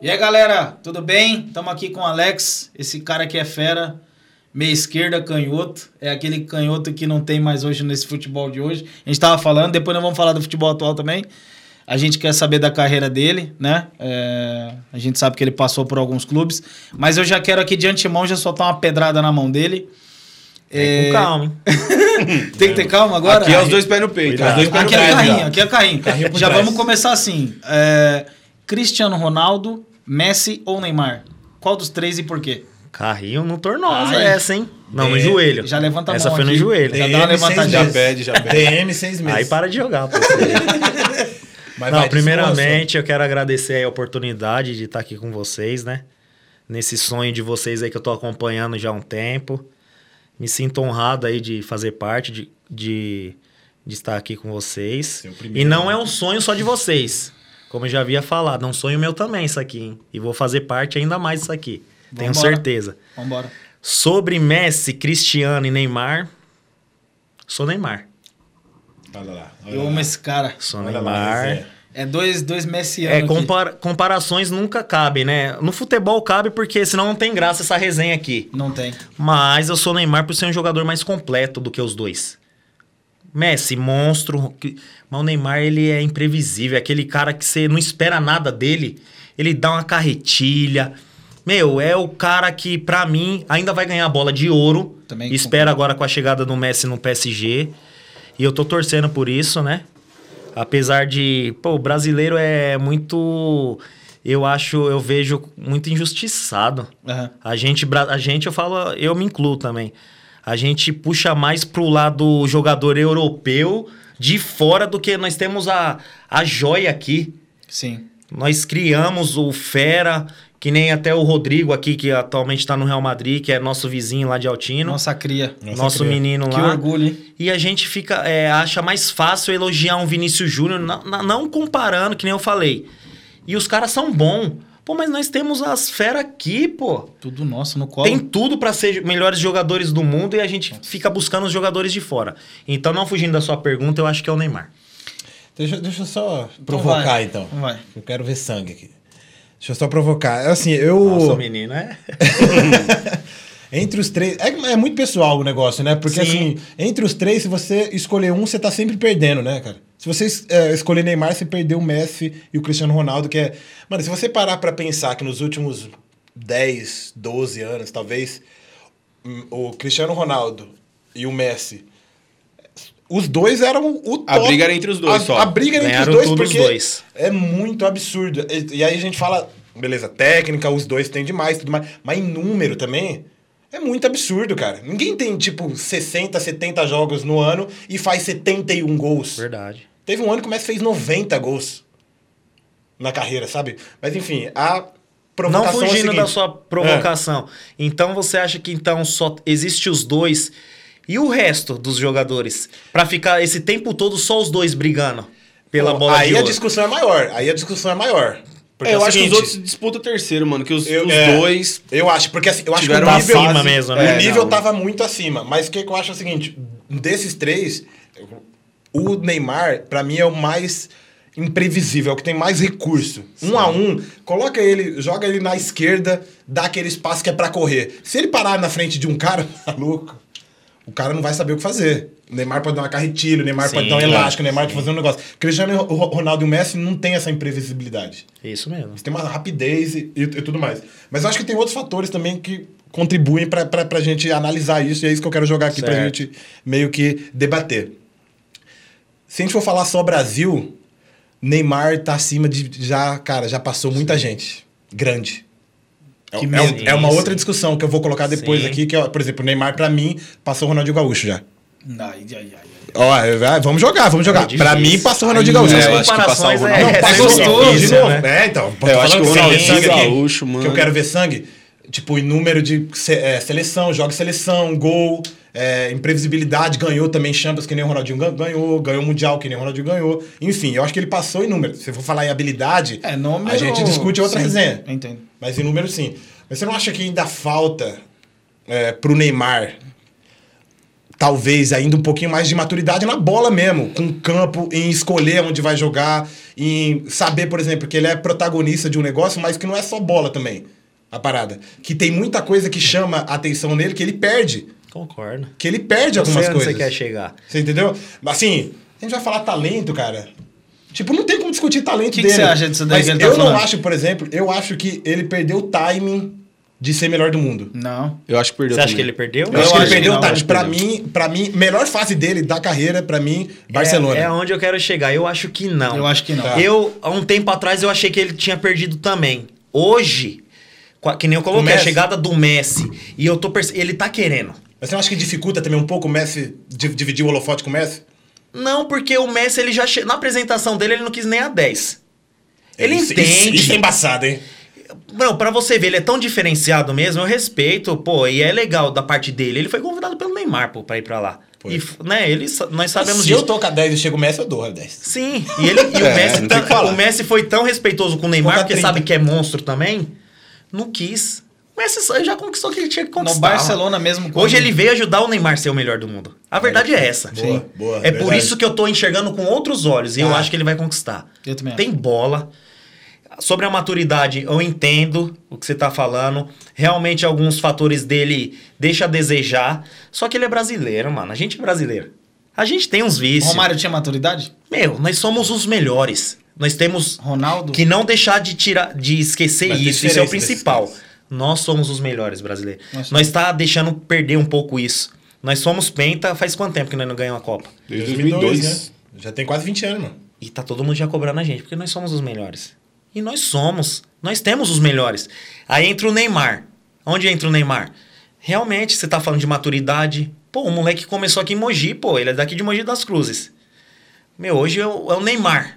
E aí, galera, tudo bem? Estamos aqui com o Alex, esse cara que é fera, meia esquerda, canhoto. É aquele canhoto que não tem mais hoje nesse futebol de hoje. A gente estava falando, depois nós vamos falar do futebol atual também. A gente quer saber da carreira dele, né? É, a gente sabe que ele passou por alguns clubes, mas eu já quero aqui de antemão já soltar uma pedrada na mão dele. Vem com calma, hein? Tem que ter calma agora? Aqui é os dois pés no peito. Cuidado. Os dois pés Aqui no é peito. carrinho, aqui é carrinho. Carrinho por Já trás. vamos começar assim. É, Cristiano Ronaldo, Messi ou Neymar? Qual dos três e por quê? Carrinho no tornosa Ai. essa, hein? Não, no É, joelho. Ah, é. já levanta a Essa mão foi no aqui. joelho. Já Tem dá uma ele sem levantadinha. Já pede, já pede. DM seis meses. Aí para de jogar, pô. Mas Não, vai, primeiramente eu quero agradecer aí a oportunidade de estar aqui com vocês, né? Nesse sonho de vocês aí que eu tô acompanhando já há um tempo. Me sinto honrado aí de fazer parte, de, de, de estar aqui com vocês. Seu E primeiro, não né? é um sonho só de vocês. Como eu já havia falado, é um sonho meu também isso aqui, hein? E vou fazer parte ainda mais disso aqui. Tenho Vambora. certeza. Vambora. Sobre Messi, Cristiano e Neymar, sou Neymar. Olha lá. olha Eu lá. amo esse cara. Sou Olha lá, Neymar. Zé. É dois, dois messianos. É, compara- comparações nunca cabem, né? No futebol cabe porque senão não tem graça essa resenha aqui. Não tem. Mas eu sou Neymar por ser um jogador mais completo do que os dois. Messi, monstro. que- Mas o Neymar, ele é imprevisível. É aquele cara que você não espera nada dele. Ele dá uma carretilha. Meu, é o cara que, pra mim, ainda vai ganhar a bola de ouro. Também Espera agora com a chegada do Messi no PSG. E eu tô torcendo por isso, né? Apesar de. Pô, o brasileiro é muito. Eu acho, eu vejo muito injustiçado. Aham. A gente, bra- a gente, eu falo, eu me incluo também. A gente puxa mais pro lado jogador europeu de fora do que nós temos a, a joia aqui. Sim. Nós criamos o Fera, que nem até o Rodrigo aqui, que atualmente tá no Real Madrid, que é nosso vizinho lá de Altino. Nossa cria. Nossa, nosso cria. menino Que lá. orgulho, hein? E a gente fica é, acha mais fácil elogiar um Vinícius Júnior, na- na- não, comparando, que nem eu falei. E os caras são bons. Pô, mas nós temos as feras aqui, pô. Tudo nosso no colo. Tem tudo pra ser melhores jogadores do mundo e a gente fica buscando os jogadores de fora. Então, não fugindo da sua pergunta, eu acho que é o Neymar. Deixa, deixa eu só Então provocar, vai. então. Vai. Eu quero ver sangue aqui. Deixa eu só provocar. Assim, eu... Nossa, menino, é. Entre os três. É, é muito pessoal o negócio, né? Porque Sim. assim, entre os três, se você escolher um, você tá sempre perdendo, né, cara? Se você es- é, escolher Neymar, você perdeu o Messi e o Cristiano Ronaldo, que é. Mano, se você parar pra pensar que nos últimos 10, 12 anos, talvez, hum, o Cristiano Ronaldo e o Messi. Os dois eram o top. A briga era entre os dois a, só. A briga era entre os Ganharam dois, tudo os porque dois. é muito absurdo. E, e aí a gente fala, beleza, técnica, os dois têm demais, tudo mais. Mas em número também, é muito absurdo, cara. Ninguém tem, tipo, 60, 70 jogos no ano e faz 71 gols. Verdade. Teve um ano que o Messi fez 90 gols na carreira, sabe? Mas enfim, a Não provocação é o fugindo seguinte, da sua provocação. Então, você acha que então só existe os dois e o resto dos jogadores? Pra ficar esse tempo todo só os dois brigando pela Bom, bola Aí de a ouro. discussão é maior, aí a discussão é maior. Porque É, eu é o acho que seguinte, os outros disputam o terceiro, mano. Que os, Eu- os é. dois. Eu acho, porque assim, eu acho que Tiveram o nível, acima mesmo, né? O É, nível não. tava muito acima. Mas o que, que eu acho é o seguinte: desses três, o Neymar, pra mim, é o mais imprevisível, é o que tem mais recurso. Um a um, coloca ele, joga ele na esquerda, dá aquele espaço que é pra correr. Se ele parar na frente de um cara, maluco, o cara não vai saber o que fazer. O Neymar pode dar uma carretilha, o Neymar Sim, pode dar um é. elástico, o Neymar pode fazer um negócio. Cristiano Ro- Ronaldo e o Messi não tem essa imprevisibilidade. Isso mesmo. Você tem uma rapidez e, e- e tudo mais. Mas eu acho que tem outros fatores também que contribuem pra, pra, pra gente analisar isso, e é isso que eu quero jogar aqui pra Certo. gente meio que debater. Se a gente for falar só Brasil, Neymar tá acima de. Já, cara, já passou muita gente. Grande. É- Que é, medo. é uma Sim. outra discussão que eu vou colocar depois Sim. aqui, que, ó, por exemplo, o Neymar, pra mim, passou o Ronaldinho Gaúcho já. Ai, ai, ai. Ó, eu- ah, vamos jogar, vamos jogar. É pra difícil. mim, passou o Ronaldinho Gaúcho. É, As eu acho que passar comparações o é, Ronaldo- é, Não, tá sempre gostoso, difícil, de novo, né? né? Então, É, eu acho falando que o de Ronaldinho sangue aqui, Gaúcho, mano. Que eu quero ver sangue. Tipo, em número de se- é, seleção, joga seleção, gol, é, imprevisibilidade, ganhou também Champions, que nem o Ronaldinho gan- ganhou, ganhou Mundial, que nem o Ronaldinho ganhou. Enfim, eu acho que ele passou em número. Se eu for falar em habilidade, É, nome a gente eu- discute outra Sim, resenha. Entendo. Mas em número, sim. Mas você não acha que ainda falta é, pro Neymar talvez ainda um pouquinho mais de maturidade na bola mesmo, com campo, em escolher onde vai jogar, em saber, por exemplo, que ele é protagonista de um negócio, mas que não é só bola também, a parada. Que tem muita coisa que chama a atenção nele que ele perde. Concordo. Que ele perde Eu sei onde algumas coisas. você quer chegar. Você entendeu? Assim, a gente vai falar talento, cara. Tipo, não tem como discutir talento O que que dele. você acha disso daí Mas que ele tá eu não falando? acho, por exemplo, eu acho que ele perdeu o timing de ser melhor do mundo. Não. Eu acho que perdeu Você acha que também. ele perdeu? Eu, acho que ele acho que perdeu não, eu o timing. acho que Pra perdeu. mim, pra mim, melhor fase dele da carreira, pra mim, Barcelona. É, é onde eu quero chegar. Eu acho que não. Eu acho que não. Tá. Eu, há um tempo atrás, eu achei que ele tinha perdido também. Hoje, qua- que nem eu O coloquei, a Messi? chegada do Messi. E eu tô percebendo. Ele tá querendo. Mas você não acha que dificulta também um pouco o Messi di- dividir o holofote com o Messi? Não, porque o Messi, ele já. Che... Na apresentação dele, ele não quis nem a 10. Ele Isso- Isso, entende. isso é embaçado, hein? Não, pra você ver, ele é tão diferenciado mesmo, eu respeito, pô, e é legal da parte dele. Ele foi convidado pelo Neymar, pô, pra ir pra lá. Foi. E, f- né, ele, sa- nós sabemos Se disso. eu tô com a 10 e chega o Messi, eu dou a 10. Sim, e, ele, e É, o, Messi não tem tan- o que falar. o Messi foi tão respeitoso com o Neymar, Coloca porque 30. sabe que é monstro também, não quis. O Messi só- já conquistou o que ele tinha que conquistar. No Barcelona mesmo. quando- Hoje ele veio ajudar o Neymar a ser o melhor do mundo. A verdade é essa. Boa, boa, é por verdade. isso que eu tô enxergando com outros olhos e eu Ah. acho que ele vai conquistar. Eu também acho. Tem bola. Sobre a maturidade, eu entendo o que você tá falando. Realmente alguns fatores dele deixa a desejar. Só que ele é brasileiro, mano. A gente é brasileiro. A gente tem uns O vícios. Romário tinha maturidade? Meu, nós somos os melhores. Nós temos Ronaldo? que não deixar de tirar, de esquecer Mas tem isso. Isso é o diferença desses principal. caras. Nós somos os melhores brasileiros. Nós Nós está deixando perder um pouco isso. Nós somos penta faz quanto tempo que nós não ganhamos a Copa? Desde 2002, né? né? Já tem quase 20 anos, mano. E tá todo mundo já cobrando a gente, porque nós somos os melhores. E nós somos. Nós temos os melhores. Aí entra o Neymar. Onde entra o Neymar? Realmente, você tá falando de maturidade. Pô, o moleque começou aqui em Mogi, pô. Ele é daqui de Mogi das Cruzes. Meu, hoje é o, é o Neymar.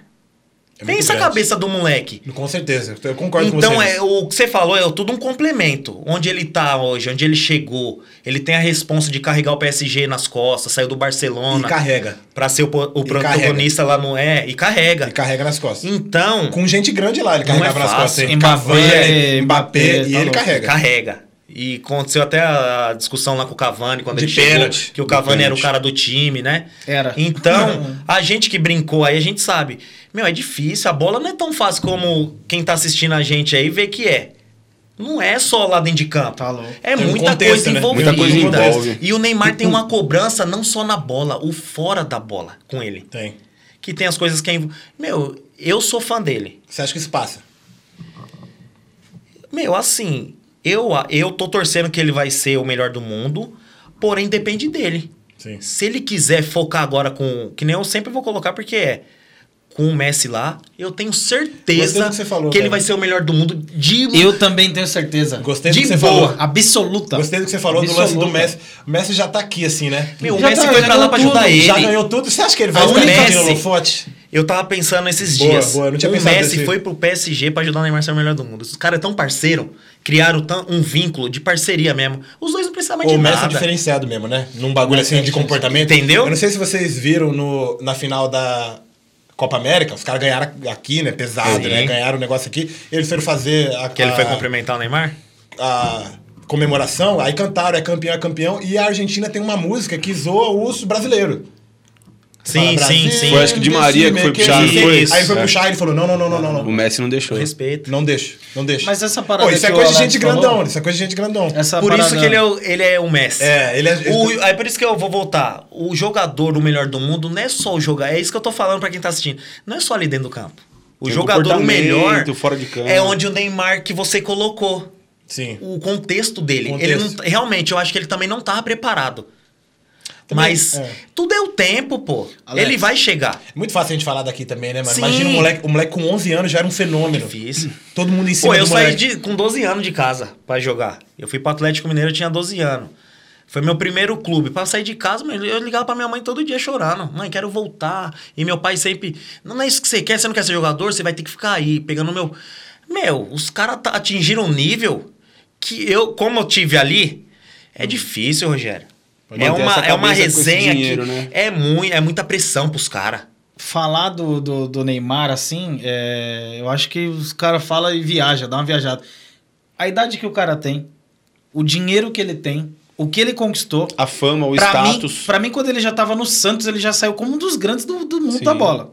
É muito Pensa a grande. cabeça do moleque. Com certeza, eu concordo com você. Então, nisso. é, o que você falou é tudo um complemento. Onde ele tá hoje, onde ele chegou. Ele tem a responsa de carregar o PSG nas costas, saiu do E Barcelona carrega. pra ser o, po- o E protagonista lá no é e carrega. E carrega nas costas. Então, Com gente grande lá, ele Não é carregava nas fácil. costas. hein? Mbappé, Cavani, Mbappé, Mbappé, e tá ele louco. carrega. carrega. E aconteceu até a a discussão lá com o Cavani quando De ele pênalti. chegou, que o Cavani De era o pênalti. cara do time, né? Era. Então, a gente que brincou aí, a gente sabe. Meu, é difícil. A bola não é tão fácil como quem tá assistindo a gente aí vê que é. Não é só lá dentro de campo. Tá louco. É Tem um muita contexto, coisa né? envolvida. Muita coisa envolve. E o Neymar tem uma cobrança não só na bola, o fora da bola com ele. Tem. Que tem as coisas que é... envol- Meu, eu sou fã dele. Você acha que isso passa? Meu, assim, eu, a- eu tô torcendo que ele vai ser o melhor do mundo, porém depende dele. Sim. Se ele quiser focar agora com. Que nem eu sempre vou colocar, porque é. Com o Messi lá, eu tenho Gostei do certeza é que você falou, que ele cara. vai ser o melhor do mundo de. Eu também tenho certeza. Gostei do De que você boa. falou. Absoluta. Gostei do que você falou do lance Tá. Absoluta. do Messi. O Messi já tá aqui, assim, né? Meu, o Já Messi tá- foi já pra lá ganhou pra tudo, ajudar ele. Já ganhou tudo. Você acha que ele vai A ficar única- escondendo no Messi. holofote? Eu tava pensando esses Boa, dias. boa, eu não tinha o pensado assim. Messi nesse- foi pro PSG pra ajudar o Neymar a ser o melhor do mundo. Os caras é tão parceiro, criaram tão- um vínculo de parceria mesmo. Os dois não precisavam de O Messi é nada. diferenciado mesmo, né? Num bagulho assim de comportamento. Entendeu? Eu não sei se vocês viram no, na final da Copa América, os caras ganharam aqui, né? Pesado, Sim. né? Ganharam o negócio aqui. Eles foram fazer a, Que ele foi a- cumprimentar o Neymar? a comemoração, aí cantaram, é campeão, é campeão. E a Argentina tem uma música que zoa os brasileiros. Sim, Fala, sim, Brasil, sim. Foi acho que de Maria que foi mequer- puxar, não foi? Aí foi É. puxar e ele falou, não, não, não, não, não, né? O não. Messi não deixou. Respeito. Não deixa, não deixa. Mas essa parada isso é que o coisa de Alex gente falou- grandão, isso é coisa de gente grandão. Essa Por parada- isso que ele é o, ele é o Messi. É, ele é... ele- O- é por isso que eu vou voltar. O jogador, o melhor do mundo, não é só o jogador. É isso que eu tô falando pra quem tá assistindo. Não é só ali dentro do campo. O Tem jogador o melhor comportamento, fora de campo. é onde o Neymar que você colocou. Sim. O contexto dele. Contexto. Ele não- realmente, eu acho que ele também não tava preparado. Também- Mas é. tudo é o tempo, pô. Alex. Ele vai chegar. É Muito fácil a gente falar daqui também, né, mano? Sim. Imagina um moleque, um moleque com 11 anos já era um fenômeno. Difícil. Todo mundo em Pô, cima eu do saí moleque. de- com 12 anos de casa pra jogar. Eu fui pro Atlético Mineiro, eu tinha 12 anos. Foi meu primeiro clube. Pra sair de casa, meu, eu ligava pra minha mãe todo dia chorando. Mãe, quero voltar. E meu pai sempre. Não é isso que você quer, você não quer ser jogador, você vai ter que ficar aí, pegando o meu. Meu, os caras tá- atingiram um nível que eu, como eu tive ali, é difícil, Rogério. Pode É Hum. manter uma, essa é uma cabeça com esse resenha dinheiro, que né? é, muito, é muita pressão pros caras. falar do, do, do Neymar assim, é, eu acho que os caras falam e viaja, dá uma viajada. A idade que o cara tem, o dinheiro que ele tem, o que ele conquistou. A fama, o Pra mim, status. pra mim, quando ele já tava no Santos, ele já saiu como um dos grandes do, do mundo Sim. da bola.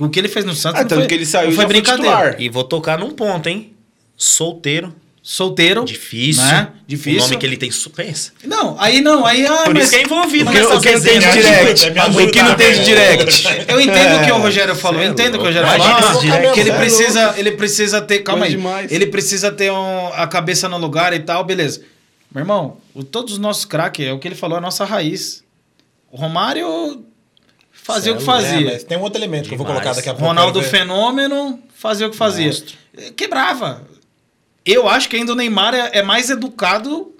O que ele fez no Santos Ah, não tanto foi, que ele saiu não e foi já foi brincadeira. titular. E vou tocar num ponto, hein? Solteiro. Solteiro. Difícil. Né? Difícil. O nome que ele tem. su- Pensa. Não, aí não, aí... Ah, Por mas isso que é envolvido. Mas nessa o que ele resenha. tem de direct? Me ajuda, É. O que não tem de velho. direct? Eu entendo o que o Rogério falou, eu entendo o que o Rogério Vai, falou. gente, Ah, esse direct que ele é precisa, ele precisa ter, calma Coisa aí. demais. Ele precisa ter um- a cabeça no lugar e tal, beleza. Meu irmão, o- todos os nossos craques, é o que ele falou, é a nossa raiz. O Romário fazia o que É, fazia. mas tem um outro elemento que eu vou Demais. colocar daqui a pouco. Ronaldo eu quero ver. Fenômeno fazia o que fazia. Eh, Quebrava. Eu acho que ainda o Neymar é, é mais educado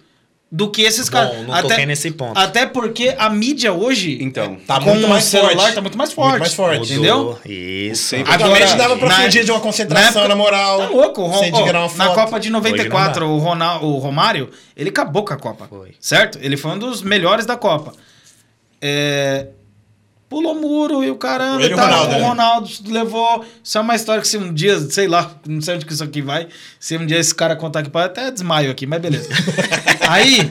do que esses Bom, caras. não toquei nesse ponto. Até porque a mídia hoje, Então. Tá com muito o mais celular, forte. tá muito mais forte. mais forte. Entendeu? Mudou. Isso. O Agora- Antigamente dava pra na- fugir de uma na concentração, época- na, moral. Tá louco, o Ron- sem tirar uma ó, na foto. Copa de Hoje 94, não o, Ronal- o Romário, ele acabou com a Copa. Foi. Certo? Ele foi um dos melhores da Copa. É, Pulou muro e o caramba. Ele e e o tal. Ronaldo, o né? Ronaldo levou. Isso é uma história que se um dia, sei lá, não sei onde que isso aqui vai. Se um dia esse cara contar aqui, pra- até desmaio aqui, mas beleza. Aí,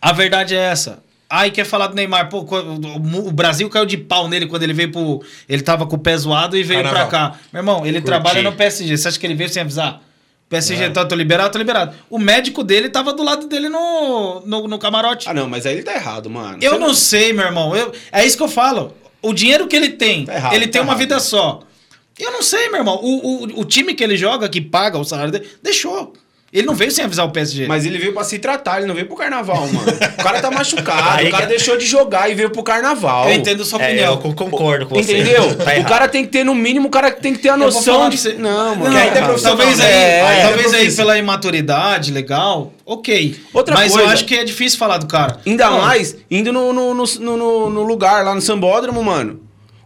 a verdade é essa. Aí quer falar do Neymar, pô, co- o o Brasil caiu de pau nele quando ele veio pro. Ele tava com o pé zoado e veio Carnaval. pra cá. Meu irmão, ele Curti. trabalha no PSG. Você acha que ele veio sem avisar? PSG, tá, tô liberado, tô liberado. O médico dele tava do lado dele no, no, no camarote. Ah, não, mas aí ele tá errado, mano. eu Você- não sei, meu irmão. Eu- é isso que eu falo. O dinheiro que ele tem, Tá errado, ele tem tá uma errado. vida só. Eu não sei, meu irmão. O, o, o time que ele joga, que paga o salário dele, deixou. Ele não veio sem avisar o PSG. Mas ele veio pra se tratar, ele não veio pro carnaval, mano. O cara tá machucado, Aí o cara que- deixou de jogar e veio pro carnaval. eu entendo sua É, opinião. eu con- concordo com você. Entendeu? Tá o errado. cara tem que ter, no mínimo, o cara tem que ter a Eu vou falar noção de. pra você- Não, tá mano. Não, tá, aí tem cara, profissional, talvez né? aí, É, aí tem talvez aí profissional. pela imaturidade, legal, ok. Outra Mas eu coisa. acho que é difícil falar do cara. Ainda Não, mais indo no, no, no, no- no lugar lá no sambódromo, mano.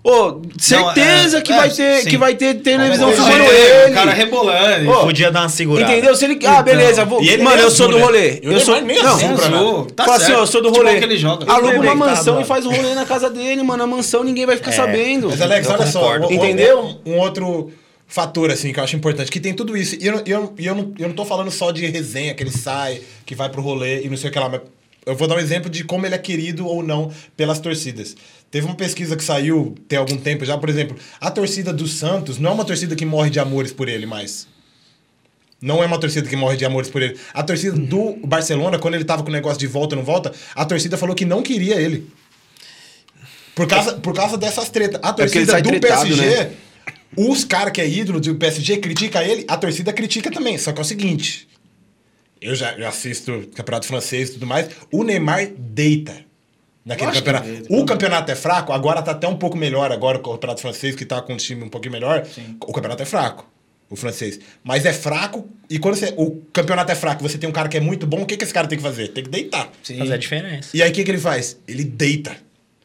Ô, certeza é- que, é, vai ter, sim. que vai ter televisão mas Mas filmando ele- ele. O cara rebolando. Ô, Podia dar uma segurada. Entendeu? Se ele. Ah, beleza. Vou... E ele Mano, nem eu sou do azul, né? rolê. E o Eu sou. Neymar nem Não, azul, pra azul, nada. tá Fala assim, certo. ó, eu sou do Futebol rolê. que ele joga. Aluga uma Ele tá mansão bravo. e faz o rolê na casa dele, mano. A mansão ninguém vai ficar sabendo. Mas, Alex, Eu olha só. concordo. o- o- Entendeu? Um outro fator, assim, que eu acho importante, que tem tudo isso. E eu, não- e eu, e eu, não, eu não tô falando só de resenha, que ele sai, que vai pro rolê e não sei o que lá, mas eu vou dar um exemplo de como ele é querido ou não pelas torcidas. Teve uma pesquisa que saiu tem algum tempo já, por exemplo, a torcida do Santos não é uma torcida que morre de amores por ele mais. Não é uma torcida que morre de amores por ele. A torcida do Barcelona, quando ele tava com o negócio de volta ou não volta, a torcida falou que não queria ele. Por causa, por causa dessas tretas. A É porque ele torcida sai do tretado, PSG, né? os caras que é ídolo do PSG critica ele, a torcida critica também. Só que é o seguinte: eu já eu assisto campeonato francês e tudo mais, o Neymar deita. Naquele Lógico que campeonato. deita. O campeonato é fraco, agora tá até um pouco melhor agora com o campeonato francês, que tá com um time um pouquinho melhor. O campeonato é fraco, o francês. Mas é fraco, e quando você, o campeonato é fraco, você tem um cara que é muito bom, o que, que esse cara tem que fazer? Tem que deitar. Sim. Mas é a diferença. E aí o que, que ele faz? Ele deita.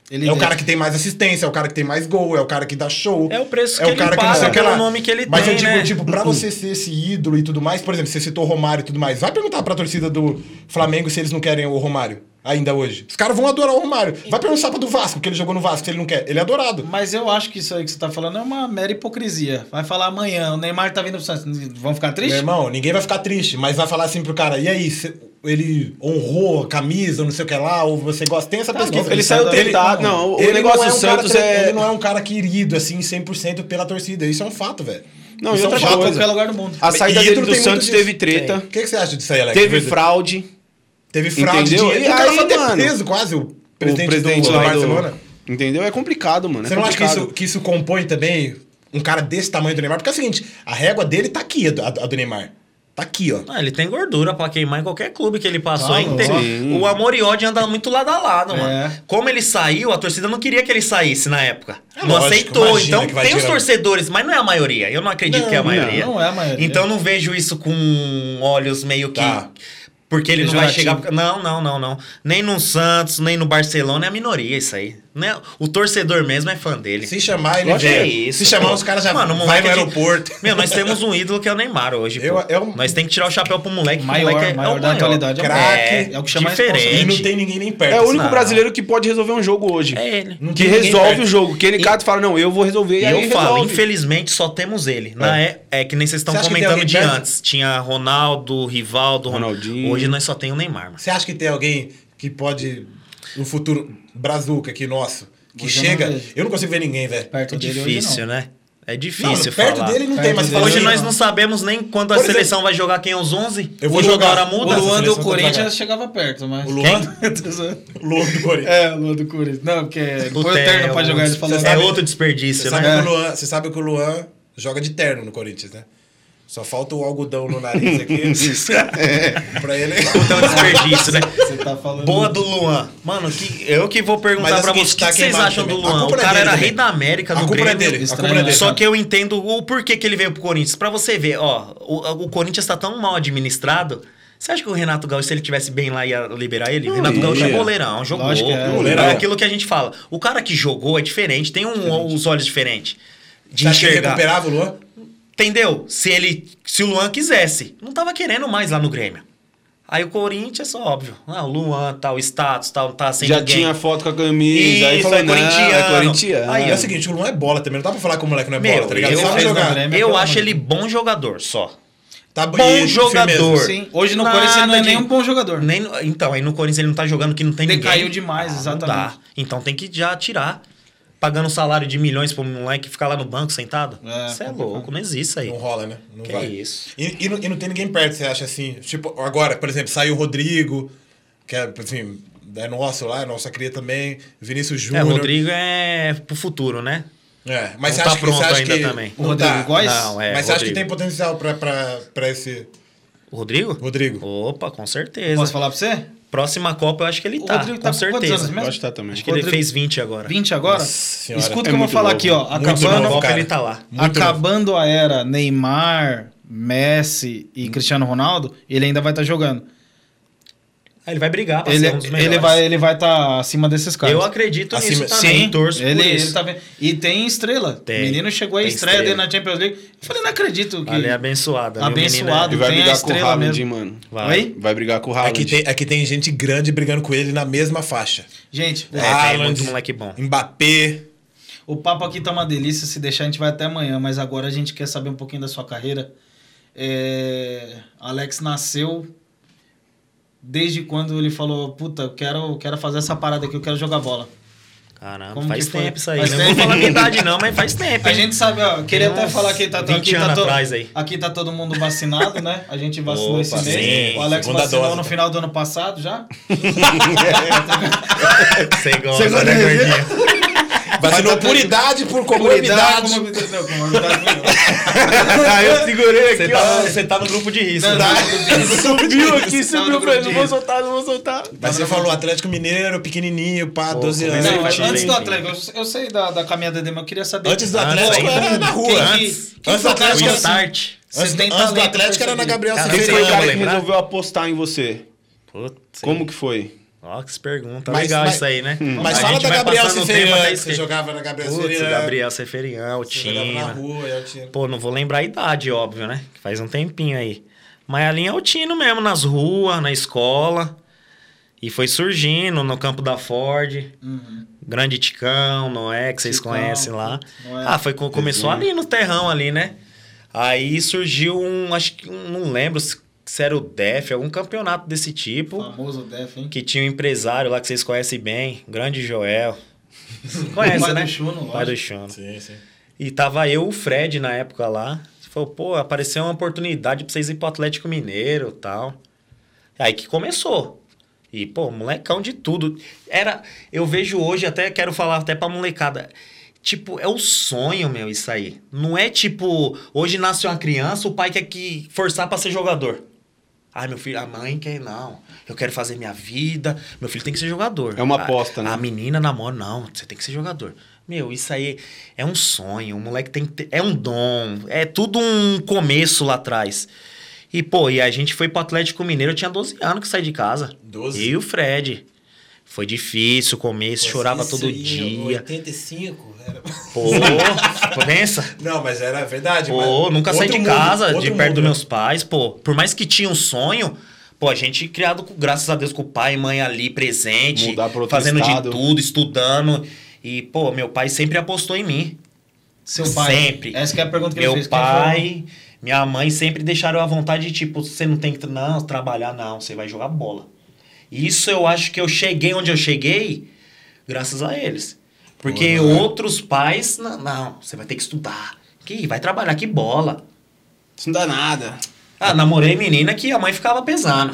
Ele é o deixa. cara que tem mais assistência, é o cara que tem mais gol, é o cara que dá show. É o preço que ele paga sei o pelo lá. nome que ele Mas tem, eu digo, né? tipo, pra você ser esse ídolo e tudo mais, por exemplo, você citou o Romário e tudo mais, vai perguntar pra torcida do Flamengo se eles não querem o Romário ainda hoje. Os caras vão adorar o Romário. Vai perguntar pra do Vasco, que ele jogou no Vasco, se ele não quer. Ele é adorado. Mas eu acho que isso aí que você tá falando é uma mera hipocrisia. Vai falar amanhã, o Neymar tá vindo pro Santos. Vão ficar Meu tristes? irmão, ninguém vai ficar triste, mas vai falar assim pro cara, e aí, cê- ele honrou a camisa, não sei o que lá, ou você gosta, tem Tá essa pesquisa. louco, ele Ele saiu tentado, Tá, não, o negócio não é do um cara Santos tre- é- Ele não é um cara querido, assim, 100% pela torcida, isso é um fato, velho. Não, e Isso é um Pra outra fato. coisa. qualquer lugar do mundo. A saída E dele ídolo do tem muito Santos disso. teve treta, O que que você acha disso aí, Alex? teve Verdade. fraude. Teve fraude, Entendeu? dinheiro. E o cara aí, foi até mano, preso quase, o presidente, o presidente do, lá Barcelona. do- Entendeu? É complicado, mano. é Você não acha que complicado. isso, que isso compõe também um cara desse tamanho do Neymar? Porque é o seguinte, a régua dele tá aqui, a do, a do Neymar. Tá aqui, ó. Ah, ele tem gordura pra queimar em qualquer clube que ele passou. Tá hein? Tem- louco. o amor e ódio andam muito lado a lado, É. mano. Como ele saiu, a torcida não queria que ele saísse na época. É não lógico, aceitou. imagina Então que vai tem os tirar- torcedores, mas não é a maioria. Eu não acredito que é a não, maioria. não é a maioria. Então não vejo isso com olhos meio que. Tá. Porque ele não vai chegar. Pejorativo. Não, não, não, não. Nem no Santos, nem no Barcelona é a minoria isso aí. Né? O torcedor mesmo é fã dele. Se chamar, ele Lógico vem. que é isso, Se chamar, pô. os caras já Mano, o vai moleque no é de- aeroporto. Meu, nós temos um ídolo que é o Neymar hoje. pô. Eu- é um- Nós temos que tirar o chapéu pro moleque. que Maior, o moleque é, maior é o da atualidade, é o craque, é o que chama a E diferente. não tem ninguém nem perto. É o único Não. brasileiro que pode resolver um jogo hoje. É ele. Não que tem ninguém resolve perto. o jogo. Que ele cata e fala, não, eu vou resolver. E E aí eu falo, resolve. infelizmente só temos ele. Na é. é que nem vocês estão Você acha que tem comentando alguém de perto? antes. Tinha Ronaldo, Rivaldo, Ron- Ronaldinho. Hoje Hoje nós só tem o Neymar, mano. Você acha que tem alguém que pode, no futuro, brazuca aqui nosso, que Hoje eu chega... não vejo. eu não consigo ver ninguém, velho. Perto É dele hoje difícil, não. né? É Não, difícil perto falar. dele não Perto tem mais dele falar. Hoje não. nós não sabemos nem quando a Por exemplo, seleção vai jogar quem é os 11. Eu vou Hoje jogar. agora O muda. Luan seleção do tá Corinthians devagar. chegava perto, mas... O Luan? Quem? Louco do Corinthians. é, o Luan do Corinthians. Não, porque O foi o terno pra Theo, jogar, ele falou... É outro desperdício, né? Você sabe, que o Luan, você sabe que o Luan joga de terno no Corinthians, né? Só falta o algodão no nariz aqui. pra ele. Puta, é um desperdício, né? Você tá falando... Boa do Luan. Mano, que, eu que vou Mas perguntar é pra o seguinte, vocês. assim, O que, tá que vocês queimado acham do também. A Luan? O culpa não é cara dele era também. rei da América, A do culpa não é Grêmio. dele, a culpa não é dele. Só que eu entendo o porquê que ele veio pro Corinthians. Pra você ver, ó, o, o Corinthians tá tão mal administrado. Você acha que o Renato Gaúcho, se ele tivesse bem lá, ia liberar ele? O Renato ia. Gaúcho é goleirão, jogou. Lógico que é. Goleirão. É aquilo que a gente fala. O cara que jogou é diferente, tem um, os olhos diferentes. De Você acha que ele enxergar. recuperava o Luan? Entendeu? Se ele, se o Luan quisesse, não tava querendo mais lá no Grêmio. Aí o Corinthians, óbvio, ah, o Luan, tal, status, tal, tá sem Já ninguém. tinha foto com a camisa, aí Isso, falou, é não, é corintiano. corintiano. Aí, É o seguinte, o Luan é bola também. Não dá pra falar que o moleque não é Ah, Meu, bola, tá ligado? eu, Ele sabe fez jogar. no Grêmio, eu pelo acho amor. ele bom jogador só. Tá Bom e- jogador. firmeza. Sim, hoje no Nada Corinthians ele não é de- nem um bom jogador. Nem, no- então, aí no Corinthians ele não tá jogando que não tem ninguém. Decaiu demais, não dá. exatamente. Então tem que já tirar. Pagando salário de milhões pro moleque ficar lá no banco sentado. É, Você é, complicado. louco, não existe isso aí. Não rola, né? Não Que vai. isso. E, e não, e não tem ninguém perto, você acha assim? Tipo, agora, por exemplo, saiu o Rodrigo, que é, assim, é nosso lá, é nossa cria também. Vinícius É, Júnior. o Rodrigo é pro futuro, né? É, mas Não tá você acha que, você pronto acha ainda que também. O não Rodrigo tá. Góes? Não, é. mas você acha que Rodrigo. tem potencial pra, pra, pra esse. O Rodrigo? Rodrigo. Opa, com certeza. Posso falar pra você? Próxima Copa eu acho que ele O tá, Rodrigo com tá com quantos certeza. anos mesmo? Eu acho que tá também. Acho que ele Rodrigo- fez 20 agora. 20 agora? senhora. Escuta o É que eu vou muito falar novo. aqui, ó. Muito Acabando, novo, Copa cara. ele tá lá. Muito acabando a era Neymar, Messi e Hum. Cristiano Ronaldo, ele ainda vai estar jogando. Aí ele vai brigar pra Ele, é- ser um dos melhores. ele vai ele vai estar acima desses caras. Eu acredito Acima- nisso também. torço ele, por isso. ele tá vendo. E tem estrela. Tem. O menino chegou aí Tem estreia dele estrela. na Champions League. Eu falei, não acredito que Ela é abençoada. viu, Abençoado. menina? E tem a vai brigar com o estrela Haaland, mesmo. hein, mano. Vai. Oi? Vai brigar com o É Haaland. que, tem, é que tem gente grande brigando com ele na mesma faixa. Gente, É, tem Haaland, muito moleque bom. Mbappé. O papo aqui tá uma delícia, se deixar a gente vai até amanhã, mas agora a gente quer saber um pouquinho da sua carreira. É, Alex nasceu desde quando ele falou, puta, eu quero, eu quero fazer essa parada aqui, eu quero jogar bola. Caramba, Como faz que foi? tempo isso aí. Faz né? Não vou tempo. falar a minha idade não, mas faz tempo. A hein? gente sabe, ó, queria Tem até uns falar que tá, aqui 20 tá, anos todo, atrás aí. aqui tá todo mundo vacinado, né? A gente vacinou esse Opa, mês. sim, o Alex segunda vacinou dose, no né? final do ano passado já. Você gosta, né, gordinho? Vacinou por idade, por comunidade. Comunidade, não, comunidade não. Ah, eu segurei Você tá, você tá no grupo de risco. Não, né? não, não, não. Subiu aqui, Tá no subiu, grupo falei, de não vou risco. soltar, não vou soltar. Mas você falou Atlético Mineiro, pequenininho, pá, Pô, 12 como é anos. que Não, Mas mas eu antes do entendi. Atlético, eu- eu sei da, da caminhada dele, mas eu queria saber. Antes do Antes Atlético ainda. era na Quem rua. que- Antes, quem que assim- do o O Atlético- Atlético, era- start. Você antes, tem antes do talento, Atlético era na percebi. Gabriel Cara, Quem Você foi o lembra, cara que lembrar? resolveu apostar em você? Putz, Como que foi? Ó, que pergunta. Mas- Legal mas- isso aí, né? Mas A fala gente da vai Gabriel passando o tempo até Ciferian. Você esquecer. jogava na Gabriel Putz, Ciferian. Gabriel Seferian, o Você jogava na Tino. rua, eu tinha. Pô, não vou lembrar a idade, óbvio, né? Que faz um tempinho aí. Mas a linha é o Tino mesmo, nas ruas, na escola. E foi surgindo no campo da Ford. Uhum. Grande Ticão, Noé, que vocês Ticão, conhecem lá. Noé. Ah, foi co- começou ali no terrão ali, né? Aí surgiu um, acho que um- não lembro se se era o DEF, algum campeonato desse tipo. Famoso Def, hein? Que tinha um empresário lá que vocês conhecem bem, grande Joel. Pai Conhece, do né? Chuno, lógico. Pai do Chuno. Sim, sim. E tava eu, o Fred, na época lá. Falou, pô, apareceu uma oportunidade pra vocês ir pro Atlético Mineiro e tal. Aí que começou. E, pô, molecão de tudo. Era. Eu vejo hoje, até quero falar até pra molecada. Tipo, é o sonho, meu, isso aí. Não é tipo, hoje nasce uma criança, o pai quer que forçar pra ser jogador. Ai, meu filho, a mãe quer não. Eu quero fazer minha vida. Meu filho tem que ser jogador. É uma A- aposta, né? A menina namora, não, você tem que ser jogador. Meu, isso aí é um sonho. O moleque tem que ter, É um dom. É tudo um começo lá atrás. E, pô, e a gente foi pro Atlético Mineiro, eu tinha 12 anos que saí de casa. 12? E o Fred. Foi difícil o começo, chorava todo dia. 85? Era... Pô, pensa. é. Não, mas era verdade. Pô, mas- nunca saí outro de mundo, casa, outro de perto mundo, né? dos meus pais, pô. Por mais que tinha um sonho, pô, a gente criado, com- graças a Deus, com o pai e mãe ali presente, Mudar pra outro fazendo estado. de tudo, estudando. E, pô, meu pai sempre apostou em mim. Seu pai. Sempre. Essa que é a pergunta que Meu ele fez. quem foi? pai, Minha mãe sempre deixaram eu à vontade, tipo, você não tem que não, trabalhar, não, você vai jogar bola. E isso eu acho que eu cheguei onde eu cheguei, graças a eles. Porque Pô, né? outros pais, não, não, você vai ter que estudar. Que vai trabalhar, que bola. Isso não dá nada. Ah, namorei menina que a mãe ficava pesando.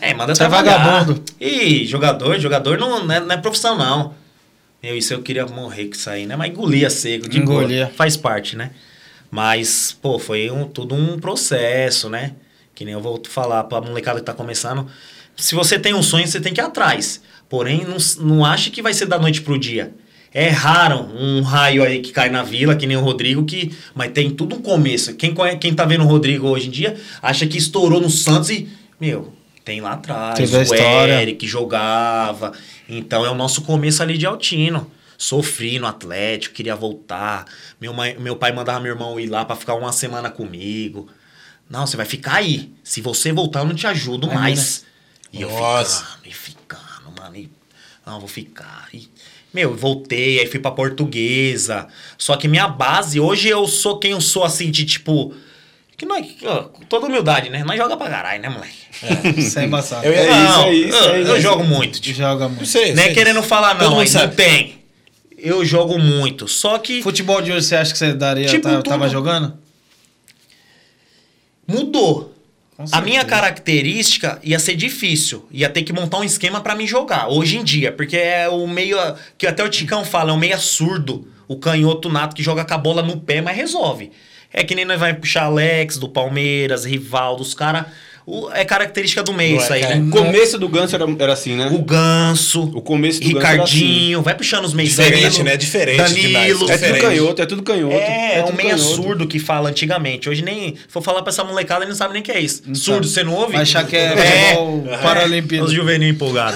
É, manda Você é trabalhar. vagabundo. Ih, jogador, jogador não, não, é, não é profissão, não. Meu, isso eu queria morrer com isso aí, né? Mas engolia seco, de boa. Engolia. Faz parte, né? Mas, pô, foi um, tudo um processo, né? Que nem eu vou falar pra molecada que tá começando. Se você tem um sonho, você tem que ir atrás. Porém, não, s- não ache que vai ser da noite pro dia. É raro um raio aí que cai na vila, que nem o Rodrigo, que. Mas tem tudo um começo. Quem, conhe- quem tá vendo o Rodrigo hoje em dia acha que estourou no Santos e. Meu, tem lá atrás. Teve a o história. Eric jogava. Então é o nosso começo ali de Altino. Sofri no Atlético, queria voltar. Meu, mãe- meu pai mandava meu irmão ir lá pra ficar uma semana comigo. Não, você vai ficar aí. Se você voltar, eu não te ajudo Ai, mais. né? E eu Nossa. ficando, e ficando, mano. E, não, vou ficar. E, meu, voltei, aí fui pra portuguesa. Só que minha base, hoje eu sou quem eu sou, assim, de tipo. Que nós, ó, com toda humildade, né? Nós joga pra caralho, né, moleque? Isso é embaçado. Eu ia- É não, isso aí, isso eu, aí, eu né? jogo muito, tipo. Joga muito. sei. Não é querendo falar, Todo não, mundo aí não sabe. tem. Eu jogo muito. Só que Futebol de hoje você acha que você daria, Tipo, tá- tava tudo. jogando? mudou. Com A certeza. minha característica ia ser difícil. Ia ter que montar um esquema pra mim jogar, hoje em dia. Porque é o meio. Que até o Ticão fala, é um meia surdo. O canhoto nato que joga com a bola no pé, mas resolve. É que nem nós vai puxar Alex, do Palmeiras, Rivaldo, os caras. É característica do meio Não é, isso aí, cara. né? O começo do Ganso era, era assim, né? O Ganso, O começo do Ricardinho, vai puxando os meios assim. Diferente, né? Diferente demais. Danilo. Ganso era assim. É tudo Diferente. canhoto, é tudo canhoto. É, é um tudo meia canhoto. surdo que fala antigamente. Hoje nem. Vou falar pra essa molecada, ele não sabe nem o que é isso. surdo, sabe. você não ouve? Então, Vai achar que é futebol paralímpico. Os juvenil empolgados.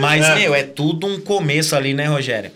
Mas, meu, é tudo um começo ali, né, Rogério?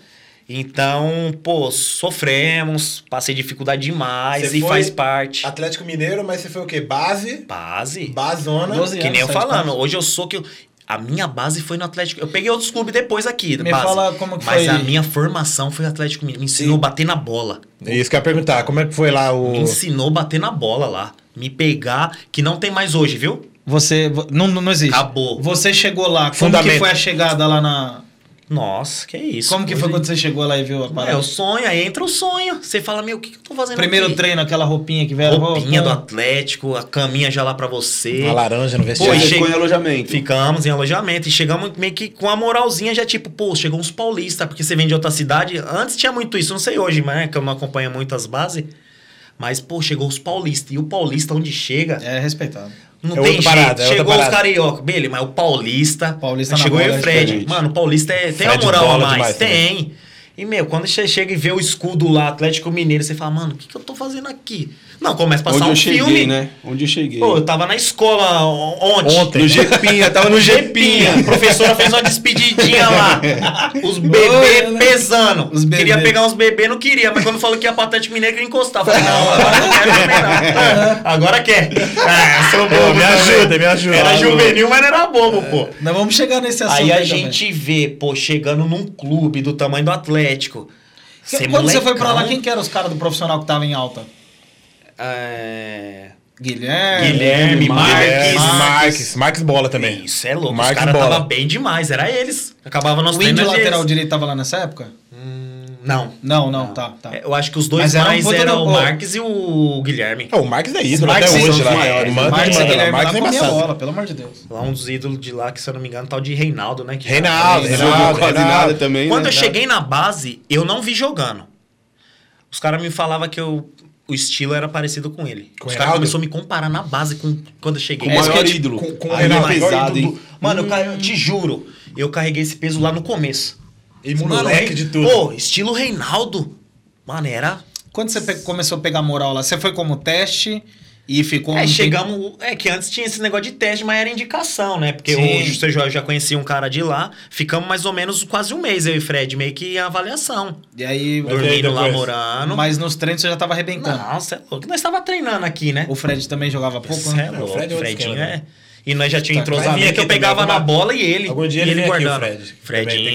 Então, pô, sofremos, passei dificuldade demais Você e foi- faz parte. Atlético Mineiro, mas você foi o quê? Base? Base. Bazona. 12 Que nem eu anos, sete falando, hoje eu sou que. eu- a minha base foi no Atlético. Eu peguei outros clubes depois aqui. Me base. fala como que Mas foi. a minha formação foi Atlético Mineiro. Me ensinou a bater na bola. É Isso que eu ia perguntar. Como é que foi lá o... Me ensinou a bater na bola lá. Me pegar, que não tem mais hoje, viu? Você. vo- Não, não não existe. Acabou. Você chegou lá. Como Fundamento. que foi a chegada lá na. Nossa, que isso. Como que foi quando você chegou lá e viu a É parada? o sonho, aí entra o sonho. Você fala, meu, o um que, que eu tô fazendo Primeiro aqui? treino, aquela roupinha que vieram. Roupinha do pô, Atlético, a caminha já lá pra você. A laranja no Já Pô, e vestiário. ficou chega- em alojamento. Ficamos em alojamento e chegamos meio que com a moralzinha já tipo, pô, chegou uns paulistas, porque você vem de outra cidade. Antes tinha muito isso, não sei hoje, mas né, que eu não acompanho muito as bases. Mas, pô, chegou os paulistas. E o paulista, onde chega, É respeitado. não É tem outra jeito. parada, é outra chegou os parada. carioca, beleza, mas o paulista... Paulista na Chegou bola eu e é o Fred. diferente. Mano, o paulista é, tem uma Fred moral a bola mais. demais também. tem. E, meu, quando você chega e vê o escudo lá, Atlético Mineiro, você fala, mano, o que, que eu tô fazendo aqui? Não, começa a passar Onde um eu cheguei, filme. né? Onde eu cheguei. Pô, eu tava na escola on- ontem. No Gepinha, tava no Jepinha. A Gepinha. professora fez uma despedidinha lá. Os bebês pesando. né? Os bebê. Queria pegar uns bebês, não queria. Mas quando falou que ia pra Atlético Mineiro, queria encostar. Falei, não, agora não quero beber, não. Ah, Agora quer. Ah, sou bobo. É, me também. ajuda, me ajuda. Era Alô. juvenil, mas não era bobo, pô. Nós vamos chegar nesse assunto. Aí a É. também. gente vê, pô, chegando num clube do tamanho do Atlético. Que- Ser Quando você foi pra lá, molecão, quem que era os caras do profissional que tava em alta? é, Guilherme. Guilherme, Marques, Marques. Marques. Marques Bola também. Isso é louco. Os Marques caras Bola. tava bem demais, era eles. Acabava nosso O índio treino, era lateral eles. direito tava lá nessa época? Não. Não, não, tá, tá. É, Eu acho que os dois Mas era um mais puta eram do- o pô. Marques e o Guilherme. É, o Marques é ídolo Marques até são hoje os lá. maiores, Manda Marques demais, e Guilherme Marques lá é comia embaçado. bola, pelo amor de Deus. Lá um dos ídolos de lá, que se eu não me engano, tal de Reinaldo, né? que já- Reinaldo, Não Reinaldo, jogou quase nada Reinaldo. também, Quando né? eu cheguei na base, eu não vi jogando. Os caras me falavam que eu, o estilo era parecido com ele. Com os o caras Reinaldo? começaram a me comparar na base com quando eu cheguei. Com o É isso que maior eu te- ídolo. Com, com o Aí, Renato mano, pesado, eu- hein? Mano, eu, ca- eu te juro, eu carreguei esse peso lá no começo. E Mano, moleque Rei- de tudo. Pô, estilo Reinaldo. Mano, era Quando você pe- começou a pegar moral lá, você foi como teste e ficou... um É, tempo- chegamos. É que antes tinha esse negócio de teste, mas era indicação, né? Porque Sim. hoje você já, já conhecia um cara de lá. Ficamos mais ou menos quase um mês, eu e Fred, meio que em avaliação. E aí... Mas aí Dormindo lá, depois? morando. Mas nos treinos você já tava Então, arrebentando. Nossa, é louco. Nós estava treinando aqui, né? O Fred também jogava pouco, Cê é né? louco. Fred é outro Fredinho esquema, é. né? E nós já tinha Tá, vai entrosamento vir que eu aqui pegava também, na alguma- bola e ele. algum dia e ele vem aqui, o guardando. Fred. Também tem que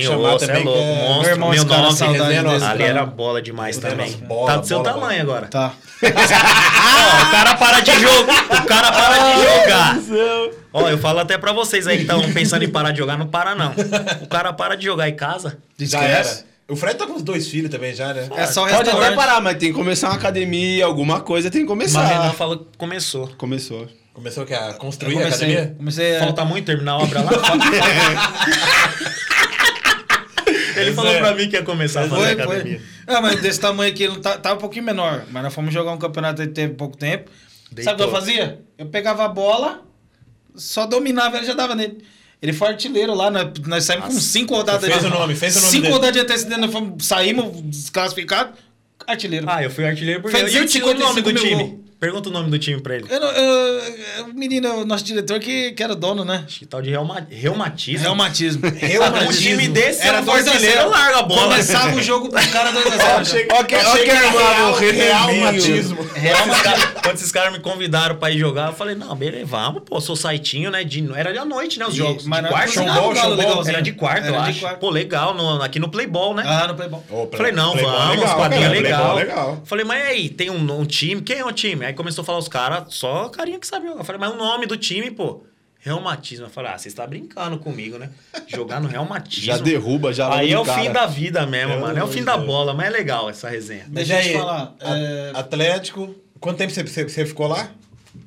Fredinho, chamar você é também, louco. que é- Meu Monstro, irmão, meu esse cara nome. saudade resenha dele, nossa. Ali cara. era bola demais Puta, também. nossa, bola, tá do seu bola, tamanho agora. Tá. Ó, o cara para de jogar. O cara Ah. para de jogar. Ó, eu falo até pra vocês aí que estavam pensando em parar de jogar, não para não. O cara para de jogar em casa. Já Esquece. era. O Fred tá com os dois filhos também, já, né? É só o Pode até restaurante. parar, mas tem que começar uma academia, alguma coisa tem que Mas o Renan começar. falou que começou. Começou. Começou o quê? A construir a Comecei, academia? comecei a... Falta muito terminar a obra lá. Falta- Ele Pois falou é. pra mim que ia começar a fazer Foi, academia. foi. Ah, mas desse tamanho aqui, ele tá, tava um pouquinho menor. Mas nós fomos jogar um campeonato aí que teve pouco tempo. Sabe o que eu Deitou. fazia? Eu pegava a bola, só dominava, ele já dava nele. Ele foi artilheiro lá, nós, nós saímos com cinco rodadas fez o nome, fez o nome Cinco dele. rodadas de antecedência, nós fomos, saímos desclassificados, artilheiro. Ah, eu fui artilheiro porque... é. Fez E o ti- o nome do 155 mil time? gol. Pergunta o nome do time pra ele. Eu não- eu- eu- o menino, é o nosso diretor, que, que era dono, né? Acho que tal de reuma- reumatismo. Reumatismo. Um time desse era dois a brasileiro. zero. Eu largo a bola. Começava o jogo com o cara 2x0. Ok, ok, irmão, o real Renanzinho. matismo. Quando esses caras- Quando esses caras me convidaram pra ir jogar, eu falei, não, beleza, vamos, pô, sou saitinho, né? De, era de à noite, né? Os jogos. mas de não- assim, quarta, não showball, dava showball. legalzinho. Era de quarta, Era eu de acho. quarta. Pô, legal, no- aqui no Playball, né? Ah, não foi bom. Ô, Falei, não, Playboy é vamos, legal, quadrinha cara, legal. Playboy é legal. Falei, mas e aí, tem um, um time? Quem é o time? Aí começou a falar os caras, só carinha que sabia. Eu falei, mas o nome do time, pô, reumatismo. Eu falei, ah, você está brincando comigo, né? Jogar no reumatismo. Já derruba, já Aí é logo de o cara. fim da vida mesmo, Pelo mano. É o amor fim de da Deus. bola, mas é legal essa resenha. Mas Deixa eu te aí, falar, a- é- Atlético. Quanto tempo você, você, você ficou lá?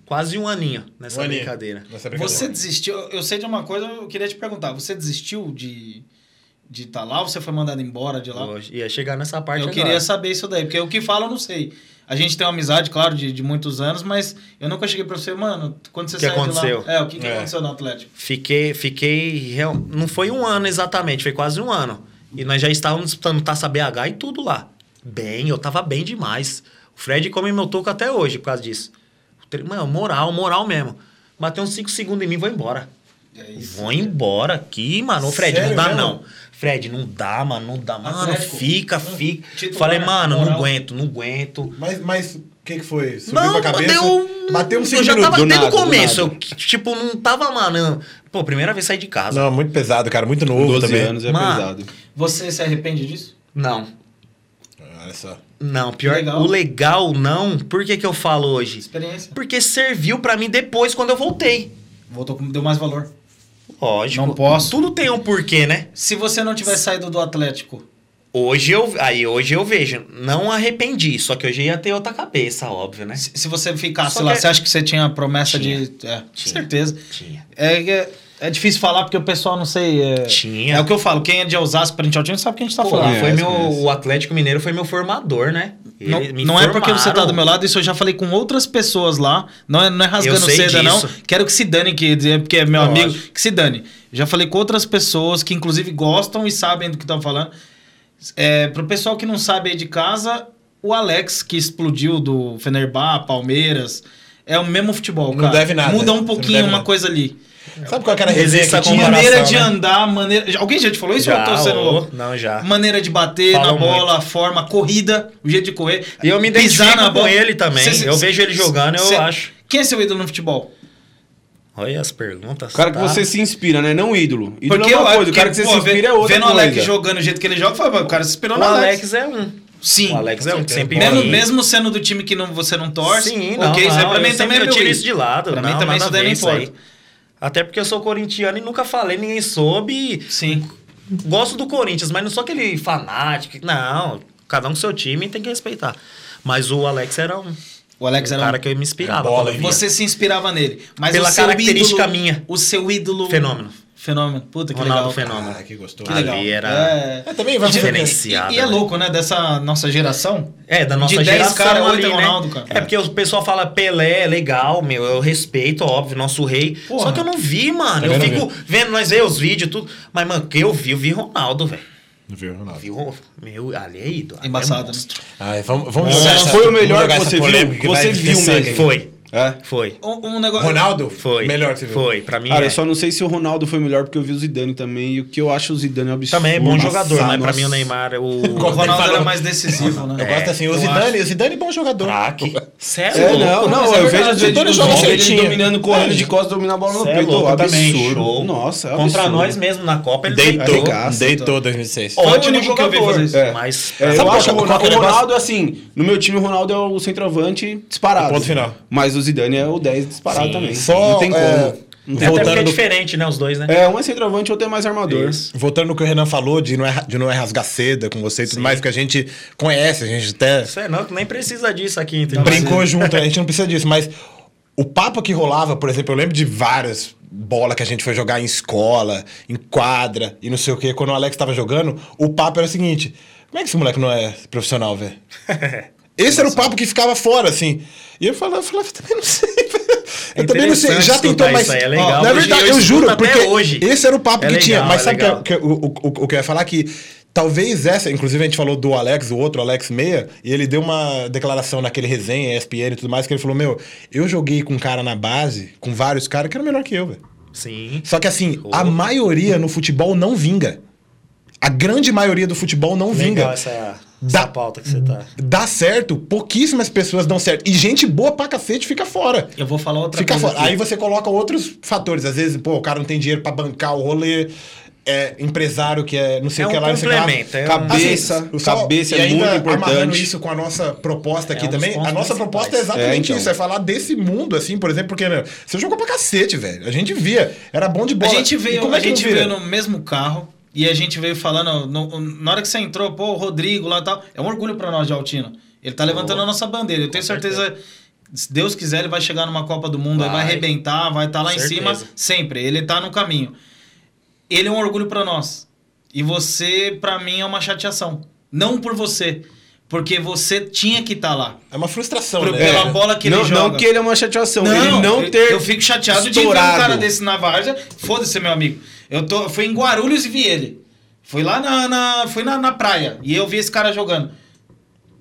Quase um aninho nessa Um aninho. brincadeira. Nessa brincadeira. Você desistiu? Eu sei de uma coisa, eu queria te perguntar. Você desistiu de de estar lá ou você foi mandado embora de Tá lá? Pô, ia chegar nessa parte eu agora. queria saber isso daí, porque o que fala eu não sei. A gente tem uma amizade, claro, de, de muitos anos, mas eu nunca cheguei pra você, mano, quando você O que saiu aconteceu? de lá... É, o que, que É. aconteceu no Atlético? Fiquei, fiquei. real- Não foi um ano exatamente, foi quase um ano. E nós já estávamos disputando Taça BH e tudo lá. Bem, eu tava bem demais. O Fred come meu toco até hoje por causa disso. Tre- Mano, moral, moral mesmo. Bateu uns 5 segundos em mim, vou embora. E aí, Vou embora aqui, mano. Ô, Fred, Sério não dá mesmo? não. Fred, não dá, mano, não dá. Mano, Atlético. fica, fica. titular, Falei, mano, não moral. aguento, não aguento. Mas, mas o que, que foi? Subiu Não, pra cabeça? deu. Bateu um Eu já segundo tava do desde o nada, do começo. nada. Eu, tipo, não tava, mano. Pô, primeira vez saí de casa. Não, muito pesado, cara. Muito novo 12 também. anos é Mano. pesado. Você se arrepende disso? Não. Olha só. Não, pior. Legal. O legal não. Por que, que eu falo hoje? Experiência. Porque serviu pra mim depois quando eu voltei. Voltou com deu mais valor. Lógico. Não posso. Tudo tem um porquê, né? Se você não tivesse saído do Atlético, Hoje eu, aí hoje eu vejo, não arrependi, só que hoje ia ter outra cabeça, óbvio, né? se, se você ficasse Só lá, que- você acha que você tinha a promessa Tinha. de... É, Tinha. certeza. Tinha. É, é, é difícil falar porque o pessoal não sei. É, Tinha. é o que eu falo. Quem é de Osasco, Parintins, sabe o que a gente tá Pô, é. falando. foi conhece, meu, conhece. o Atlético Mineiro foi meu formador, né? Não, Ele me não é porque você tá formaram. do meu lado, isso eu já falei com outras pessoas lá. Não é, não é rasgando Eu sei seda, não. disso. Quero que se dane, que, é porque é meu Lógico. amigo, que se dane. Já falei com outras pessoas que, inclusive, gostam e sabem do que estão falando. É, pro pessoal que não sabe aí de casa, o Alex, que explodiu do Fenerbah, Palmeiras, é o mesmo futebol. Não cara. deve nada. Muda um Não pouquinho deve uma nada. coisa ali. Sabe qual que era a Existe resenha essa que tinha? comparação, maneira de né? andar, maneira. já- Alguém já te falou isso? ou eu tô Já, sendo ô, louco? Não, já. Maneira de bater Falam na bola, a forma, a corrida, o jeito de correr. E eu me pisar identifico com ele também. Eu vejo ele jogando, eu cê- acho. Quem é seu ídolo no futebol? Olha as perguntas. O cara que tá? você se inspira, né? Não ídolo. Ídolo Porque é uma eu- coisa, o cara que você pô, se ve- inspira é outra Vendo o coisa. Alex jogando o jeito que ele joga, foi, o cara se inspirou O no Alex. Alex é um. Sim. O Alex é um que sempre mesmo, me- mesmo sendo do time que não, você não torce. Sim, não, ok, isso aí não, pra mim eu sempre- também é eu meu tiro ídolo. isso de lado. Pra não, mim também nada isso a ver daí não isso aí. importa. Até porque eu sou corintiano e nunca falei, ninguém soube. e Sim. Gosto do Corinthians, mas não sou aquele fanático. Não, cada um com seu time tem que respeitar. Mas o Alex era um, O Alex um era cara um- que eu me inspirava. Bola, quando eu hein? via. Você se inspirava nele. Mas Pela o seu característica ídolo, minha. O seu ídolo. Fenômeno. Fenômeno. Puta que Ronaldo legal. cara. é Fenômeno. Ah, que gostoso. Que legal. Ali era- É. É, também vai Diferença. E, Diferenciado, e é né? louco, né? Dessa nossa geração. É, da nossa De 10 geração cara, ali, oito é né? Ronaldo, cara. É porque o pessoal fala Pelé, legal, meu, eu respeito, óbvio, nosso rei. Porra. Só que eu não vi, mano. Eu, Também não fico vendo, nós vemos os vídeos e tudo. Mas, mano, que eu vi, eu vi Ronaldo, velho. Viu, Ronaldo? Vi Ro- Meu, ali é ídolo. ali é Embaçado. né? monstro. Ai, vamos, vamos Nossa, jogar essa- foi o vamos melhor jogar que essa você viu, polêmica que você vai ter viu sangue mesmo. aqui. Foi. É. Foi. Um, um negócio. Ronaldo? Foi. Melhor que você viu. Foi. Pra mim Cara, é. eu só não sei se o Ronaldo foi melhor, porque eu vi o Zidane também, e o que eu acho o Zidane é um absurdo. Também é bom Nossa, jogador, mas pra nossa. mim o Neymar é o... O Ronaldo Ele falou. era mais decisivo, né? Eu gosto assim. O eu Zidane, o Zidane é bom jogador. Craque. Sério? É, não, não, mas é verdade, eu vejo o Zidane Zidane joga certinho. dominando, correndo de costas, dominar a bola no Cê é peito. louco também, absurdo. show. Nossa, é Contra absurdo. nós mesmo na Copa, ele Deitou. deitou. Regaça, Deitou 2006. Foi o Ótimo único que eu vi jogador. fazer isso. É. Mas... É, Sabe eu qual acho que é- o qual Ronaldo, que é o o negócio? Ronaldo, assim, no meu time o Ronaldo é o centroavante disparado. O ponto final. Mas o Zidane é o 10 disparado Sim. também. Só, não tem como. é, Não Até tem porque como. é Voltando do- diferente, né? Os dois, né? É, um é centroavante, outro é mais armador. Isso. Voltando no que o Renan falou de não é, de não é rasgar seda com você e tudo mais, que a gente conhece, a gente até Isso é, não, nem precisa disso aqui, entendeu? brincou junto, né? a gente não precisa disso, mas o papo que rolava, por exemplo, eu lembro de várias bolas que a gente foi jogar em escola, em quadra e não sei o quê, quando o Alex tava jogando, o papo era o seguinte: como é que esse moleque não é profissional, velho? Esse era o papo que ficava fora, assim. E eu falava, eu falava, eu também não sei, velho. Eu É também não sei. Já interessante tentou escutar mais. isso aí, é Ó, legal. na Hoje verdade, eu eu, escuto juro, até porque hoje. esse era o papo É que tinha. legal, Mas é sabe legal. o que, o, o, o- o que eu ia falar? Que talvez essa, inclusive a gente falou do Alex, o outro Alex Meia, e ele deu uma declaração naquele resenha, ESPN e tudo mais, que ele falou: Meu, eu joguei com um cara na base, com vários caras, que era melhor que eu, velho. Sim. Só que assim, Oh. a maioria no futebol não vinga. A grande maioria do futebol não Legal vinga. essa, essa Dá- pauta que você tá. Dá certo, pouquíssimas pessoas dão certo. E gente boa pra cacete fica fora. Eu vou falar outra Fica coisa. fora. Aí você coloca outros fatores. Às vezes, pô, o cara não tem dinheiro pra bancar o rolê. É empresário que é não sei É o que um lá, não sei o que lá. complemento, é um- Cabeça, o sal- cabeça e é ainda muito amarrando importante. isso com a nossa proposta aqui É um dos também. pontos A nossa principais. proposta é exatamente É, então. isso. É falar desse mundo, assim, por exemplo, porque né, você jogou pra cacete, velho. A gente via. Era bom de A bola. gente E veio, como a é que não gente vira? veio no mesmo carro e a gente veio falando. no- na hora que você entrou, pô, o Rodrigo lá e tal. É um orgulho pra nós de Altino. Ele tá levantando a nossa bandeira. Eu tenho certeza. Se Deus quiser, ele vai chegar numa Copa do Mundo, ele vai Vai. arrebentar, vai estar lá em cima Certeza. sempre. Ele tá no caminho. Ele é um orgulho pra nós. E você, pra mim, é uma chateação. Não por você, porque você tinha que estar lá. É uma frustração, Pro- né? pela velho? bola que não, ele não joga. que ele é uma chateação. ele não eu- ter. Eu fico chateado de ver um estourado. cara desse na Varja. Foda-se, meu amigo. Eu, tô, eu fui em Guarulhos e vi ele. Fui lá na, na, fui na, na praia e eu vi esse cara jogando.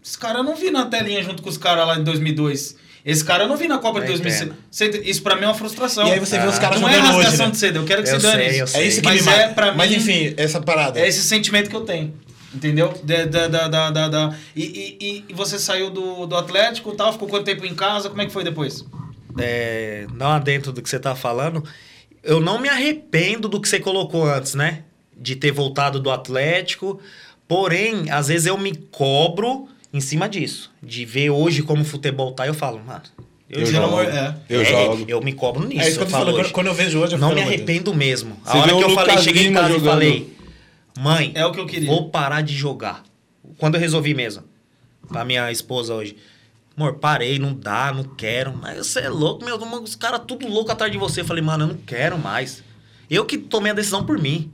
Esse cara eu não vi na telinha junto com os caras lá em 2002. Esse cara eu não vi na Copa de Eu 2006. Você- Isso pra mim é uma frustração. E aí você vê os caras Não é jogando hoje, rasgação né? de cedo. Eu quero que Eu se dane sei, eu isso. sei. É isso que Mas me mata. é, pra Mas mim, enfim, essa parada. É esse sentimento que eu tenho. Entendeu? Da, da, da, da, da, da- E, e- e- e você saiu do, do Atlético e tal, ficou quanto tempo em casa? Como é que foi depois? É, não adentro do que você tá falando. Eu não me arrependo do que você colocou antes, né? De ter voltado do Atlético. Porém, às vezes eu me cobro em cima disso. De ver hoje como o futebol tá, eu falo, mano. Eu, Eu jogo. jogo. É. Eu É, jogo. Eu me cobro nisso. É isso que eu tô falo falando. hoje. Quando, quando eu vejo hoje, eu Não falo, me meu Deus. arrependo mesmo. A Você hora vê que o eu falei, Lucas cheguei em Lima casa e jogando. falei, mãe, É o que eu queria. vou parar de jogar. Quando eu resolvi mesmo, pra minha esposa hoje. Amor, parei, não dá, não quero. Mas você é louco, meu. Os caras tudo louco atrás de você. Eu falei, mano, eu não quero mais. Eu que tomei a decisão por mim.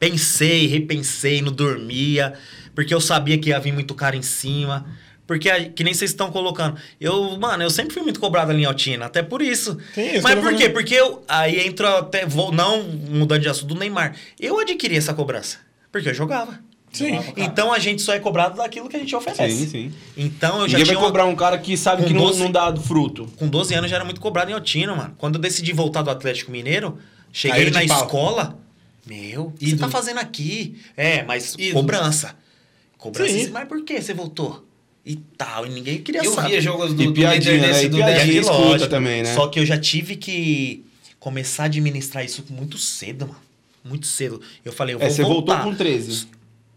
Pensei, repensei, não dormia, porque eu sabia que ia vir muito cara em cima. Porque, a- que nem vocês estão colocando. Eu, mano, eu sempre fui muito cobrado ali em Altina, até por isso. Sim, isso que Mas eu por tô quê? falando. Porque eu. Aí entra até. Vou, não mudando de assunto do Neymar. Eu adquiri essa cobrança. Porque eu jogava. Sim. Então a gente só é cobrado daquilo que a gente oferece. Sim, sim. Então eu já Ninguém vai tinha. uma- cobrar um cara que sabe com que não, 12 não dá fruto. com 12 anos já era muito cobrado em Altina, mano. Quando eu decidi voltar do Atlético Mineiro, cheguei Caíram de na pau. escola. Meu, o que você Ídolo. tá fazendo aqui? É, mas Ídolo. cobrança. Cobrança. Sim. Mas por que você voltou? E tal, e ninguém queria Eu saber. via jogos do, E do piadinha, líder né? desse, E do E piadinha. Débora. aí, escuta lógico, também, né? Só que eu já tive que começar a administrar isso muito cedo, mano. Muito cedo. Eu falei, eu vou É, você voltar. voltou com 13.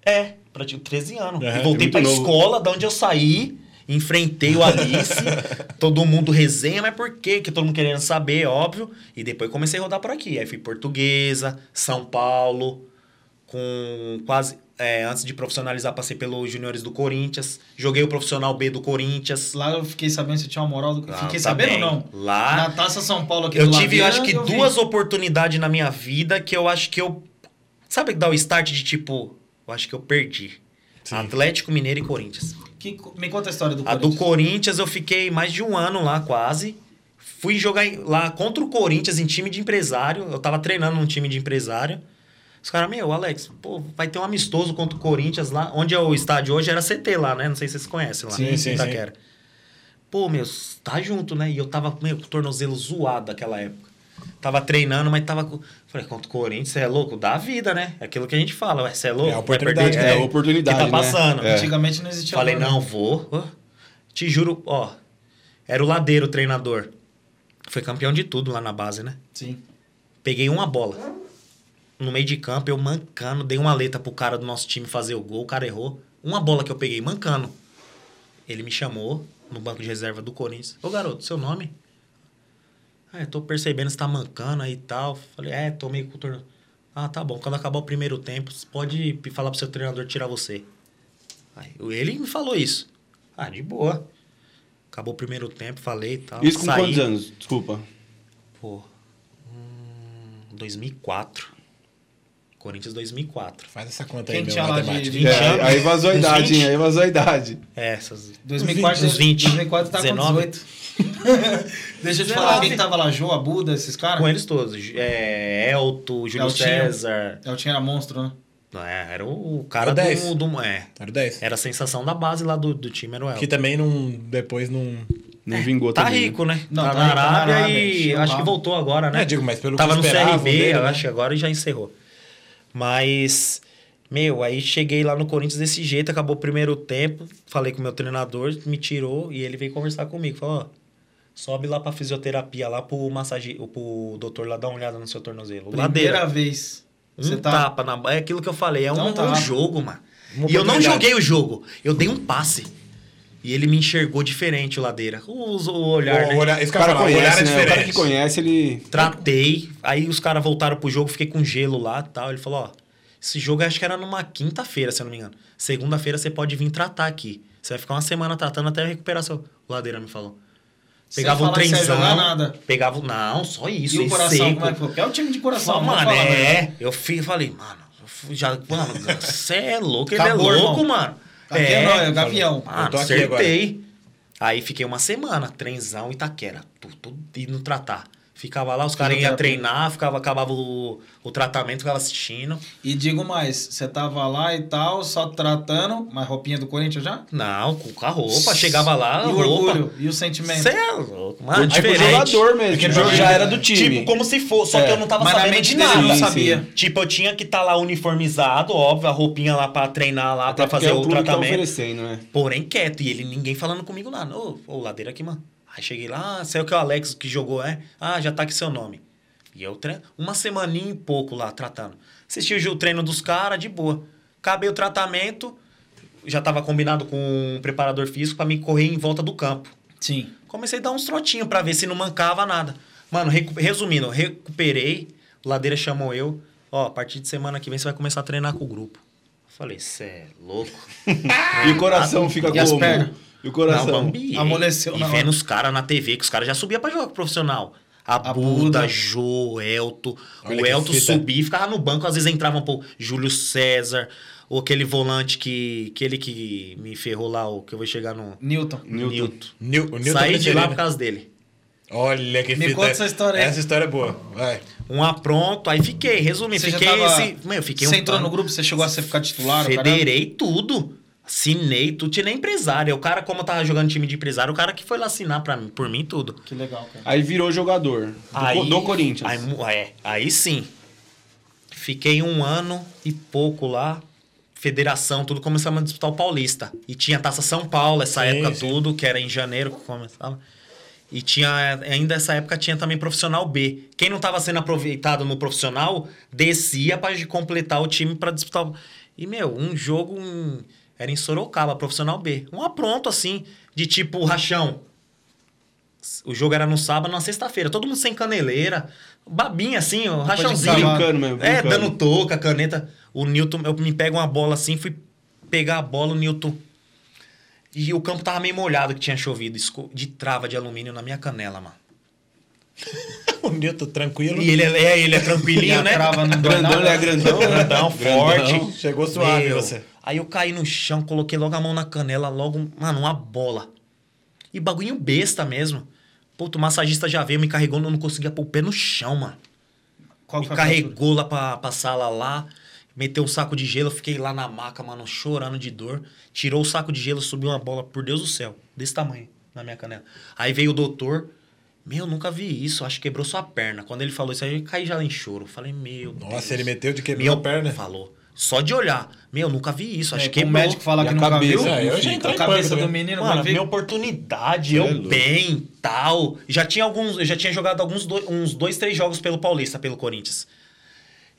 É, pra tipo, 13 anos. Aham, e voltei é muito pra novo. escola, da onde eu saí, enfrentei o Alice, todo mundo resenha, mas por quê? Que todo mundo querendo saber, óbvio. E depois comecei a rodar por aqui. Aí fui Portuguesa, São Paulo, com quase. é, antes de profissionalizar, passei pelos juniores do Corinthians. Joguei o profissional B do Corinthians. Lá eu fiquei sabendo se tinha uma moral. do- Lá fiquei tá também. sabendo ou não? Lá. Na Taça São Paulo aqui tá Ah, Eu do tive, Ladeira, acho que eu vi. duas oportunidades na minha vida que eu acho que eu. Sabe que dá o start de tipo. Eu acho que eu perdi. Sim. Atlético Mineiro e Corinthians. Que co- me conta a história do a do Corinthians. Corinthians eu fiquei mais de um ano lá quase. Fui jogar em- lá contra o Corinthians em time de empresário. Eu tava treinando num time de empresário. Os caras, meu, Alex, pô, vai ter um amistoso contra o Corinthians lá. Onde é o estádio hoje era CT lá, né? Não sei se vocês conhecem lá. Sim, em sim, Itaquera. Pô, meu, tá junto, né? E eu tava meio com o tornozelo zoado naquela época. Tava treinando, mas tava. com- Falei, contra o Corinthians, você é louco? Dá a vida, né? É aquilo que a gente fala, ué, você é louco? É a Vai oportunidade, perder, né? É a oportunidade, Que tá né? passando. É. Antigamente não existia. Falei, nada. não, vou. Ó, Te juro, ó. Era o ladeiro o treinador. Foi campeão de tudo lá na base, né? Sim. Peguei uma bola. No meio de campo, eu mancando, dei uma letra pro cara do nosso time fazer o gol, o cara errou. Uma bola que eu peguei, mancando. Ele me chamou no banco de reserva do Corinthians. Ô garoto, seu nome? Ah, eu tô percebendo que você tá mancando aí e tal. Falei, é, tô meio com torno. Ah, tá bom. Quando acabar o primeiro tempo, você pode pe- falar pro seu treinador tirar você. Aí, ele me falou isso. Ah, de boa. Acabou o primeiro tempo, falei e tal. Isso com saí. quantos anos? Desculpa. Pô. Hum, 2004. Corinthians 2004. Faz essa conta Quem aí, meu, tinha lá de- matemática. de- É, anos. aí vazou a Uns idade, 20. hein? Aí vazou a idade. É, essas. 2004, Uns 20. 2004 tá 19. com 18. Deixa eu te falar, quem tava lá, Joa, Buda, esses caras? Com eles todos. É, Elto, Júlio Eltinho. César. É, o time era monstro, né? Não, é, era o cara O dez. do, do. É. Era o 10. Era a sensação da base lá do, do time, era o Elton. Que também não. Depois não. Não vingou Tá também. rico, né? Não, tá, tá na rico, tá na Arábia Arábia, e chegou acho lá. que voltou agora, né? É, digo, mas pelo que Tava no esperavam CRB, dele, eu né? acho, agora e já encerrou. Mas, meu, aí cheguei lá no Corinthians desse jeito, acabou o primeiro tempo, falei com o meu treinador, me tirou e ele veio conversar comigo. Falou, ó, sobe lá pra fisioterapia, lá pro massagem, pro doutor lá dar uma olhada no seu tornozelo. Primeira Ladeira. vez. Você Um tá. tapa na... É aquilo que eu falei, é Dá um, um tapa. um jogo, mano. Uma e eu não oportunidade. joguei o jogo, eu dei um passe. E ele me enxergou diferente, o Ladeira. O, o olhar, O né? olhar- esse O cara cara falar, o olhar conhece, é né? O cara diferente. que conhece, ele... Tratei, aí os caras voltaram pro jogo, fiquei com gelo lá e tal. Ele falou, ó, esse jogo acho que era numa quinta-feira, se eu não me engano. Segunda-feira você pode vir tratar aqui. Você vai ficar uma semana tratando até recuperar seu... O Ladeira me falou. Sem Pegava um falar que você ia trenzão. jogar é nada. Pegava... Não, só isso. e o em coração, seco. como é que foi? Porque É o time de coração, Só, não vou mano, falar, né? é. Eu fui, falei, mano, eu fui já, mano, você é louco, ele Acabou, é louco, irmão. mano. Aqui é nóis, é Gavião. Mano, Eu tô aqui acertei. Aí fiquei uma semana, trenzão, Itaquera, tudo indo tratar. Ficava lá, os caras iam Fisioterapia. treinar, ficava, acabava o, o tratamento, ficava assistindo. E digo mais, você tava lá e tal, só tratando, mas roupinha do Corinthians já? Não, com com a roupa, chegava lá, e o roupa. orgulho, e o sentimento. Você é louco, Foi mano, tipo diferente. jogador mesmo. Aquele Tipo, jogo já de- era do time. Tipo, como se fosse, só É. que eu não tava Mas na sabendo mente de dele nada. ele não Sim, sabia. Tipo, eu tinha que estar lá uniformizado, óbvio, a roupinha lá pra treinar lá, Até pra porque fazer é o clube que Tá tratamento. oferecendo, né? Porém, quieto. E ele, ninguém falando comigo nada. Ô, ô, ladeira aqui, mano. Aí cheguei lá, ah, sei o que é o Alex que jogou, é? Ah, já tá aqui seu nome. E eu treino, uma semaninha e pouco lá, tratando. Assisti o treino dos caras, de boa. Acabei o tratamento, já tava combinado com um preparador físico pra me correr em volta do campo. Sim. Comecei a dar uns trotinhos pra ver se não mancava nada. Mano, recu- resumindo, recuperei. o Ladeira chamou eu. Ó, a partir de semana que vem você vai começar a treinar com o grupo. Eu Falei, cê é louco. E o coração fica E as como? pernas? E o Não, coração? bambiei. Amoleceu E na vendo hora. os caras na TV, que os caras já subiam pra jogar com o profissional. A, A Buda, Buda. Jô, Elto. Olha o que Elto fita. subia e ficava no banco. Às vezes entravam pro Júlio César, ou aquele volante que... Aquele que me ferrou lá, o que eu vou chegar no... Newton. é Newton. Nil- o Newton Saí de lá Pereira. por causa dele. né? Olha que Me fita. conta essa história aí. Essa história é boa. Vai. Um apronto, aí fiquei, resumindo, Você já fiquei tava- esse. Meu, fiquei Você um entrou ano. no grupo, você chegou a ser ficar titular, o caralho? Federei tudo. Assinei tudo, tinha nem empresário. É O cara, como eu tava jogando time de empresário, o cara que foi lá assinar pra mim, por mim tudo. Que legal, cara. Aí virou jogador. Do, co- do Corinthians. Aí, mu- é, aí sim. Fiquei um ano e pouco lá. Federação, tudo começamos a disputar o Paulista. E tinha Taça São Paulo, essa Sim, época sim. tudo, que era em janeiro que começava. E tinha, eh, ainda essa época tinha também profissional B. Quem não estava sendo aproveitado no profissional, descia para completar o time para disputar. o- E, meu, um jogo um- era em Sorocaba, profissional B. Um apronto assim, de tipo rachão. O jogo era no sábado, na sexta-feira. Todo mundo sem caneleira. Babinha, assim, ó, rachãozinho. acabar. Brincando mesmo. É, brincando. dando touca, caneta. O Newton, eu me pego uma bola assim, fui pegar a bola, o Newton. E o campo tava meio molhado, que tinha chovido, esco- de trava de alumínio na minha canela, mano. O Newton tranquilo. E ele é, é, ele é tranquilinho, né? Trava não dói Grandão, nada. ele é grandão, né? Grandão, forte. Chegou suave Meu, você. Aí eu caí no chão, coloquei logo a mão na canela, logo, mano, uma bola. E bagulho besta mesmo. Puto, o massagista já veio, me carregou, eu não conseguia pôr o pé no chão, mano. Qual me que foi a carregou lá pra, pra sala lá, meteu um saco de gelo, eu fiquei lá na maca, mano, chorando de dor. Tirou o saco de gelo, subiu uma bola, por Deus do céu, desse tamanho, na minha canela. Aí veio o doutor. Meu, nunca vi isso. Acho que quebrou sua perna. Quando ele falou isso, aí eu caí já em choro. Falei, meu Deus. Nossa, ele meteu de quebrar Meu- a perna. Falou. Só de olhar. Meu, nunca vi isso. Acho É, que que o quebrou. médico fala E que a nunca cabeça, viu. é, eu já a entrei em cabeça pânico, do né? menino vai Mano, ver. minha oportunidade, É eu louco. bem, tal. Já tinha alguns, eu já tinha jogado alguns dois- uns dois, três jogos pelo Paulista, pelo Corinthians.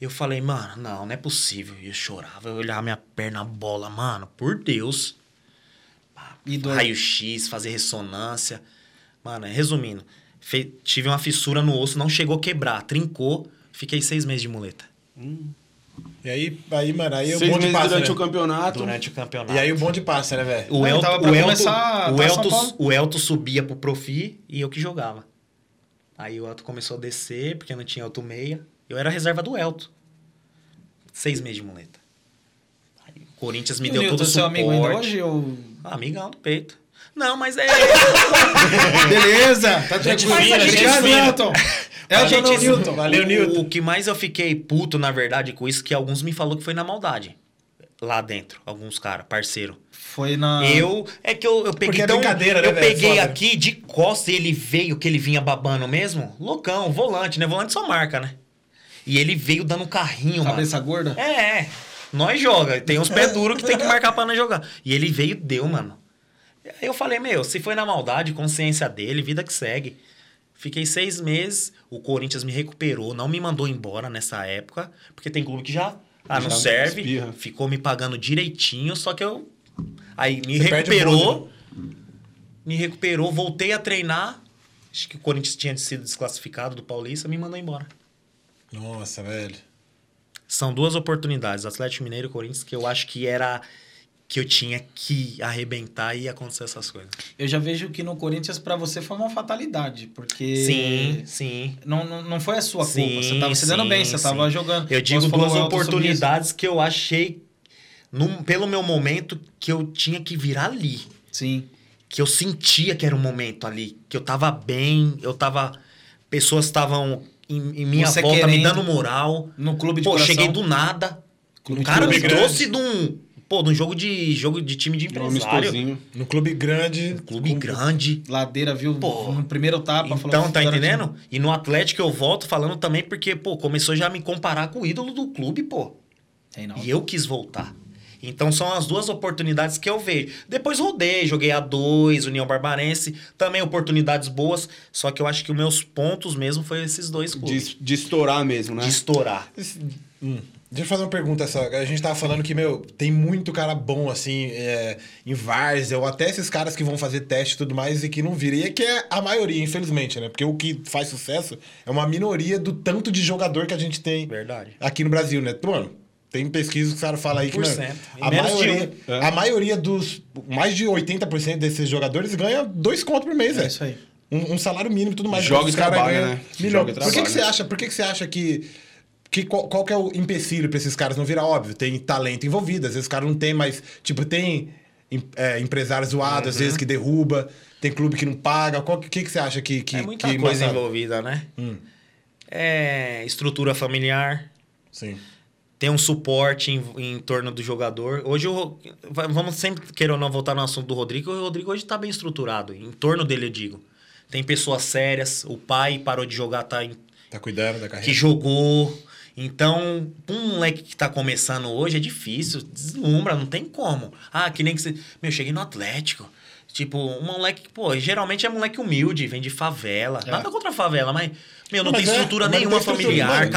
Eu falei, mano, não, não é possível. E Eu chorava, eu olhava minha perna, a bola, mano, por Deus. E dor. Raio-X, fazer ressonância. Mano, resumindo, fe- tive uma fissura no osso, não chegou a quebrar, trincou, fiquei seis meses de muleta. E aí, aí, mano, aí o Seis bonde meses passa, durante né? o campeonato. Durante o campeonato. E aí o bonde passa, né, velho? O Ah, Elton, tava pra o, Elton, começar o, pra São Elton, Paulo? o Elton subia pro Profi e eu que jogava. Aí o Elton começou a descer, porque não tinha Elton meia. Eu era reserva do Elton. Seis meses de muleta. Aí, o Corinthians me E o deu Newton, todo o seu suporte. amigo ainda hoje? Ou... Ah, Amigão do peito. Não, mas é... Beleza, tá Gente tranquilo. fina, gente Obrigado, fina. Newton. É o Gente, Jornal Newton. Valeu, o- Newton. O que mais eu fiquei puto, na verdade, com isso, que alguns me falou que foi na maldade. Lá dentro, alguns caras, parceiro. Foi na... Eu. É que eu, eu peguei. Porque é tão- brincadeira, né, Eu velho? peguei Foda. aqui de costa e ele veio, que ele vinha babando mesmo. Loucão, volante, né? Volante só marca, né? E ele veio dando um carrinho, Cabeça gorda? mano. É, é. Nós joga. Tem uns pés duros que tem que marcar pra nós jogar. E ele veio e deu, mano. Aí eu falei, meu, se foi na maldade, consciência dele, vida que segue. Fiquei seis meses, o Corinthians me recuperou, não me mandou embora nessa época, porque tem clube que já. Ah, não Já serve. espirra. Ficou me pagando direitinho, só que eu. Aí me Você perde o recuperou. Me recuperou, voltei a treinar. Acho que o Corinthians tinha sido desclassificado do Paulista, me mandou embora. Nossa, velho. São duas oportunidades, Atlético Mineiro e Corinthians, que eu acho que era que eu tinha que arrebentar e acontecer essas coisas. Eu já vejo que no Corinthians, pra você, foi uma fatalidade. Porque... Sim, sim. Não, não, não foi a sua culpa. Sim, você tava se dando sim, bem, você sim. tava jogando. Eu digo Você falou duas um alto sobre oportunidades que eu achei, num- pelo meu momento, que eu tinha que virar ali. isso. Sim. que eu sentia que era um momento ali, que eu tava bem, eu tava. Pessoas estavam em, em minha Você volta me querendo. dando moral. No clube de Pô, coração. Um cheguei do nada. Clube o de cara me coração. trouxe de um. Pô, de um jogo de jogo de time de Um empresário. amistosinho. No clube grande. Clube com- grande. Ladeira, viu? Pô. No primeiro Ah, tapa. Então, tá um entendendo? E no Atlético eu volto falando também porque, pô, começou já a me comparar com o ídolo do clube, pô. E eu quis voltar. Então são as duas oportunidades que eu vejo. Depois rodei, joguei a 2, União Barbarense, também oportunidades boas, só que eu acho que os meus pontos mesmo foi esses dois clubes. De, de estourar mesmo, né? De estourar. Hum. Deixa eu fazer uma pergunta só. A gente tava falando que, meu, tem muito cara bom, assim, é, em Várzea, ou até esses caras que vão fazer teste e tudo mais e que não viram. E é que é a maioria, infelizmente, né? Porque o que faz sucesso é uma minoria do tanto de jogador que a gente tem Verdade. aqui no Brasil, né? Mano, tem pesquisa que o cara fala aí que, mano, 1%. a, Menos de maioria, um. É. a maioria dos... Mais de 80% desses jogadores ganha dois contos por mês, É velho. isso aí. Um, um salário mínimo e tudo mais. Joga Os e cara trabalha, ganha né? Milhão. Joga e Por que, que trabalha. você acha? Por que, que você acha que. que qual, qual que é o empecilho pra esses caras não virar? Óbvio, tem talento envolvido. Às vezes o cara não tem mais. Tipo, tem em- é, empresário zoado, Uhum. às vezes que derruba, tem clube que não paga. O que, que, que você acha que. que é muita que coisa embaçado? envolvida, né? Hum, É estrutura familiar, sim. tem um suporte em, em torno do jogador. Hoje, o Ro- va- vamos sempre querer ou não voltar no assunto do Rodrigo. O Rodrigo hoje tá bem estruturado, em torno dele eu digo. Tem pessoas sérias, o pai parou de jogar, tá em Tá cuidando da que carreira. jogou. Então, pra um moleque que tá começando hoje é difícil, deslumbra, não tem como. Ah, que nem que você. Meu, cheguei no Atlético. Tipo, um moleque, que, pô, geralmente é moleque humilde, vem de favela. É. Nada contra a favela, mas, meu, não Mas tem é, estrutura mas não nenhuma tem estrutura. familiar, Mano, isso-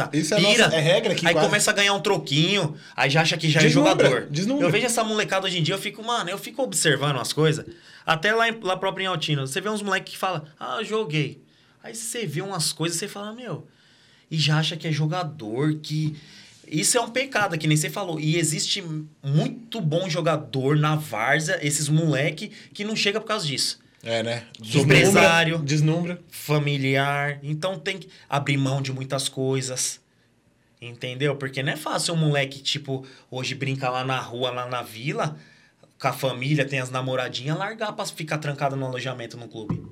cabeça, isso é pira. nossa- é regra aqui Aí quase. começa a ganhar um troquinho, aí já acha que já Deslumbra, é jogador. deslumbra. Eu vejo essa molecada hoje em dia, eu fico, mano, eu fico observando as coisas. Até lá, em- lá próprio em Altino, você vê uns moleques que falam, ah, eu joguei. Aí você vê umas coisas, você fala, meu, e já acha que é jogador, que. Isso é um pecado, que nem você falou. E existe muito bom jogador na várzea, esses moleque que não chega por causa disso. É, né? Empresário. Desnumbra. Familiar. Então tem que abrir mão de muitas coisas. Entendeu? Porque não é fácil um moleque, tipo, hoje brincar lá na rua, lá na vila, com a família, tem as namoradinhas, largar pra ficar trancado no alojamento no clube.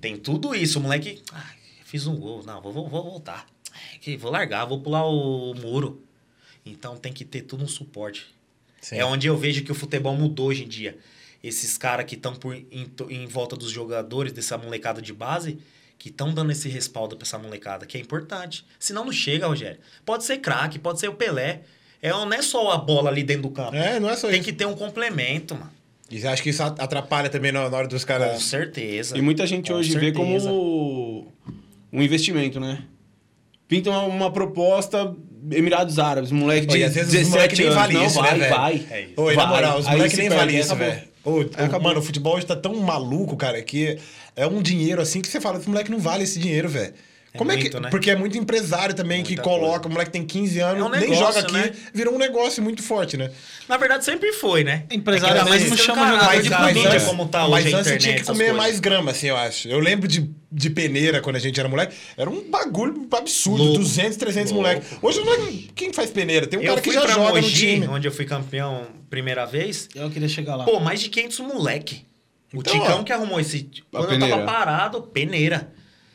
Tem tudo isso, o moleque. Ah, fiz um gol, não, vou, vou, vou voltar. É, que Vou largar, vou pular o muro. Então tem que ter tudo um suporte. Sim. É onde eu vejo que o futebol mudou hoje em dia. esses caras que estão em, to- em volta dos jogadores, dessa molecada de base, que estão dando esse respaldo pra essa molecada, que é importante. Senão não chega, Rogério. Pode ser craque, pode ser o Pelé. É, não é só a bola ali dentro do campo. É, não é só Tem isso. que ter um complemento, mano. E você acha que isso atrapalha também na na hora dos Com caras. certeza. E muita gente Com hoje vê certeza. como um investimento, né? Pinta uma, uma proposta Emirados Árabes, um moleque de Pô, e às vezes os 17 moleque nem anos. vale não, isso, vai, né, velho? vai. É isso. Ô, e na Vai. moral, os Aí moleques se nem perde, valem isso, acabou. velho. Ô, ô, Mano, o futebol hoje tá tão maluco, cara, que é um dinheiro assim que você fala, esse moleque não vale esse dinheiro, velho. É Como é que. muito, né? Porque é muito empresário também que Muita coloca, coisa. o moleque tem 15 anos, É um nem negócio, joga aqui, né? virou um negócio muito forte, né? Na verdade, sempre foi, né? Empresário É que, mesmo às vezes, chama cara, jogador mas de né? a mídia, mídia antes- como tá mas hoje a antes internet. tinha que essas comer coisas. mais grama, assim, eu acho. Eu lembro de, de peneira quando a gente era moleque. Era um bagulho absurdo. Louco. 200, 300 Louco. moleque. Hoje o moleque- quem faz peneira? Tem um eu cara fui que já pra joga no Mogi, time. onde eu fui campeão primeira vez. Eu queria chegar lá. Pô, mais de 500 moleque. O Então, Ticão ó, que arrumou esse... a Quando eu peneira. tava parado, peneira.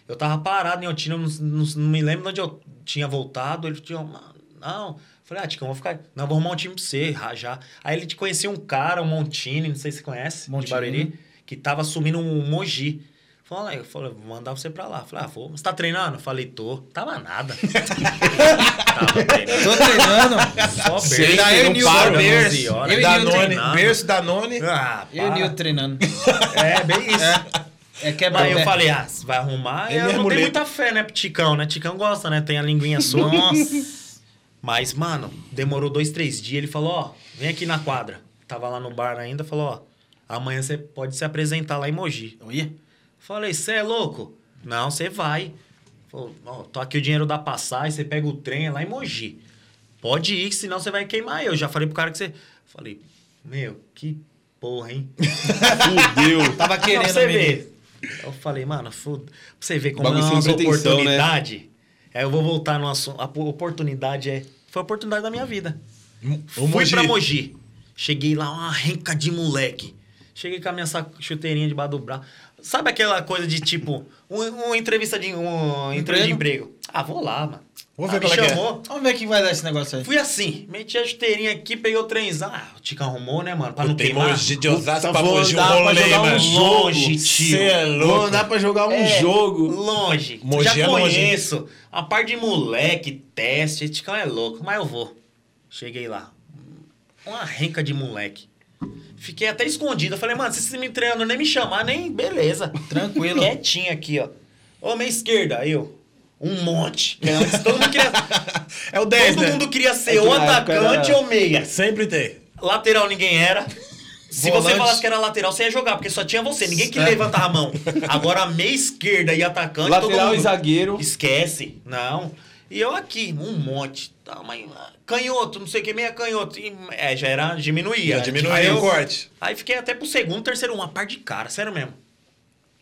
Eu tava parado em Otina, eu não, não, não me lembro de onde eu tinha voltado. Ele tinha... uma- Não... Eu Falei, ah, Ticão, vou ficar... Não, eu vou arrumar um time pra você, rajar. Aí ele te conhecia um cara, um Montini, não sei se você conhece, Montini. de Barueri, que tava assumindo um Mogi. Falei, ah, eu falei, vou mandar você pra lá. Eu Falei, ah, vou. Você tá treinando? Eu Falei, tô. Tava nada. tava treinando. Tô treinando. Só Sei, berço. Daí eu Não e o para, Nilson. onze Berço. horas. Eu e Nilson Danone, treinando. berço Danone. né? Ah, Eu e o para. Nil treinando. É, bem isso. É quebra Aí eu pé. falei, ah, você vai arrumar. Ele Eu é não tenho muleta. muita fé, né, pro Ticão, né? Ticão gosta, né? Tem a linguinha sua. Nossa. Mas, mano, demorou dois, três dias. Ele falou, ó, vem aqui na quadra. Tava lá no bar ainda, falou, ó, amanhã você pode se apresentar lá em Mogi. Eu ia. Falei, você é louco? Não, você vai. Falou, ó, tô aqui o dinheiro da passagem, você pega o trem é lá em Mogi. Pode ir, que senão você vai queimar eu. Já falei pro cara que você... Falei, meu, que porra, hein? Fudeu. Tava Ah, Não, querendo pra você menino. ver. Eu falei, mano, foda. Pra você ver como é Bagulho uma sem pretensão, né? oportunidade. Aí eu vou voltar no assunto. A po- oportunidade é. Foi a oportunidade da minha vida. Fui Mogi. pra Mogi. Cheguei lá, uma renca de moleque. Cheguei com a minha sa- chuteirinha debaixo do braço. Sabe aquela coisa de tipo, um, um entrevista de um, entrevista de emprego? Ah, vou lá, mano. Vou Ah, ver me qual é que é. chamou. Vamos ver o que vai dar esse negócio aí. Fui assim, meti a chuteirinha aqui, peguei o trenzão. Ah, o Tica arrumou, né, mano? Pra não Tem queimar. Mogi de Osasco Puta, pra vou Mogi, um andar pra rolê, jogar um mano. jogo. Longe, tio. Cê é Vou louco. andar pra jogar um É, jogo. Longe. Mogi Já é longe, conheço. A parte de moleque, teste, esse cara é louco, mas eu vou. Cheguei lá. Uma renca de moleque. Fiquei até escondido. Eu falei, mano, se vocês me treinando nem me chamar, nem. Beleza. Tranquilo. Quietinho aqui, ó. Ô, minha esquerda, aí, ó. Um monte. Que antes Todo mundo queria, É o 10, todo né? mundo queria ser É que ou na época atacante era- ou meia. Sempre tem. Lateral ninguém era. Se você Volante. falasse que era lateral, você ia jogar, porque só tinha você. Ninguém que É. Certo. levantava a mão. Agora, meia esquerda e atacante, todo Lateral mundo... e zagueiro. Esquece. Não. E eu aqui, um monte. Tá, mas, ah, canhoto, não sei o que, meia canhoto. E, é, já era, diminuía. Já diminuiu Aí eu- o corte. Aí fiquei até pro segundo, terceiro, uma par de cara, sério mesmo.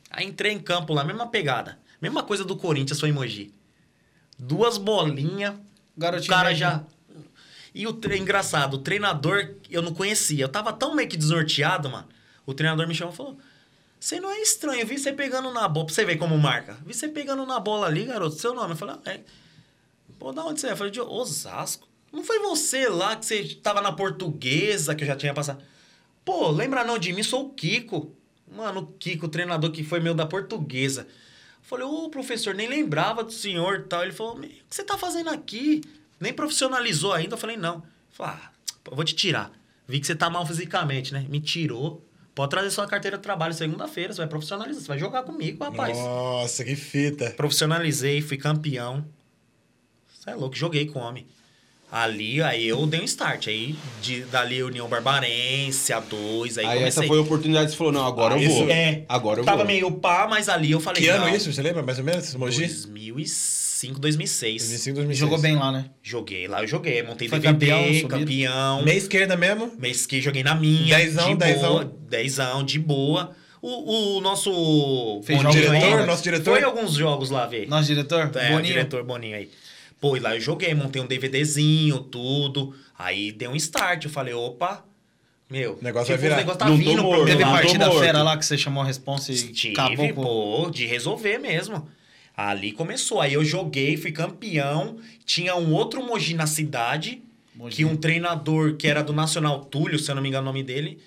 Aí entrei em campo lá, mesma pegada. Mesma coisa do Corinthians, foi emoji. Duas bolinhas, o Garotinho. cara mesmo. já. E o tre... engraçado, o treinador eu não conhecia. Eu tava tão meio que desnorteado, mano. O treinador me chamou e falou: Você não é estranho, eu vi você pegando na bola. Pra você ver como marca. Vi você pegando na bola ali, garoto. Seu nome. Eu falei: "Ah, é. Pô, da onde você é? Eu falei: De Osasco. Não foi você lá que você tava na portuguesa que eu já tinha passado. Pô, lembra não de mim? Sou o Kiko. Mano, o Kiko, o treinador que foi meu da portuguesa. Falei, ô professor, nem lembrava do senhor e tal. Ele falou, "Me- o que você tá fazendo aqui? Nem profissionalizou ainda. Eu falei, não. Ele falou, ah, pô, eu vou te tirar. Vi que você tá mal fisicamente, né? Me tirou. Pode trazer sua carteira de trabalho segunda-feira, você vai profissionalizar, você vai jogar comigo, rapaz. Nossa, que fita. Profissionalizei, fui campeão. Você é louco, joguei com homem. Ali, aí eu dei um start. Aí, de, dali, União Barbarense, a 2, aí, Aí essa comecei. foi a oportunidade que você falou, não, agora eu Isso vou. É, Agora eu tava vou. meio pá, mas ali eu falei, Que ano não, isso? Você lembra mais ou menos? Mogi? 2005, 2006. 2005, 2006. Jogou bem lá, né? Joguei lá, eu joguei. Montei Foi DVD, campeão, campeão. subiram. Meia esquerda mesmo? Mês que joguei na minha. Dezão, de dezão. Boa, dezão, de boa. O, o nosso Fez Boninho jogos aí, bons. Nosso diretor? Foi alguns jogos lá ver. Nosso diretor? É, o Boninho. diretor Boninho aí. Pô, e lá eu joguei, montei um DVDzinho, tudo. Aí deu um start. Eu falei, opa, meu, O negócio vai tipo, virar. o negócio tá Não tô vindo pro morto, né? meu Teve Não, lado. partida tô morto. fera lá que você chamou a responsa e Tive, acabou com... pô, de resolver mesmo. Ali começou. Aí eu joguei, fui campeão. Tinha um outro Mogi na cidade, Mogi. que um treinador que era do Nacional Túlio, se eu não me engano o nome dele.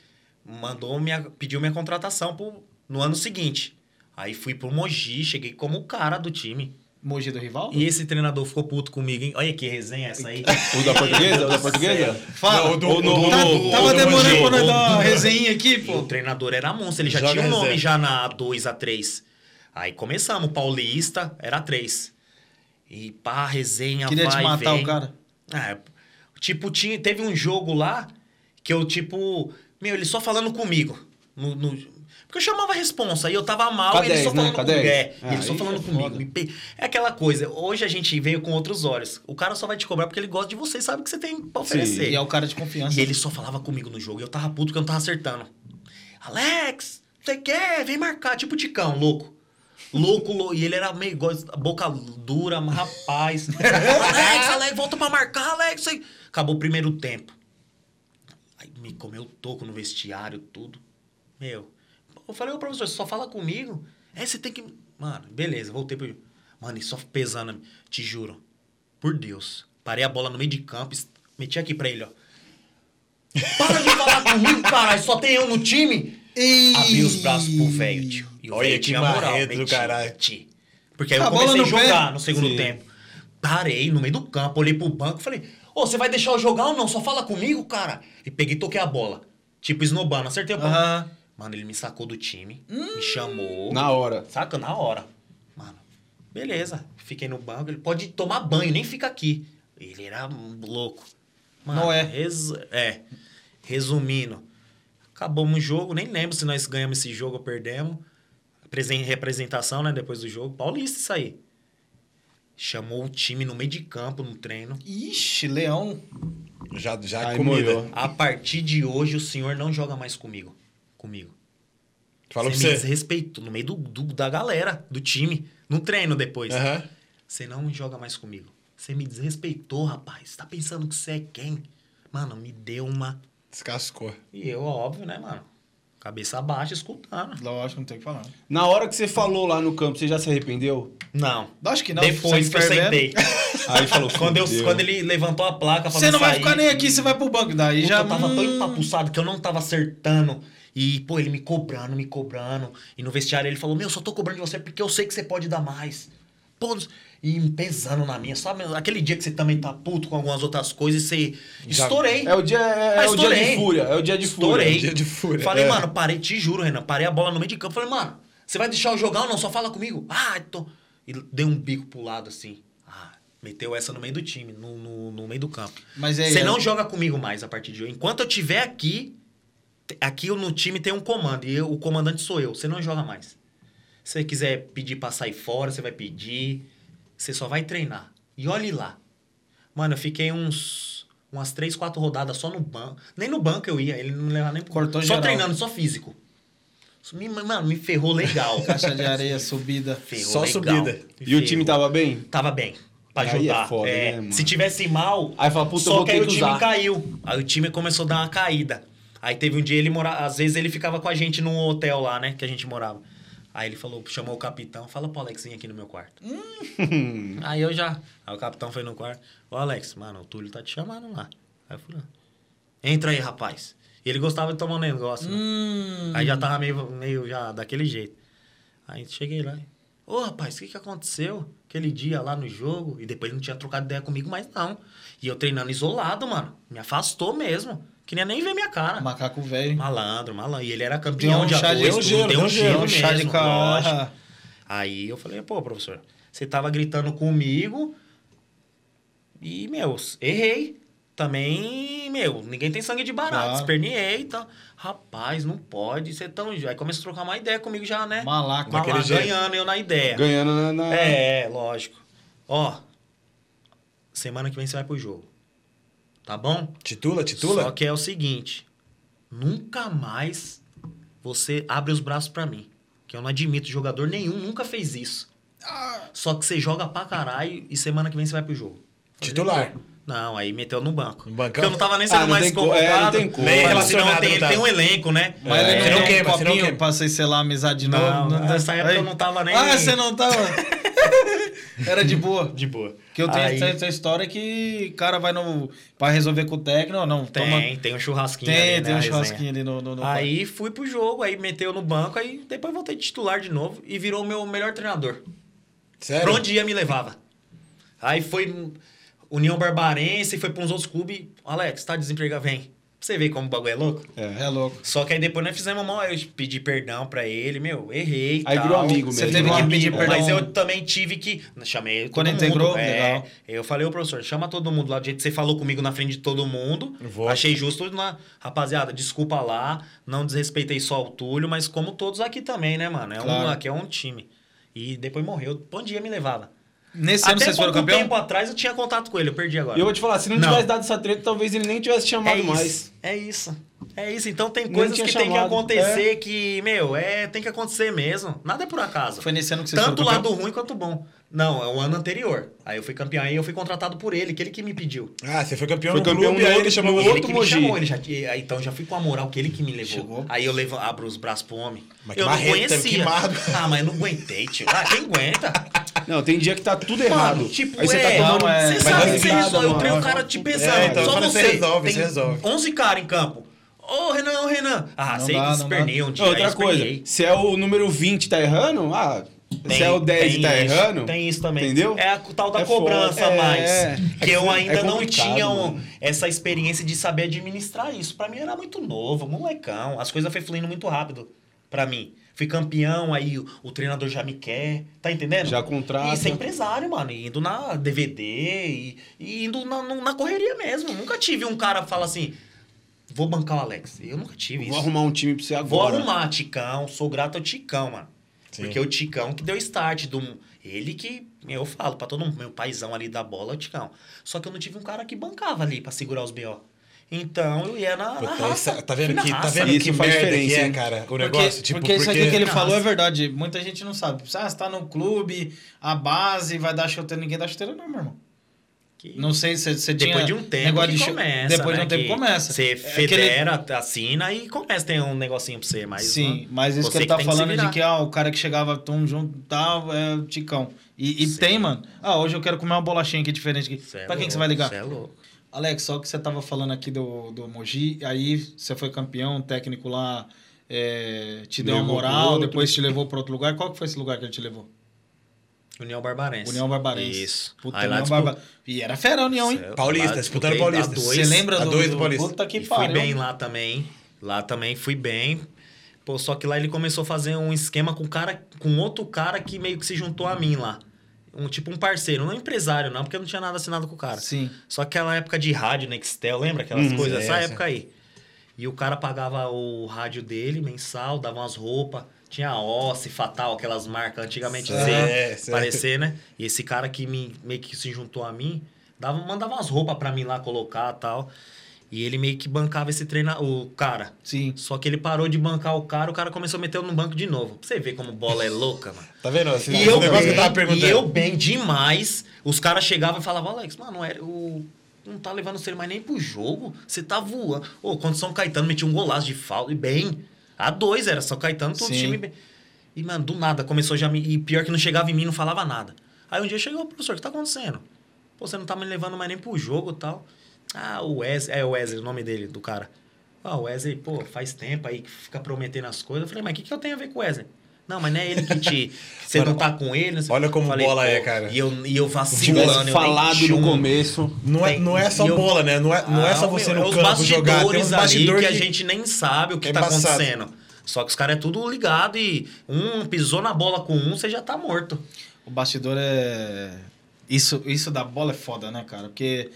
mandou minha, pediu minha contratação pro- no ano seguinte. Aí fui pro Mogi, cheguei como o cara do time. Mogi do rival? E esse treinador ficou puto comigo, hein? Olha que resenha essa aí. O da portuguesa? O da portuguesa? Fala. do- Ou no- do- Tá- do- tava do demorando Mogi. pra nós dar uma resenha aqui, E o pô. treinador era monstro, ele já Joga tinha um nome reserva. já na A2, A3. Aí começamos, Paulista, era A3. E pá, resenha, Queria vai, te matar vem. o cara. Ah, é, tipo, tinha, teve um jogo lá que eu, tipo... Meu, ele só falando comigo. no- no- porque eu chamava a responsa, e eu tava mal, Com a e ele 10, só né? falando Com a comigo. 10. É, Ah, ele só aí falando é comigo. foda. me pe- É aquela coisa, hoje a gente veio com outros olhos. O cara só vai te cobrar porque ele gosta de você e sabe o que você tem pra oferecer. E é o cara de confiança. E ele só falava comigo no jogo e eu tava puto que eu não tava acertando. Alex, você quer? Vem marcar. Tipo Ticão, louco. Louco, lou- e ele era meio igual, boca dura, mas rapaz. Alex, Alex, volta pra marcar, Alex. Aí- Acabou o primeiro tempo. Aí me comeu toco no vestiário, tudo. Meu. Eu falei, ô professor, você só fala comigo? É, você tem que. Mano, beleza, voltei pro. Mano, e só pesando, na- te juro. Por Deus. Parei a bola no meio de campo, es- meti aqui pra ele, ó. Para de falar comigo, caralho, só tem eu no time. E... Abri os braços pro velho, tio. E o Olha velho que tinha moral, marreto do meti, caralho. meti. Porque aí Com Tá a eu bola comecei a no pé. jogar no segundo Sim. tempo. Parei no meio do campo, olhei pro banco e falei: Ô, você vai deixar eu jogar ou não? Só fala comigo, cara. E peguei e toquei a bola. Tipo, esnobando, acertei o banco. Aham. Hum. Mano, ele me sacou do time, me chamou. Na hora. Saca? Na hora. Mano, beleza. Fiquei no banco. Ele pode tomar banho, nem fica aqui. Ele era um louco. Mano, Não é. resu- é. Resumindo. Acabamos o jogo. Nem lembro se nós ganhamos esse jogo ou perdemos. Presen- Representação, né? Depois do jogo. Paulista, isso aí. Chamou o time no meio de campo, no treino. Ixi, leão. Já, já Aí molhou. comida. A partir de hoje, o senhor não joga mais comigo. Comigo. Falou pra você me você. desrespeitou no meio do, do- da galera, do time, no treino depois. Aham. Você não joga mais comigo. Você me desrespeitou, rapaz. Tá pensando que você é quem? Mano, me deu uma. Descascou. E eu, óbvio, né, mano? Cabeça baixa, escutando. Lógico, não tem o que falar. Na hora que você falou lá no campo, você já se arrependeu? Não. Acho que não. Depois você que eu fervendo. sentei. Aí falou, quando, eu, fudeu. quando ele levantou a placa pra Você mim não vai sair, ficar nem aqui, você vai pro banco. Daí puta, já. eu tava tão hum, empapuçado que eu não tava acertando. E, pô, ele me cobrando, me cobrando. E no vestiário ele falou: Meu, só tô cobrando de você porque eu sei que você pode dar mais. Pô, e pesando na minha, sabe? Aquele dia que você também tá puto com algumas outras coisas e você. Já- Estourei. É o dia, é, Mas é o dia de Ah, estourei. fúria. É o dia de fúria. Estourei. dia de fúria. Falei, É. mano, parei, te juro, Renan. Parei a bola no meio de campo. Falei, mano, você vai deixar eu jogar ou não? Só fala comigo. Ah, então. E dei um bico pro lado assim. Ah, meteu essa no meio do time, no, no, no meio do campo. Mas é Você é- não joga comigo mais a partir de hoje. Enquanto eu tiver aqui, te- aqui eu no time tem um comando. E eu- o comandante sou eu. Você não joga mais. Se você quiser pedir pra sair fora, você vai pedir. Você só vai treinar. E olhe lá. Mano, eu fiquei uns. Umas três, quatro rodadas só no banco. Nem no banco eu ia, ele não me levava nem pro- Cortou Só geral. treinando, só físico. Isso Me, mano, me ferrou legal. Caixa de areia, subida. Ferrou Só subida. Me E o time tá ferrou. tava bem? Tava bem. Pra Aí ajudar. é foda, É, né, mano? Se tivesse mal, Aí fala, puta, eu só vou que ter aí o que time usar. caiu. Aí o time começou a dar uma caída. Aí teve um dia ele morava. Às vezes ele ficava com a gente num hotel lá, né? Que a gente morava. Aí ele falou, chamou o capitão, fala pro Alex vir aqui no meu quarto. Hum. Aí eu já. Aí o capitão foi no quarto. Ô Alex, mano, o Túlio tá te chamando lá. Aí eu fui lá. Entra aí, rapaz. E ele gostava de tomar um negócio. né? Hum. Aí já tava meio, meio já daquele jeito. Aí cheguei lá. Ô, rapaz, o que, que aconteceu aquele dia lá no jogo? E depois ele não tinha trocado ideia comigo mais, não. E eu treinando isolado, mano. Me afastou mesmo. Queria nem ver minha cara. Macaco velho. Malandro, malandro. E ele era Deu campeão um de chá de- agosto. deu um gelo, deu um deu gelo um mesmo, chá de lógico. cara. Aí eu falei, pô, professor, você tava gritando comigo e, meu, errei. Também, meu, ninguém tem sangue de barato, Claro. esperniei e tal. Rapaz, não pode ser tão... Aí começou a trocar uma ideia comigo já, né? Malaco. Mas lá daquele jeito. ganhando eu na ideia. Ganhando na. na- É, é, lógico. Ó, semana que vem você vai pro jogo. Tá bom? Titula, titula? Só que é o seguinte, nunca mais você abre os braços pra mim, que eu não admito, jogador nenhum nunca fez isso. Só que você joga pra caralho e semana que vem você vai pro jogo. Titular. Não, aí meteu no banco. No bancão? Porque eu não tava nem Ah, sendo não mais tem co- é, não convocado. tem como. Nem Mas relacionado, não tem, tá. tem um elenco, né? Mas ele É, você não não tem um queima, você não copinho queima. pra você selar a amizade Ah, de Não, novo. não, nessa época eu não tava nem- Ah, você não tava? Era de boa. De boa. Que eu tenho Aí- essa, essa história que o cara vai no. Pra resolver com o técnico, não. Tem, toma- tem um churrasquinho tem, ali, né, tem a um resenha. churrasquinho ali no. no, no Aí fui pro jogo, aí meteu no banco, aí depois voltei titular de novo e virou o meu melhor treinador. Sério? Pra onde ia me levava. Aí foi União Barbarense, foi pra uns outros clubes. Alex, tá desempregado, vem. Pra você ver como o bagulho é louco. É, é louco. Só que aí depois nós fizemos mal, eu pedi perdão pra ele, meu, errei. e Aí tal. virou amigo Você mesmo. né? teve que Amigo. pedir perdão. Mas eu também tive que. né, Chamei. todo Quando mundo, integrou, é, legal. Eu falei, ô professor, chama todo mundo lá do jeito que você falou comigo na frente de todo mundo. Vou. Achei justo, na... rapaziada, desculpa lá, não desrespeitei só o Túlio, mas como todos aqui também, né, mano? É Claro. um, aqui é um time. E depois morreu. Bom dia me levava. Nesse ano Até vocês foram pouco campeão? tempo atrás eu tinha contato com ele, eu perdi agora. E eu vou te falar, se não, Não. tivesse dado essa treta, talvez ele nem tivesse te chamado É isso, mais. é isso. É isso. Então tem Nem coisas tinha que tem que chamado. acontecer que, meu, é, tem que acontecer mesmo. Nada é por acaso. Foi nesse ano que vocês Tanto o foram campeão? lado ruim quanto o bom. Não, é o ano anterior. Aí eu fui campeão aí eu fui contratado por ele, que ele que me pediu. Ah, você foi campeão Foi no campeão clube, no aí ele outro chamou clube. você. ele que me Mogi. chamou, ele já, e- aí, então já fui com a moral que ele que me levou. Chegou. Aí eu levo, abro os braços pro homem. Mas que eu não marreta, que conhecia. marra. ah, mas eu não aguentei, tio. Ah, quem aguenta? Não, tem dia que tá tudo errado. Mano, tipo, Aí você é, tá tomando. não, é, você mas sabe é que você errado, resolve. Eu mano. tenho um cara te pesando. É, então, eu só falei, você. você resolve, Tem você resolve. 11 caras em campo. Ô, Renan, ô, Renan. Ah, Não você dá, não esperneia um dia. Não, outra aí coisa, esperneei. se é o número 20 tá errando, ah, Tem- se é o 10 tem tá isso, errando. Tem isso também. Entendeu? É a tal da É cobrança foda. É, mais. é. Que eu É ainda não complicado, tinha um- mano. essa experiência de saber administrar isso. Pra mim era muito novo, molecão. As coisas foi fluindo muito rápido pra mim. Fui campeão, aí o, o treinador já me quer. Tá entendendo? Já contrata. E ser empresário, mano. e Indo na DVD e, e indo na, no- na correria mesmo. Nunca tive um cara que fala assim... Vou bancar o Alex. Eu nunca tive Vou isso. arrumar um time pra você Vou agora. arrumar, Ticão. Sou grato ao Ticão, mano. Sim. Porque o Ticão que deu start. Do... Ele que, eu falo pra todo mundo, meu paizão ali da bola é o Ticão. Só que eu não tive um cara que bancava ali pra segurar os B.O. Então eu ia na, na Puta, raça. é- essa- tá Fui vendo na que, tá raça. vendo Isso que faz merda que diferença, é, hein? cara, o Porque- negócio? tipo, porque isso aqui que ele Nossa. falou é verdade. Muita gente não sabe. Ah, você tá no clube, a base vai dar chuteira. Ninguém dá chuteira, não, meu irmão. Que- Não sei se você tinha. Depois de um tempo negócio que de chu- começa, Depois de né? um tempo Que começa. Você É federa, assina e começa a ter um negocinho pra você. Mas, Sim, mano, mas isso né? você que ele tá tem se falando de virar. que ah, o cara que chegava tão junto tal, é o Ticão. E, e Sim. tem, mano. Ah, hoje eu quero comer uma bolachinha aqui diferente. Aqui. Cê é pra quem que louco, você vai ligar? cê é louco. Alex, só que você tava falando aqui do, do Mogi, aí você foi campeão, o técnico lá é, te deu Levou uma pro moral, outro. depois te levou pra outro lugar. Qual que foi esse lugar que ele te levou? União Barbarense. União Barbarense. Isso. Puta, Aí lá União disputa- Barba... E era fera a União, hein? Cê- é Paulista, lá disputando disputei, dá Paulista. dois. Você lembra a do, dois do do Paulista. Puta que e fui pariu. bem lá também. Lá também fui bem. Pô, só que lá ele começou a fazer um esquema com cara, com outro cara que meio que se juntou a mim lá. Um tipo um parceiro, não empresário não, porque eu não tinha nada assinado com o cara. Sim. Só aquela época de rádio né, Nextel, lembra aquelas Hum, coisas? é, Essa sim. época aí. E o cara pagava o rádio dele mensal, dava umas roupas, tinha Ossi, Fatal, aquelas marcas antigamente Sei, assim, sei. parecer, né? E esse cara que me, meio que se juntou a mim, dava, mandava umas roupas pra mim lá colocar tal. E ele meio que bancava esse treina o cara. Sim. Só que ele parou de bancar o cara, o cara começou a meter no banco de novo. Pra você ver como bola é louca, mano. Tá vendo? Esse E eu, negócio bem, que eu tava perguntando. e eu bem demais. Os caras chegavam e falavam, Alex, mano, é- o, não tá levando você mais nem pro jogo. Você tá voando. Ô, quando São Caetano metia um golaço de falta, e bem. A dois era São Caetano, todo Sim. time bem. E, mano, do nada começou já. me- E pior que não chegava em mim, não falava nada. Aí um dia chegou, professor, o que tá acontecendo? Pô, você não tá me levando mais nem pro jogo e tal. Ah, o Wesley. É o Wesley, o nome dele, do cara. Ah, o Wesley, pô, faz tempo aí que fica prometendo as coisas. Eu falei, mas o que, que eu tenho a ver com o Wesley? Não, mas não é ele que te. Você Mano, não tá com ele. não sei- olha como Falei, bola pô, é, cara. E eu, e eu vacilando. eu Tivesse nem falado tinha no um- começo. Não é, Tem- não é só e eu- bola, né? Não é, não é só Ah, você meu, no é os campo jogar. Tem bastidores uns ali bastidores que a que- gente nem sabe o que É tá embaçado. acontecendo. Só que os caras é tudo ligado e um pisou na bola com um, você já tá morto. O bastidor é. Isso, isso da bola é foda, né, cara? Porque.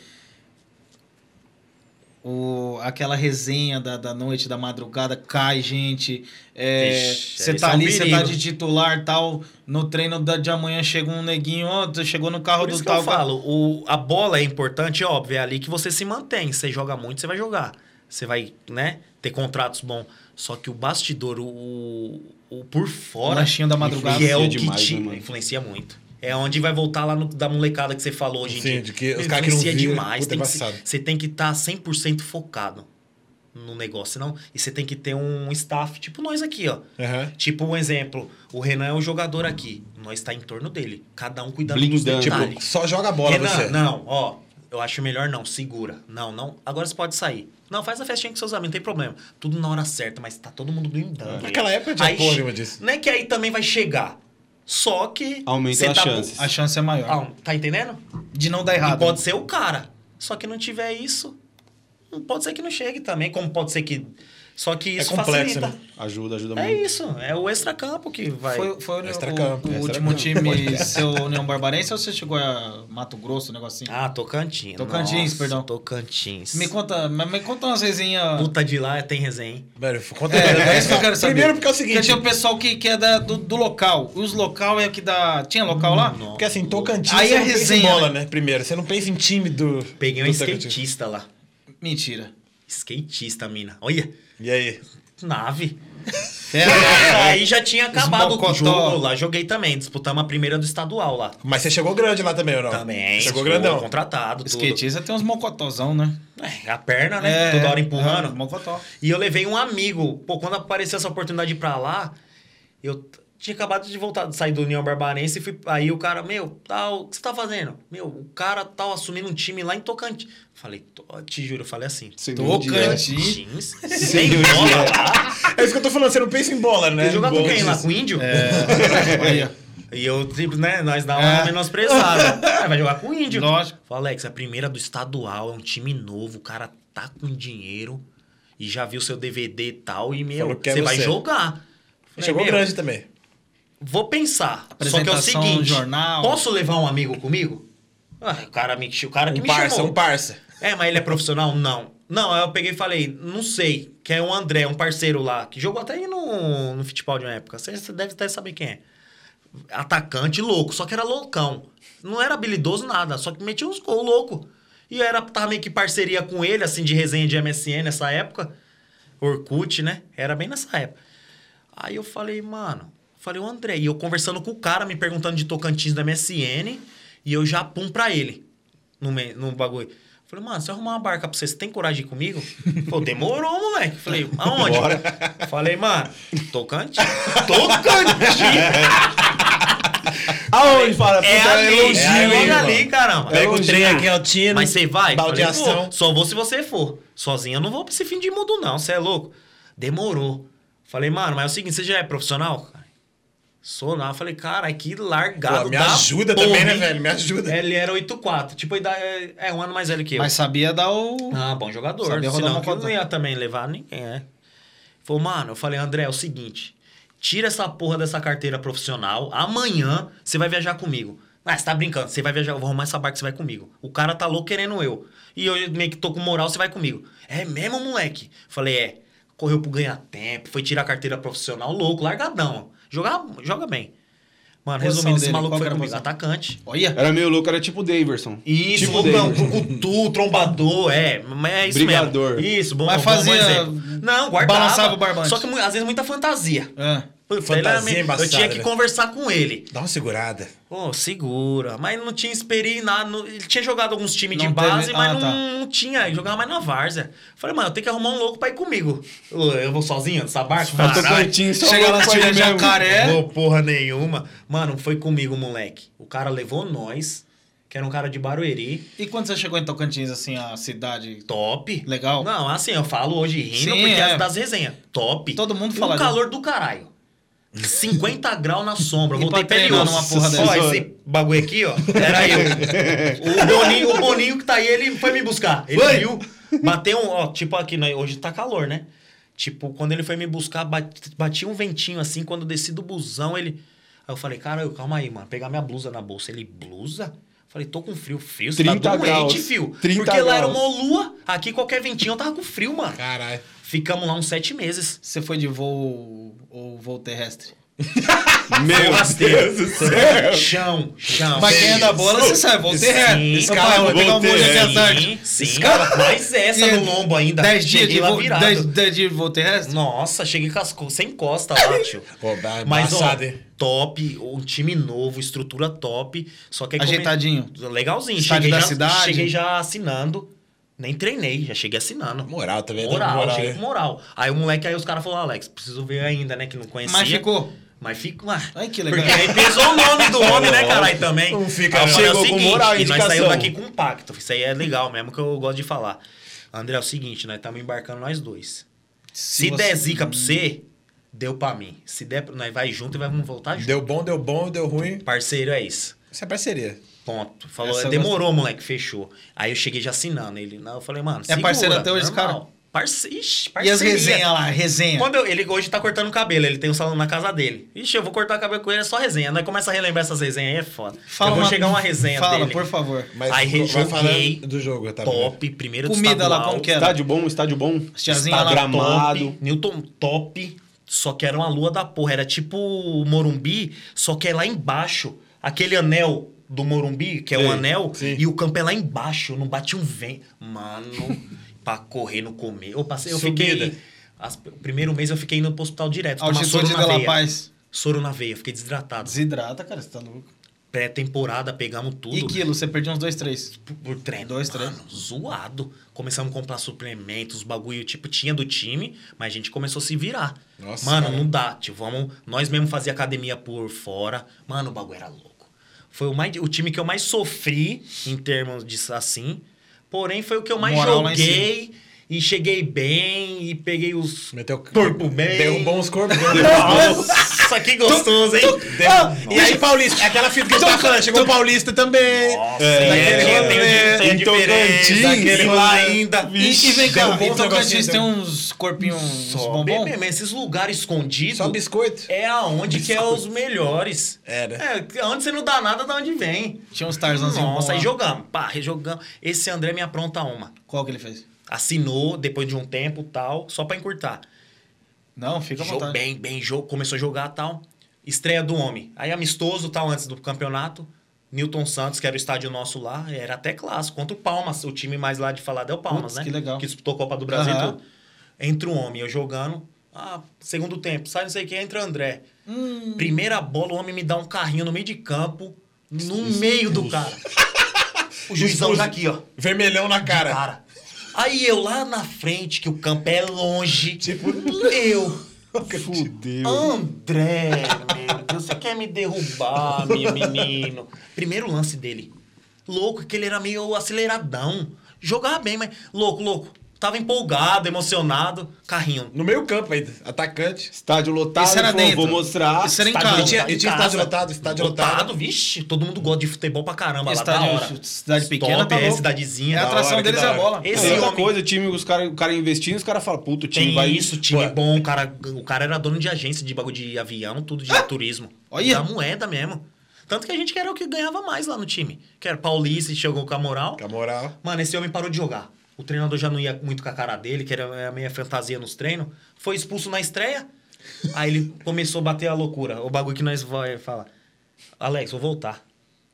O, aquela resenha da, da noite, da madrugada, cai gente. é, Ixi, Você isso tá é um ali, você tá perigo. de titular tal. No treino da, de amanhã chega um neguinho, ó, tu chegou no carro Por do isso que tal. eu falo, o, a bola é importante, é óbvio, é ali que você se mantém. Você joga muito, você vai jogar. Você vai, né, ter contratos bons. Só que o bastidor, o, o por o fora, lanchinho da madrugada. que é o que demais, te né, mano? influencia muito. É onde vai voltar lá no, da molecada que você falou hoje em Sim, dia. de que os Influencia caras que não viram, é demais. puta, tem é que tá se- embaçado. você tem que estar 100% focado. no negócio, não. E você tem que ter um staff, tipo nós aqui, ó. Aham. Tipo um exemplo, o Renan é um jogador aqui, nós está em torno dele, cada um cuidando dos Blindando. detalhes. Tipo, só joga a bola Renan, você. não, ó, eu acho melhor não, segura. Não, não, agora você pode sair. Não, faz a festinha com seus amigos, não tem problema. Tudo na hora certa, mas tá todo mundo blindando. É. Naquela época tinha Aí porra che- nenhuma disso. Não é que aí também vai chegar, só que... Aumenta cê as chances. A chance é maior. Ah, tá entendendo? De não dar E errado. pode ser o cara, só que não tiver isso, pode ser que não chegue também, como pode ser que... Só que isso complexo, facilita. né? Ajuda, ajuda É muito. isso, é o extracampo que vai... Foi, foi o, Extracampo, o- o extracampo. último time seu União Barbarense ou você chegou a Mato Grosso, um negocinho? Ah, Tocantins. Tocantins, Nossa, perdão. Tocantins. Me conta, mas me conta umas resenhas. Puta de lá tem resenha, hein? Velho, conta É, é isso que eu quero saber. Primeiro porque é o Porque seguinte, tinha o pessoal que, que é da, do, do local. E os local é que dá. Tinha local lá? Nossa. porque assim, Tocantins Aí você a não pensa em resenha, bola, né? Primeiro, você não pensa em time do Peguei um do Tocantins. skatista lá. Mentira. Skatista, mina. Olha, E aí? nave. É, Aí já tinha acabado mocotó. o jogo lá. Joguei também. Disputamos a primeira do estadual lá. Mas você chegou grande lá também, ou não? Também. Chegou sou grandão. Contratado, tudo. skatista tem uns mocotozão, né? É, a perna, né? Toda hora empurrando. é, mocotó. E eu levei um amigo. Pô, quando apareceu essa oportunidade pra lá, eu t- tinha acabado de voltar, de sair do União Barbarense e fui. Aí o cara, meu, tal, o que você tá fazendo? Meu, o cara tal assumindo um time lá em Tocantins. Falei, "Tô- te juro, eu falei assim. Sem Tocantins. Tocantins? Sem Sem dúvida. bola lá? É isso que eu tô falando, você não pensa em bola, né? Você jogar com Bola, quem lá? isso. Com o índio? É. Olha, E eu, tipo, né, nós dá uma É. menosprezada. Ah, vai jogar com o índio. Lógico. Fala, Alex, é a primeira do estadual, é um time novo, o cara tá com dinheiro e já viu seu DVD e tal, e meu, Falou que é você vai você. jogar. Falei, Chegou meu, grande também. Vou pensar. Só que é o Apresentação, seguinte, jornal. posso levar um amigo comigo? Ah, o cara me o cara que Um me parça, chamou. um parça. É, mas ele é profissional? Não. Não, aí eu peguei e falei, não sei, que é o André, um parceiro lá, que jogou até aí no, no futebol de uma época. Você você deve até saber quem é. Atacante louco, só que era loucão. Não era habilidoso nada, só que metia uns gols louco. E era, tava meio que parceria com ele, assim, de resenha de MSN nessa época. Orkut, né? Era bem nessa época. Aí eu falei, mano, falei, o André, e eu conversando com o cara, me perguntando de Tocantins da MSN, e eu já pum pra ele no, me- no bagulho. Falei, mano, se eu arrumar uma barca pra você, você tem coragem de ir comigo? Falei, demorou, moleque. Falei, aonde? Falei, mano, Tocantins. Tocantins! Aonde fala? é ali, longe, é ali, mano. É ali, caramba. Pega o longe, trem né? aqui, Altino. Mas você vai? Falei, Baldeação. vou. só vou se você for. Sozinho eu não vou pra esse fim de mundo, não. Você é louco? Demorou. Falei, mano, mas é o seguinte, você já é profissional? cara? Sou não. Eu Falei, cara, que largado. Pô, me da ajuda porra, também, né, hein? É. velho? Me ajuda. Ele era 8'4". Tipo, a idade- é, é um ano mais velho que eu. Mas sabia dar o. Ah, bom jogador. Sabia rodar Senão uma que eu não quadra. ia também levar ninguém, é. Falou, mano, eu falei, André, é o seguinte. Tira essa porra dessa carteira profissional. Amanhã você vai viajar comigo. Ah, você tá brincando. Você vai viajar, eu vou arrumar essa barca, você vai comigo. O cara tá louco querendo eu. E eu meio que tô com moral, você vai comigo. É mesmo, moleque? Falei, é. Correu pro ganhar tempo, foi tirar a carteira profissional, louco, largadão. Joga, joga bem. Mano, Posição resumindo, esse dele, maluco qual que foi era a comigo. posição? Atacante. Olha. Era meio louco, era tipo o Daverson. Isso, tipo o bobão, Daverson. cucutu, trombador, é, mas é isso Brigador. mesmo. Isso, bom, Mas bom- bom fazia- exemplo. Não, guardava. balançava o barbante. Só que mu- às vezes muita fantasia. Ah. Puta, Fantasia ele era meio- embaçada, Eu tinha que né? conversar com ele. Dá uma segurada. Pô, segura. Mas não tinha experiência, nada, não- ele tinha jogado alguns times de Não base, teve- mas ah, não, tá. não tinha, ele jogava mais na várzea. Falei, mano, eu tenho que arrumar um louco pra ir comigo. Eu, eu vou sozinho nessa barca? Era Caralho. Tocantins, só Chega louco lá, pra tira ele mesmo. jacaré. Levou porra nenhuma. Mano, foi comigo, moleque. O cara levou nós, que era um cara de Barueri. E quando você chegou em Tocantins, assim, a cidade Top. legal? Não, assim, eu falo hoje rindo Sim, porque é. é das resenhas. Top. Todo mundo Um fala calor do caralho. 50 graus na sombra. E Voltei pra treinar pele numa porra Ó, dessa? esse bagulho aqui, ó. Era eu. O Boninho, o Boninho que tá aí, ele foi me buscar. Ele Foi? viu. Bateu um. Ó, tipo aqui, né, hoje tá calor, né? Tipo, quando ele foi me buscar, bati, batia um ventinho assim. Quando eu desci do busão, ele. Aí eu falei, cara, calma aí, mano. Pegar minha blusa na bolsa. Ele, blusa? Falei, tô com frio, frio. Você tá 30 doente, graus. fio. 30 Porque lá era graus. uma lua, aqui qualquer ventinho eu tava com frio, mano. Caralho. Ficamos lá uns sete meses. Você foi de voo ou voo terrestre? Meu Rasteiro. Deus do céu. Chão, chão. Mas quem é da bola, você sabe, voo terrestre. Sim. Escala, Papai, vou pegar um voo voo aqui à terrestre. tarde. Sim, sim. Mas essa no lombo ainda. 10 dias Cheguei de lá voo, virado. 10, dias de voo terrestre? Nossa, cheguei com as co- sem costa lá, tio. Pô, dá Mas, ó, embaçado, hein? top, um time novo, estrutura top. Só que aí come- Ajeitadinho. Legalzinho. Estádio cheguei da já, cidade. Cheguei já assinando. Nem treinei, já cheguei assinando. Moral também, dando Moral, moral, cheguei né? com moral. Aí o moleque, aí os caras falaram, Alex, preciso ver ainda, né? Que não conhecia. Mas ficou. Mas fica lá. Ai, que legal. Porque aí pesou o nome do homem, né, caralho, também. Não fica, Aí eu não. falei, Chegou é o com seguinte, moral, e nós indicação. saímos daqui com pacto. Isso aí é legal mesmo, que eu gosto de falar. André, é o seguinte, nós estamos embarcando nós dois. Se, você- der zica pra você, deu pra mim. Se der, pra- nós vai junto e vai- vamos voltar junto. Deu bom, deu bom, deu ruim. Parceiro é isso. Isso é parceria. Ponto. Falou, Essa eu demorou, moleque, fechou. Aí eu cheguei já assinando ele. Não, eu falei, mano, segura, É parceiro até hoje, normal. cara? Parce... E Ixi, as parceria. resenhas lá, resenha. Quando eu- ele hoje tá cortando o cabelo, ele tem um salão na casa dele. Ixi, eu vou cortar o cabelo com ele, é só resenha. Nós começa a relembrar essas resenhas aí, é foda. eu vou uma- chegar uma resenha Fala, dele. por favor. Mas Aí vai joguei. falando do jogo, tá? bom? Top, primeiro do Comida lá, estadual. como que é? Estádio bom, estádio bom. tiazinhas Está lá na gramado. Top, Newton top, só que era uma lua da porra. Era tipo o Morumbi, só que é lá embaixo. Aquele anel do Morumbi, que é Sim, um anel, sim. e o campo é lá embaixo, não bate um vento. Mano, pra correr no comer. Eu passei, eu Subida. fiquei. as- o primeiro mês eu fiquei indo pro hospital direto. Tomar soro Altitude tá na da La veia. Paz. Soro na veia, fiquei desidratado. Desidrata, cara, você tá louco. Pré-temporada, pegamos tudo. E quilo, você perdeu uns dois, três. por, por treino. Dois, Mano, Zoado. Começamos a comprar suplementos, bagulho, tipo, tinha do time, mas a gente começou a se virar. Nossa, Mano, cara. não dá. Tipo, vamos, nós mesmo fazia academia por fora. Mano, o bagulho era louco. Foi o, mais, o time que eu mais sofri em termos de assim. Porém, foi o que eu mais Moral lá em joguei. E cheguei bem, e peguei os Meteu corpo bem. Derrubou uns corpos. Nossa, que gostoso, hein? Ah, e aí, Paulista, aquela fita que a gente tá falando, chegou o Paulista também. Nossa, É, daquele é, rolê, é, tem em diferença, Tocantins, aquele e rolê. lá ainda. E, e vem Deu cá, então um bom em Tocantins negocinho, tem deu uns corpinhos uns um- Só bombom? bebê, mas esses lugares escondidos um- Só biscoito. é aonde que é os melhores. Era. É, onde você não dá nada, da onde vem. Tinha uns Tarzanzinhos Nossa, aí jogamos, pá, rejogamos. Esse André me apronta uma. Qual que ele fez? Assinou depois de um tempo tal, só pra encurtar. Não, fica à Jogou vontade. bem, bem, jogo, começou a jogar tal. Estreia do homem. Aí amistoso tal, antes do campeonato. Newton Santos, que era o estádio nosso lá, era até clássico. Contra o Palmas, o time mais lá de falar é o Putz, Palmas, né? que legal. Que disputou a Copa do Brasil. e Aham. tudo. Entra o homem, eu jogando. Ah, segundo tempo, sai não sei quem, entra o André. Hum. Primeira bola, o homem me dá um carrinho no meio de campo, no meio do cara. O juizão tá aqui, ó. Vermelhão na cara. Cara. Aí eu lá na frente, que o campo é longe. Tipo, eu. Fudeu. André, meu Deus, você quer me derrubar, meu menino? Primeiro lance dele. Louco, que ele era meio aceleradão. Jogava bem, mas. Louco, louco. Tava empolgado, emocionado. Carrinho. No meio campo ainda, atacante. Estádio lotado, Isso era falou, dentro. vou mostrar. É, Isso era em tá Estádio casa. E tinha, e tinha Em casa. estádio lotado, estádio lotado. Lotado, vixe. Todo mundo gosta de futebol pra caramba lá, da Estádio- hora. cidade pequena, Top, tá é, louco. cidadezinha, É a da atração hora, que deles da é a hora. bola. Esse é outra homem coisa, time, os cara, o cara investindo, os caras falam, puta, o time Tem vai. isso, time é Pô, bom, o cara, o cara era dono de agência de bagulho de avião, tudo Ah! de turismo. Olha! Da moeda mesmo. Tanto que a gente que era o que ganhava mais lá no time. Que era Paulista, chegou com a moral. Com a moral. Mano, esse homem parou de jogar. O treinador já não ia muito com a cara dele, que era é a meia fantasia nos treinos. Foi expulso na estreia. Aí ele começou a bater a loucura. O bagulho que nós vai falar. Alex, vou voltar.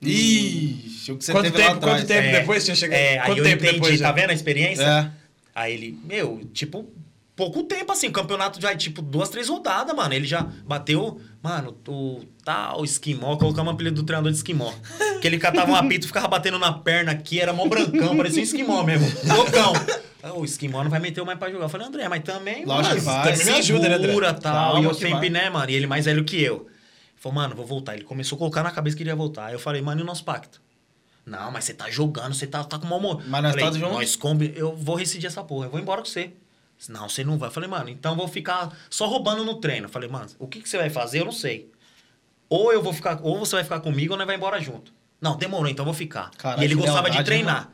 Ixi, o que você Quanto teve lá tempo, atrás. quanto tempo depois tinha chegado? É, aí quanto eu tempo entendi, depois? tá já? vendo a experiência? É. Aí ele, meu, tipo, pouco tempo assim, o campeonato já é tipo duas, três rodadas, mano. Ele já bateu, mano, o tal esquimó, colocamos o apelido do treinador de esquimó. Que ele catava um apito, ficava batendo na perna aqui, era mó brancão, parecia um esquimó mesmo. Loucão. Ah, O esquimó não vai meter o mais pra jogar. Eu falei, André, mas também. Lógico que mano, vai. Também me ajuda, né, André? tal. Calma e eu que sempre, vai. né, mano? E ele mais velho que eu. Ele falou, mano, vou voltar. Ele começou a colocar na cabeça que ele ia voltar. Aí eu falei, mano, e o nosso pacto? Não, mas você tá jogando, você tá, tá com mau humor. Mas nós Falei, tá junto? Nós combi... Eu vou rescindir essa porra, eu vou embora com você. Disse, Não, você não vai. Eu Falei, mano, então eu vou ficar só roubando no treino. Eu Falei, mano, o que, que você vai fazer? Eu não sei. Ou eu vou ficar, ou você vai ficar comigo ou nós vai embora junto. Não, demorou, então eu vou ficar. Caralho, né? e ele que gostava lealdade, de treinar.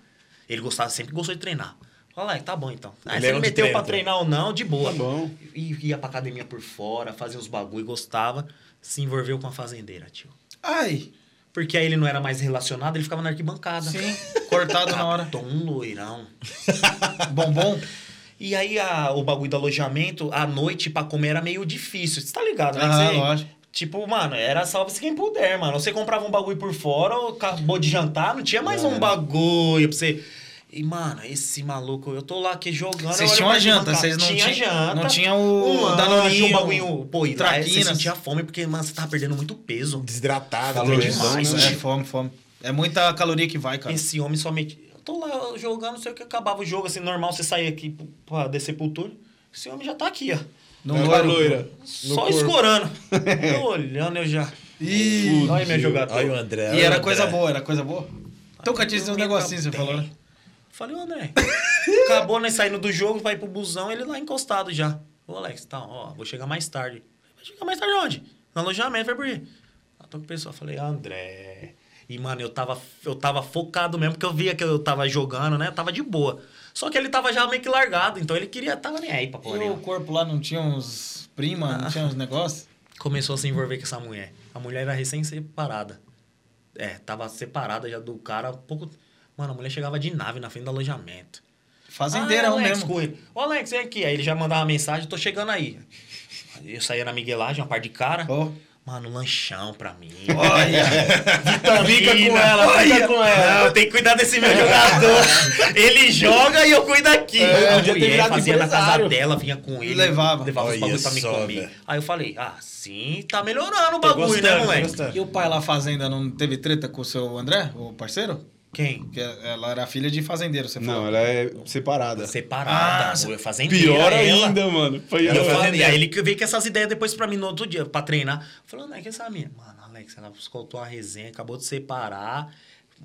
Ele gostava, sempre gostou de treinar. Falei, tá bom então. Aí Ele você era um me de meteu treino né? pra também. treinar ou não, de boa. Tá bom. E ia pra academia por fora, fazia uns bagulho, gostava. Se envolveu com a fazendeira, tio. Ai, Porque aí ele não era mais relacionado, ele ficava na arquibancada. sim, cortado na hora. Captou um loirão. Bombom? E aí a- o bagulho do alojamento, à noite pra comer era meio difícil. Você tá ligado, né? Ah, Você- lógico. Tipo, mano, era salve-se quem puder, mano. Ou Você comprava um bagulho por fora, ou acabou de jantar, não tinha mais É. um bagulho pra você. E, mano, esse maluco, eu tô lá aqui jogando. Vocês eu olho tinham pra a janta, arquibancada. vocês não tinha tinha- janta. não tinha o um Danoninho, lanche, um bagulho. Pô, e lá, você traquinas. sentia fome porque, mano, você tava perdendo muito peso. Desidratado. Calorias, tudo mais. demais, né? né? É, fome, fome. É muita caloria que vai, cara. Esse homem só metia. Tô lá jogando, não sei o que, acabava o jogo, assim, normal você sair aqui pra descer pro túnel. Esse homem já tá aqui, ó. Não Pega a quero- tá loira. Só corpo. escorando. eu olhando, eu já. Ih, Olha minha jogada. Olha o André. e olha o era André. é. coisa boa, era coisa boa. Então, Catice, tem uns Dormi negocinhos, você também. falou, né? Falei, ô André, acabou nós saindo do jogo, vai pro busão, ele lá encostado já. Ô Alex, tá, ó, vou chegar mais tarde. Vai chegar mais tarde onde? No alojamento, vai por aí. Eu tô com o pessoal, falei, André. E, mano, eu tava, eu tava focado mesmo, porque eu via que eu tava jogando, né? Tava de boa. Só que ele tava já meio que largado, então ele queria, tava nem aí pra porra E o nenhuma. corpo lá não tinha uns prima, não tinha uns negócios? Começou a se envolver com essa mulher. A mulher era recém-separada. É, tava separada já do cara há pouco. Mano, a mulher chegava de nave na frente do alojamento. Fazendeirão é, Ah, Alex, mesmo. com ele. Ô, Alex, vem aqui. Aí ele já mandava mensagem, tô chegando aí. Eu saía na miguelagem, uma parte de cara. Ó. Mano, lanchão pra mim. Olha! Vitamina. Fica com ela, fica com ela. Não, tem que cuidar desse meu jogador. ele joga e eu cuido aqui. É, a podia ter mulher virado fazia na casa empresário. dela, vinha com ele. levava. Levava os Olha bagulho pra me só, comer. velho. Aí eu falei, ah, sim, tá melhorando o bagulho, gostando, né, tô moleque? gostando. E o pai lá fazenda não teve treta com o seu André, o parceiro? Quem? Porque ela era filha de fazendeiro, você falou. Não, ela é separada. Separada, Ah, mulher fazendeira. Pior ela. ainda, mano. Foi E eu ela. falei, aí ele que veio com essas ideias depois pra mim no outro dia, pra treinar. Falando, é que essa minha. Mano, Alex, ela escoltou uma resenha, acabou de separar.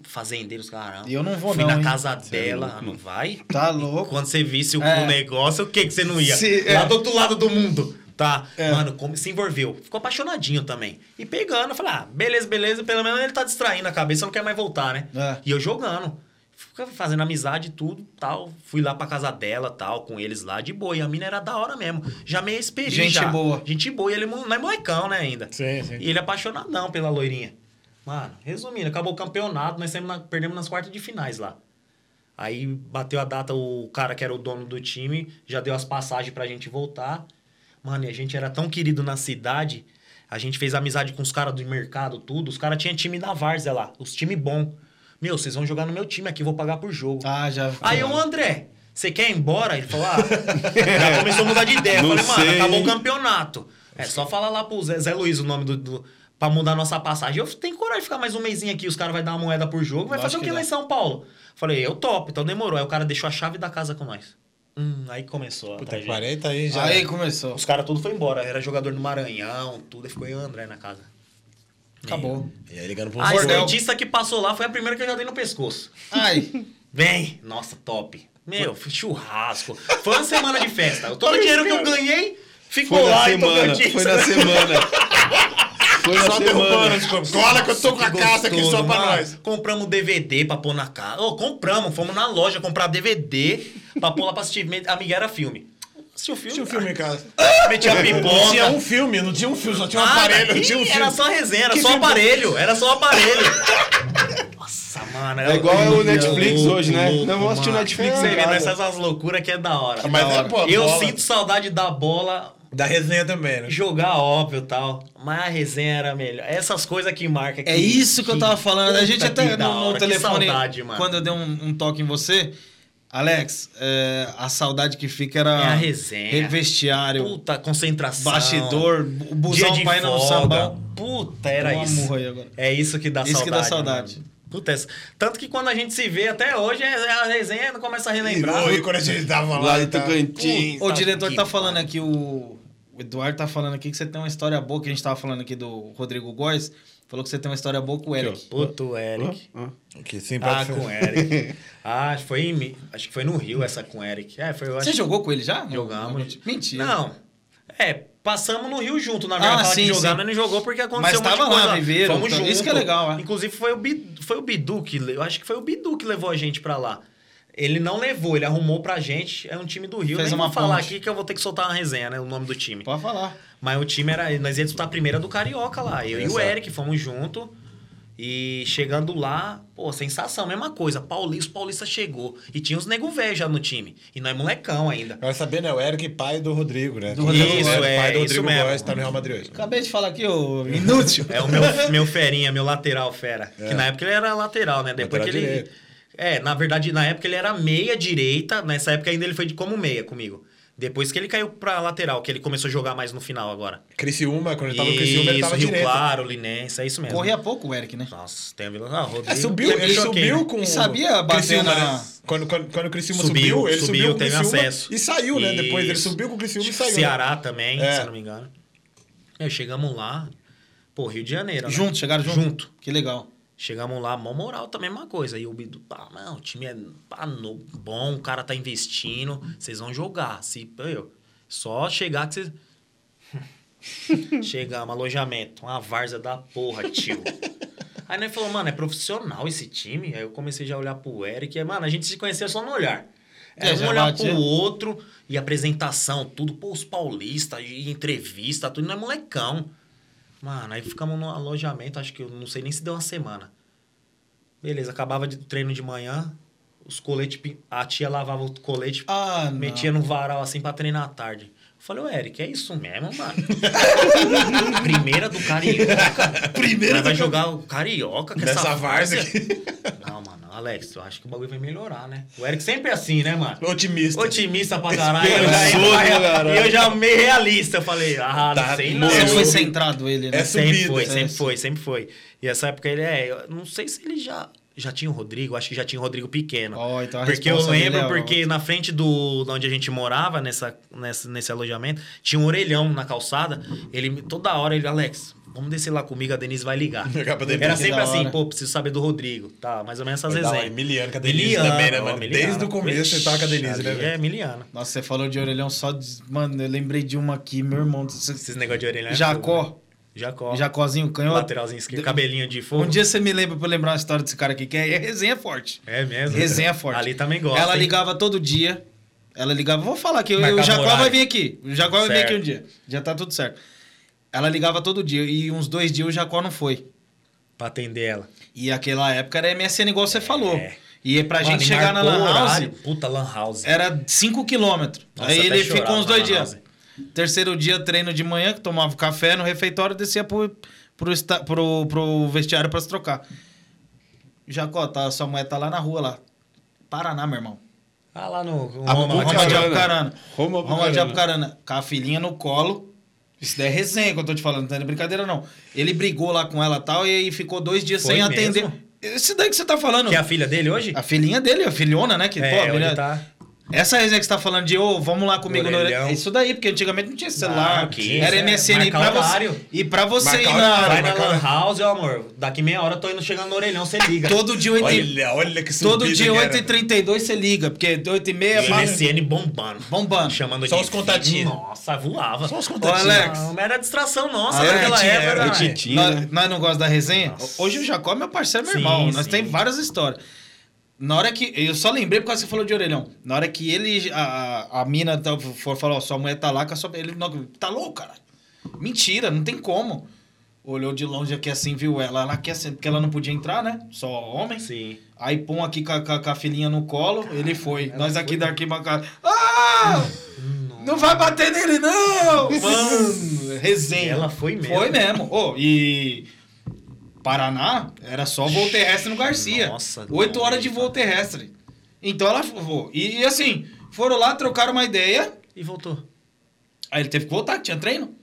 Fazendeiros, caramba. E eu não vou Fui não, na hein? casa Você é dela. louco, Ah, não vai? Tá louco. Quando você visse o É. o negócio, o que que você não ia? Se- é. Lá do outro lado do mundo. Tá, É. mano, como se envolveu. Ficou apaixonadinho também. E pegando, eu falei, ah, beleza, beleza. Pelo menos ele tá distraindo a cabeça, não quer mais voltar, né? É. E eu jogando. Ficava fazendo amizade e tudo, tal. Fui lá pra casa dela, tal, com eles lá, de boa. E a mina era da hora mesmo. Já meio experiente. Gente já. boa. Gente boa. E ele mo- não é molecão, né, ainda. Sim, sim. E ele apaixonadão pela loirinha. Mano, resumindo, acabou o campeonato, nós saímos na- perdemos nas quartas de finais lá. Aí bateu a data, o cara que era o dono do time já deu as passagens pra gente voltar. Mano, e a gente era tão querido na cidade, a gente fez amizade com os caras do mercado, tudo. Os caras tinham time da Várzea lá, os time bom. Meu, vocês vão jogar no meu time aqui, vou pagar por jogo. Ah, já. Aí o André, você quer ir embora? Ele falou, ah, já começou a mudar de ideia. Eu Não falei, mano, sei, acabou o hein?" campeonato. É só falar lá pro Zé, Zé Luiz o nome do, do. pra mudar nossa passagem. Eu tenho coragem de ficar mais um mêsinho aqui, os caras vão dar uma moeda por jogo, vai Lógico fazer o que que lá dá. em São Paulo? Falei, eu topo, então demorou. Aí o cara deixou a chave da casa com nós. Hum, aí começou. a Puta, tragédia. 40 aí já. Aí começou. Os caras todos foi embora, era jogador do Maranhão, tudo, aí ficou eu e o André na casa. Acabou. E aí ligando pro A é Bordel. esquerdista que passou lá foi a primeira que eu já dei no pescoço. Ai. Vem! Nossa, top! Meu, fui churrasco. Foi uma semana de festa. Todo o dinheiro que eu ganhei ficou Foi na lá semana. em Tocantins. Foi na semana. Foi na Só um derrubando semana. os corpos. Cola que eu tô com a Que caça aqui gostoso, só pra mano. nós. Compramos DVD pra pôr na casa. Ô, compramos, fomos na loja comprar DVD pra pôr lá pra assistir. Me- A amiga era filme. Assistiu o filme? Tinha um filme em casa. cara. Metia pipoca. Não tinha um filme, não tinha um filme, só tinha um Ah, aparelho, daí não tinha um filme. Era só resenha, era Que só um filme? aparelho. Era só aparelho. Nossa, mano. É igual o Netflix hoje, né? Não, vamos assistir o mano. Netflix Você em vê, casa. nós faz umas loucuras que é da hora. Mas Da é, hora. pô, Eu bola. sinto saudade da bola. Da resenha também, né? Jogar, óbvio, tal. Mas a resenha era melhor. Essas coisas que marca. É isso que eu tava falando. né? A gente puta que até da no, no hora, que telefone, saudade, mano. quando eu dei um, um toque em você, Alex, é, a saudade que fica era É a resenha. re- vestiário, Puta, concentração. bastidor, o Dia busão de pra ir no folga. sambão. Puta, era Toma isso. murro aí agora. É isso que dá Isso que saudade. dá saudade. mano. Puta, essa- tanto que quando a gente se vê até hoje, é- a resenha começa a relembrar. E, quando a gente tava lá, tá. Lá e em tal. Tocantins. O Puta diretor que tá falando pariu. aqui, o o Eduardo tá falando aqui que você tem uma história boa, que a gente tava falando aqui do Rodrigo Góes, falou que você tem uma história boa com o Eric. Puto Eric. Hã? Hã? Que sim, Ah, pode ser. um com o Eric. ah, foi em, Mi- acho que foi no Rio essa com o Eric. É, foi eu Você acho- jogou com ele já? Não, Jogamos. não, Mentira. Não. É, passamos no Rio junto, na Ah, verdade. Ah, sim, sim, jogar, sim. mas não jogou porque Mas aconteceu um monte de tava lá, coisa. viveram, Fomos então, junto. isso que é legal, é. Inclusive foi o, Bidu, foi o Bidu que... le- Eu acho que foi o Bidu que levou a gente pra lá. Ele não levou, ele arrumou pra gente. É um time do Rio. Fez Nem uma vou falar ponte. aqui que eu vou ter que soltar uma resenha, né? O nome do time. Pode falar. Mas o time era. Nós ia disputar a primeira do Carioca lá. Eu e o Exato. Eric fomos junto. E chegando lá, pô, sensação, mesma coisa. Paulista, Paulista chegou. E tinha uns nego velho já no time. E nós molecão ainda. Agora saber, né? O Eric, pai do Rodrigo, né? Do Rodrigo Isso, Góes. é, pai do isso Rodrigo mesmo. Góes, tá no Real Madrid hoje. Acabei de falar aqui, ô inútil. É o meu, meu ferinha, meu lateral fera. É. Que na época ele era lateral, né? Depois Lateral que ele. direito. É, na verdade, na época ele era meia direita. Nessa época ainda ele foi de como meia comigo. Depois que ele caiu pra lateral, que ele começou a jogar mais no final agora. Criciúma, quando ele tava no Criciúma, ele Isso, tava Rio direito. Claro, Linense, é isso mesmo. Corria pouco o Eric, né? Nossa, tem a Vila. Ah, Rodrigo. É, subiu, ele deixou aqui, subiu né? com. E sabia bater Criciúma, na- né? Quando, quando, quando o Criciúma Subiu, subiu, ele subiu, subiu, com o teve Criciúma acesso. E saiu, né? Depois ele Isso. Tipo, subiu com o Criciúma e saiu. né? Ceará também, É. se eu não me engano. É, chegamos lá, pô, Rio de Janeiro. né? Juntos, chegaram junto? Junto. Que legal. Chegamos lá, mó moral também, mesma coisa. E o Bidu, pá, mano, o time é pá, no- bom, o cara tá investindo, vocês vão jogar. Se, pô, eu, só chegar que vocês. Chegamos, um alojamento, uma várzea da porra, tio. Aí nós falou, mano, é profissional esse time? Aí eu comecei já a olhar pro Eric, e, mano, a gente se conhecia só no olhar. É, É, um já olhar batia. pro outro, e apresentação, tudo, pô, os paulistas, e entrevista, tudo, não é molecão. Mano, aí ficamos no alojamento, acho que eu não sei nem se deu uma semana. Beleza, acabava de treino de manhã, os coletes, pin- a tia lavava o colete, Ah, não. metia no varal assim pra treinar à tarde. Eu falei, ô Eric, é isso mesmo, mano? Primeira do Carioca. Primeira vai jogar o Carioca com Nessa essa várzea várzea. Não, mano, Alex, eu acho que o bagulho vai melhorar, né? O Eric sempre é assim, né, mano? Otimista. Otimista pra caralho. Eu já, Esperançoso, caralho. eu já meio realista. Eu falei, ah, Tá não sei bom. não. Só Eu- foi centrado ele, né? É Sempre subida, foi, é, sempre sim. foi, sempre foi. E essa época ele é. eu não sei se ele já, já tinha o Rodrigo, acho que já tinha o Rodrigo pequeno. Ó, então a É. porque eu responsa dele lembro, é porque na frente do de onde a gente morava, nessa, nessa, nesse alojamento, tinha um orelhão na calçada. Ele me- toda hora ele, Alex, vamos descer lá comigo, a Denise vai ligar. Ligar pra Denise. Era Que sempre da assim, hora. pô, preciso saber do Rodrigo. Tá, mais ou menos essas Foi da hora, resenhas. e Miliano, que a Denise também, né, ó, mano? Desde o começo Vixe, ele tá com a Denise, né, ali velho? É, Miliana. Nossa, você falou de orelhão só. De... Mano, eu lembrei de uma aqui, meu irmão. Esses negócios de orelhão. é fogo, Jacó. né? Jacó. Jacózinho canhoto. Lateralzinho esquerdo, cabelinho de fogo. Um dia você me lembra pra eu lembrar uma história desse cara aqui, que é é resenha forte. É mesmo? Resenha forte. Ali também gosta. Ela hein? ligava todo dia. Ela ligava, vou falar que Marcava o Jacó horário. vai vir aqui. O Jacó vai vir Certo. aqui um dia. Já tá tudo certo. Ela ligava todo dia e uns dois dias o Jacó não foi. Pra atender ela. E aquela época era MSN igual você falou. E pra É. Mano, gente e chegar na marcou Lan o House, É. horário. Puta, Lan House. era 5 km. Nossa, Aí até ele chorava ficou uns dois na dias. Terceiro dia, treino de manhã, que tomava café no refeitório, descia pro, pro, esta- pro, pro vestiário pra se trocar. Jacó, tá, sua mulher tá lá na rua, lá. Paraná, meu irmão. Ah, lá no. no A Roma, lá Roma de que- Apucarana. Roma Roma de Apucarana. Apucarana. Com a filhinha no colo. Isso daí é resenha que eu tô te falando, não é brincadeira não. Ele brigou lá com ela e tal, e aí ficou dois dias Foi sem mesmo? atender. Isso daí que você tá falando. Que é a filha dele hoje? A filhinha dele, a filhona, né? Que, pô, a é, mulher- hoje tá. Essa resenha que você tá falando de, ô, vamos lá comigo no Orelhão. orelhão. Isso daí, porque antigamente não tinha celular. Ah, que era isso, é. MSN. E Marcar pra, horário. você, e pra você Marcar ir na. horário, Vai vai na marcar- Lan House, ó, amor. Daqui meia hora eu tô indo chegando no orelhão, você liga. Todo dia 8 e- Olha, olha que subida. Todo dia que era, 8h32 você liga, porque 8h30 E MSN bombando. Bombando. Chamando Só de os contadinhos. Nossa, voava. Só os Ô, contadinhos. Alex. Não, mas era distração nossa Era, naquela tinha, época. era, né? tinha. Nós, nós não gostamos da resenha? Hoje o Jacó é meu parceiro, meu Sim, irmão. Nós sim. temos várias histórias. Na hora que. Eu só lembrei por causa que você falou de orelhão. Na hora que ele. A, a mina tá- for falar, ó, sua mulher tá lá com a sua. Ele. Não, tá louco, cara. Mentira, não tem como. Olhou de longe aqui assim, viu ela. Ela aqui assim, porque ela não podia entrar, né? Só homem. Sim. Aí pum aqui com a, com a- com a filhinha no colo, ele foi. Nós aqui da arquibancada. Ah! Não vai bater nele, não! Mano, resenha. Ela foi mesmo. Foi mesmo. Ô, e Paraná era só voo terrestre no Garcia. Nossa, Oito não, horas de tá. voo terrestre. Então ela foi. E, e assim, foram lá, trocaram uma ideia. E voltou. Aí ele teve que voltar, que tinha treino.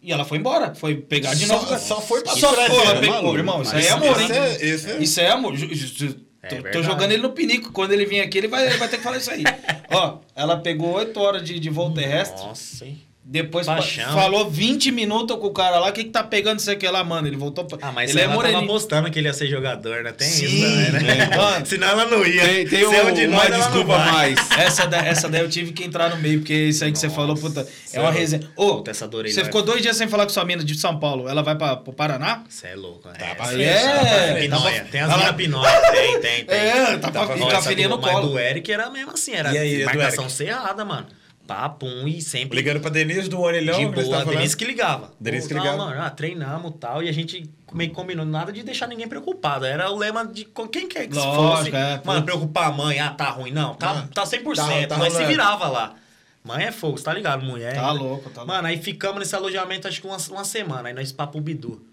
E ela foi embora, foi pegar de Só- novo. só foi pra Só Suécia, foi, ela né, pegou, maluco? irmão. Isso aí Esse- é amor, hein? esse é- esse é- Isso aí é amor. Ju- ju- ju- É tô- tô, verdade. jogando ele no pinico. Quando ele vir aqui, ele vai, ele vai ter que falar isso aí. Ó, ela pegou oito horas de, de voo terrestre. Nossa, hein? Depois fa- Paixão. falou 20 minutos com o cara lá. O que, que tá pegando isso aqui lá, mano? Ele voltou pra. Ah, mas ele é ela tava moreninho. apostando que ele ia ser jogador, né? Tem Sim, isso também, né? é né? Mano, Senão ela não ia. Tem, tem Se é um de um- nós, uma ela não desculpa vai. mais. Essa, da, essa daí eu tive que entrar no meio, porque isso aí que você falou, puta. É uma Sério? resenha. Ô, Puta, essa dor aí né? você vai- ficou dois dias sem falar com sua mina de São Paulo. Ela vai pra, pro Paraná? Você é louco, né? Tá pra Essa- frente, essa- tá pra essa- frente. pinóia. Tem as Tá pra- minas pinóia. Tem, tem, tem. É, tá pra- Nossa, e com a filhinha do- no mas colo. do Eric era mesmo assim, era E aí, do marcação Eric? cerrada, mano. Papo, um e sempre Ligando pra Denise do orelhão. de que boa. você tava A falando. Denise que ligava. Denise que Não, ligava. mano, ah, treinamos e tal. E a gente meio que combinou nada de deixar ninguém preocupado. Era o lema de co- quem quer que Lógico, fosse. é, mano, pô. preocupar a mãe, ah, tá ruim. Não, tá, Ah, tá 100%. tá- tá nós se rolando. virava lá. Mãe é fogo, você tá ligado, mulher. Tá louco, tá louco. Mano, aí ficamos nesse alojamento acho que uma, uma semana. Aí nós papo o Bidu.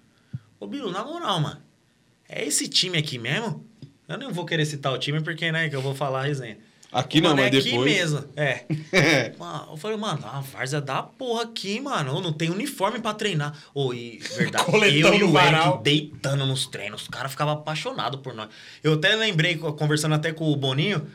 Ô, Bidu, na moral, mano. É esse time aqui mesmo? Eu não vou querer citar o time porque, né, que eu vou falar a resenha. Aqui não, Mano, mas é depois. aqui mesmo. É. Mano, eu falei, mano, a várzea da porra aqui, mano. Eu não tenho uniforme pra treinar. Ô, e verdade, eu Coletão e no o varal. Eric deitando nos treinos. Os caras ficavam apaixonados por nós. Eu até lembrei, co- conversando até com o Boninho.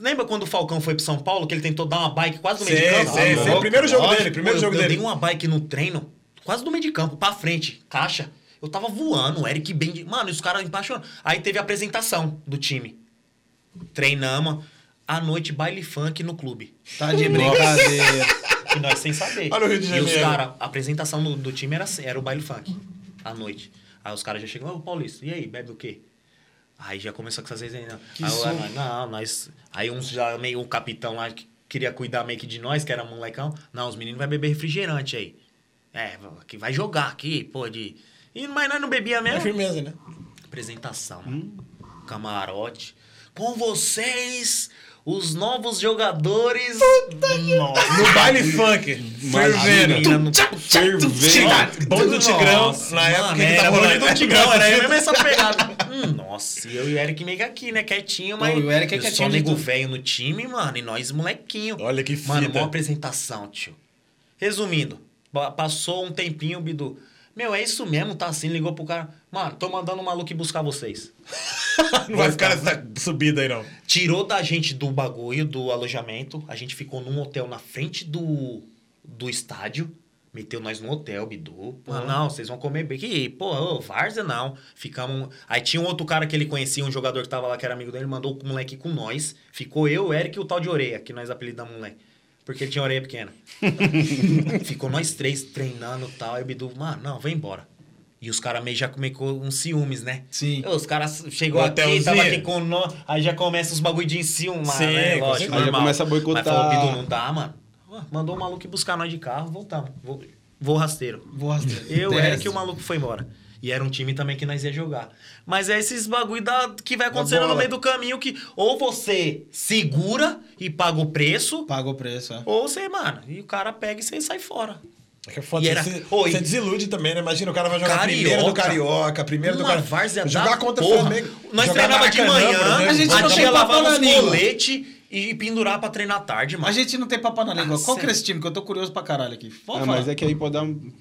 Lembra quando o Falcão foi pro São Paulo, que ele tentou dar uma bike quase no meio de Sei, campo? sei, Ah, sei. louco. Primeiro jogo Lógico. dele, primeiro Pô, eu- jogo dele. Eu dei uma bike no treino, quase no meio de campo, pra frente, caixa. Eu tava voando, o Eric bem... de- Mano, os caras apaixonados. Aí teve a apresentação do time. Treinamos. À noite, baile funk no clube. Tá de brincadeira. E nós sem saber. Olha o Rio de E os Janeiro. caras, a apresentação do, do time era, assim, era o baile funk, à noite. Aí os caras já chegam, ô Paulista, e aí, bebe o quê? Aí já começou com essas vezes aí, não. Aí, eu, "Ah, som. não, nós. Aí uns já meio o capitão lá que queria cuidar meio que de nós, que era molecão. Não, os meninos vai beber refrigerante aí. É, que vai jogar aqui, pô, de. E, mas nós não bebia É mesmo. firmeza, né? Apresentação. né? Camarote. Com vocês, os novos jogadores. Nossa. No baile funk. Mas Fervendo. Menina Tá, no- Fervendo. Bonde do Tigrão. Nossa, Na época mano, que ele era tá tava bonde do rolando. um Tigrão, era eu mesmo né? essa pegada. Hum, nossa, e eu e o Eric meio que aqui, né? Quietinho, mas. Não, e o Eric é eu quietinho Só de nego tudo. velho no time, mano, e nós molequinho. Olha que fita. Mano, uma apresentação, tio. Resumindo, ba- passou um tempinho, Bidu. Meu, é isso mesmo, tá assim, ligou pro cara. Mano, tô mandando o maluco ir buscar vocês. Não vai ficar nessa subida aí, não. Tirou da gente do bagulho, do alojamento. A gente ficou num hotel na frente do, do estádio. Meteu nós no hotel, Bidu. Pô, não, vocês vão comer bem. Que, pô, ô, Várzea não. Ficamos. Aí tinha um outro cara que ele conhecia, um jogador que tava lá, que era amigo dele, mandou o moleque com nós. Ficou eu, o Eric e o tal de Oreia, que nós apelidamos o moleque. Porque ele tinha orelha pequena. Ficou nós três treinando e tal. Aí o Bidu, mano, não, vem embora. E os caras meio já comecou uns ciúmes, né? Sim. Os caras chegou O aqui, hotelzinho. tava aqui com nó, aí já começa os bagulho de em cima, Sim, né? com Lógico, normal. certeza. Aí já começa a boicotar. Mas falou, Bidu, não dá, mano. Ó, Mandou o maluco ir buscar nós de carro, voltamos. Vou, vou rasteiro. Vou rasteiro. Eu, Desce. Eric e o maluco foi embora. E era um time também que nós ia jogar. Mas é esses bagulho da, que vai acontecendo bola. no meio do caminho que ou você segura e paga o preço, Paga o preço, é. ou você, mano, e o cara pega e você sai fora. É que é foda. E era- Você, Oi. você desilude também, né? Imagina, o cara vai jogar primeiro do Carioca. Carioca, primeiro do Uma Carioca. várzea da Jogar contra o porra. Flamengo. Nós jogar né? treinava de Maracanã, por A manhã, a exemplo. gente não gente tem lavava papo na os língua. colete e pendurar pra treinar à tarde, mano. A gente não tem papo na língua. Qual Ah, que sério? era esse time? Que eu tô curioso pra caralho aqui. Pode Ah, falar. mas é que aí pode dar um.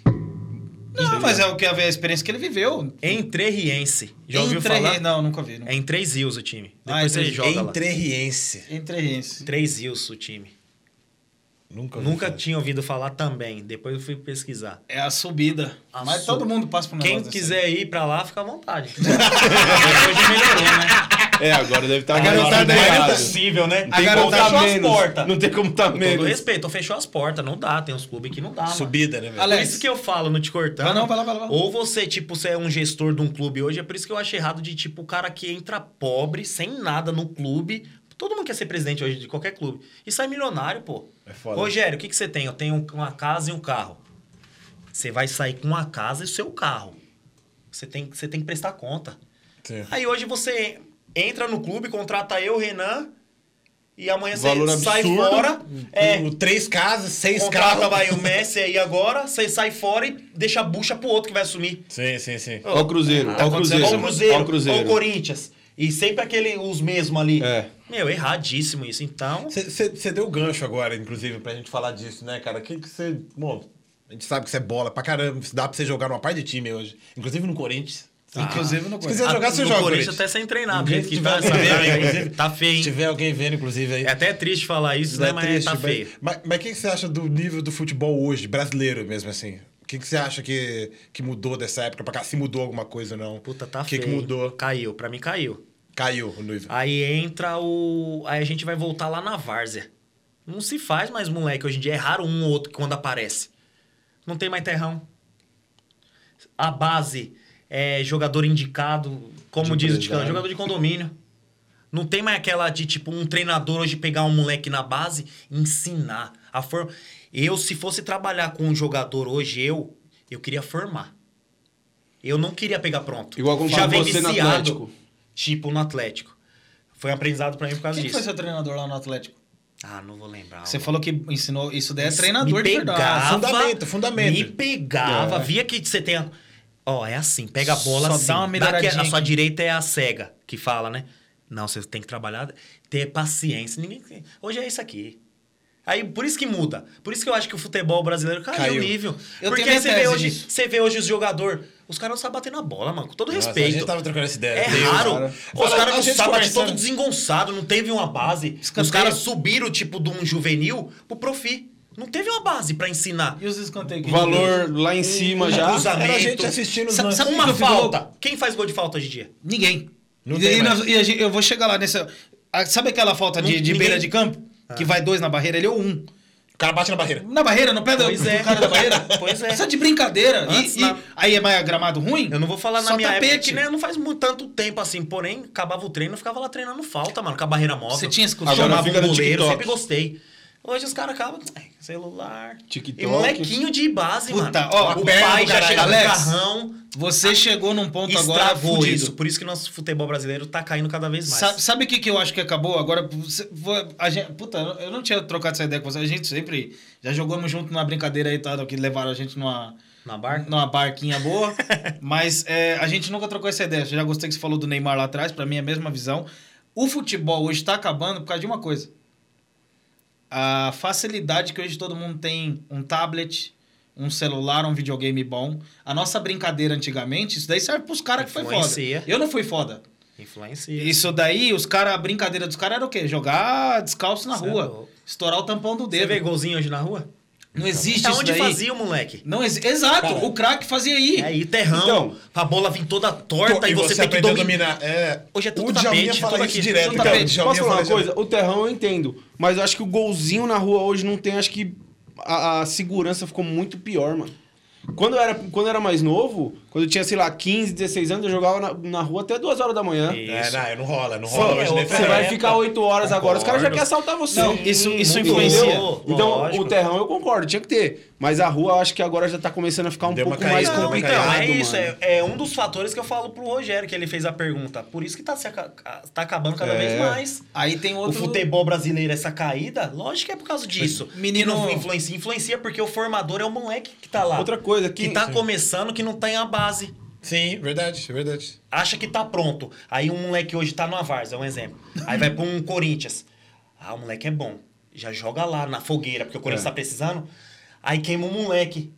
Não, mas é o que a a experiência que ele viveu. Entrerriense. Já ouviu Entre- falar? Não, nunca vi. Nunca. É em Três Rios o time. Ah, Depois em você Três- joga lá. Entrerriense. Entreense. Três Rios o time. Nunca ouvi Nunca falar. tinha ouvido falar também. Depois eu fui pesquisar. É a subida. A mas su- todo mundo passa por um Quem negócio desse. quiser ir pra lá, fica à vontade. Hoje melhorou, né? É, agora deve estar. A garotada errado. aí, Não é errado. possível, né? A garotada Fechou as menos. portas. Não tem como tá Com todo menos. respeito, fechou as portas. Não dá, tem uns clubes que não dá, mano. Subida, né, velho? Ale- Por isso que eu falo, não te cortando. Vai Tá? não, vai lá, vai lá, vai lá. Ou você, tipo, você é um gestor de um clube hoje, é por isso que eu acho errado de, tipo, o cara que entra pobre, sem nada no clube. Todo mundo quer ser presidente hoje de qualquer clube. E sai milionário, pô. É foda. Rogério, o que, que você tem? Eu tenho um- uma casa e um carro. Você vai sair com uma casa e o seu carro. Você tem, você tem que prestar conta. Sim. Aí hoje você entra no clube, contrata eu, Renan, e amanhã Valor você sai absurdo. fora. É, O- o Hum. Três casas, seis Contrata carros. vai o Messi aí agora, você sai fora e deixa a bucha pro outro que vai assumir. Sim, sim, sim. Ó o Cruzeiro, Tá ó o É um Cruzeiro, Ou o Cruzeiro, ó o Cruzeiro. ou o Corinthians. E sempre aquele, os mesmos ali. É. Meu, erradíssimo isso. Então, Você deu gancho agora, inclusive, pra gente falar disso, né, cara? Que que você. Bom, a gente sabe que você é bola pra caramba. Dá pra você jogar numa par de time hoje. Inclusive no Corinthians. Tá. Inclusive no Se quiser Corinthians. jogar, a- você no joga. Corinthians até sem treinar, do jeito que tá, Se tiver alguém vendo, essa- inclusive, tá feio, hein? Se tiver alguém vendo, inclusive, aí. é até triste falar isso, né? É Mas triste, tá mas- feio. Mas mas o que que você acha do nível do futebol hoje, brasileiro mesmo assim? O que que você acha que, que mudou dessa época pra cá? Se mudou alguma coisa ou não? Puta, tá O que feio. que mudou? Caiu, pra mim caiu. Caiu o nível. Aí entra o. Aí a gente vai voltar lá na várzea. Não se faz mais, moleque. Hoje em dia é raro um ou outro que quando aparece. Não tem mais terrão. A base é jogador indicado, como De diz o Ticão, empresário. jogador de condomínio. Não tem mais aquela de, tipo, um treinador hoje pegar um moleque na base e ensinar. A forma. Eu, se fosse trabalhar com um jogador hoje, eu, eu queria formar. Eu não queria pegar pronto. Igual como Já fala vem você no viciado, Atlético. Tipo, no Atlético. Foi um aprendizado pra mim por causa Quem que disso. foi seu treinador lá no Atlético? Ah, não vou lembrar. Você mano. falou que ensinou. Isso daí é treinador Me de verdade. Fundamento, fundamento. Me pegava, via que você tem. a- Ó, é assim, pega a bola Só assim. dá uma daqui a- melhoradinha a sua aqui. direita é a cega, que fala, né? Não, você tem que trabalhar, ter paciência. Ninguém hoje é isso aqui. Aí por isso que muda. Por isso que eu acho que o futebol brasileiro caiu, Caiu. nível. Eu Porque tenho minha você vê tese hoje, disso. você vê hoje os jogadores, os caras não sabem bater na bola, mano. Com todo Nossa, respeito. a gente tá tava trocando essa ideia. um É Deus, raro. cara. Pô, Os Fala- caras a não gente sabem, bate conversando. todo desengonçado, não teve uma base. Escanteio. Os caras subiram, tipo, de um juvenil pro profi. Não teve uma base pra ensinar. E os escanteios? que Valor lá em cima já. Cruzamento. Era a gente assistindo os Sa- lances. sabe Sabe uma o que eu fico falta. Quem faz gol de falta hoje em dia? Ninguém. Não e, tem e mais. nós- e a gente- eu vou chegar lá nessa. a- sabe aquela falta de, Não- de beira ninguém- Ah. de campo? Que vai dois na barreira, ele ou um. O cara bate na barreira. Na barreira, no pé do, Pois é. do cara da barreira? Pois é. Só de brincadeira. E- Antes e- na- aí é mais gramado ruim? Eu não vou falar na Só minha época, tapete. que, né, não faz muito tanto tempo assim, porém, acabava o treino, eu ficava lá treinando falta, mano, com a barreira móvel. Você tinha escutado? Agora Chamava fica um no goleiro, TikTok. sempre gostei. Hoje os caras acabam, ai, celular, TikTok. e molequinho de base, Puta, mano. ó, o a perna pai do já caralho. chega com Alex, carrão, Você chegou num ponto agora estragou fudido. isso. é Por isso que nosso futebol brasileiro tá caindo cada vez mais. Sa- Sabe o que, que eu acho que acabou? Agora, você- vou- a gente- puta, eu não- eu não tinha trocado essa ideia com você. A gente sempre já jogamos junto numa brincadeira aí, tá, que levaram a gente numa, Na barca? numa barquinha boa. mas é, a gente nunca trocou essa ideia. Eu já gostei que você falou do Neymar lá atrás, pra mim é a mesma visão. O futebol hoje tá acabando por causa de uma coisa. A facilidade que hoje todo mundo tem um tablet, um celular, um videogame bom. A nossa brincadeira antigamente, isso daí serve pros caras que foi foda. Influencia. Eu não fui foda. Influencia. Isso daí, os caras, a brincadeira dos caras era o quê? Jogar descalço na Cê é rua. louco. Estourar o tampão do Você vê dedo. golzinho hoje na rua? Não existe Tá isso onde daí. fazia o moleque? Não exi- Exato, Cara. o craque fazia aí. É aí, terrão. Então. a bola vir toda torta Pô, e você, tem que Então, aprendeu a dominar. dominar. É, Hoje é tudo o Djalminha tapete, fala tudo isso aqui, direto, tudo cara. tapete. O Djalminha Posso falar uma fala isso coisa? O terrão eu entendo. Mas eu acho que o golzinho na rua hoje não tem. Acho que a, a segurança ficou muito pior, mano. Quando eu, era, quando eu era mais novo, quando eu tinha, sei lá, 15, 16 anos, eu jogava na, na rua até 2 horas da manhã. E- É, Isso. não, não rola, não Sim, rola é hoje. né? outra Você vai época. ficar 8 horas agora, os caras já Concordo. querem assaltar você. Não, isso, isso muito influencia. bom. Então, Lógico. o terrão eu concordo, tinha que ter. Mas a rua eu acho que agora já tá começando a ficar um Deu uma pouco mais caída, deu uma complicado. caída. Então, é isso. mano. É, é um dos fatores que eu falo pro Rogério, que ele fez a pergunta. Por isso que tá, se aca- tá acabando cada É. vez mais. Aí tem O outro. futebol brasileiro, essa caída, lógico que é por causa disso. Menino- Que não influencia, influencia porque o formador é o moleque que tá lá. Outra coisa que que- tá Sim. começando, que não tem a base. Sim, verdade, verdade. Acha que tá pronto. Aí um moleque hoje tá no Varsa, é um exemplo. Aí vai pra um Corinthians. Ah, o moleque é bom. Já joga lá na fogueira, porque o Corinthians É. tá precisando. Aí queima o moleque.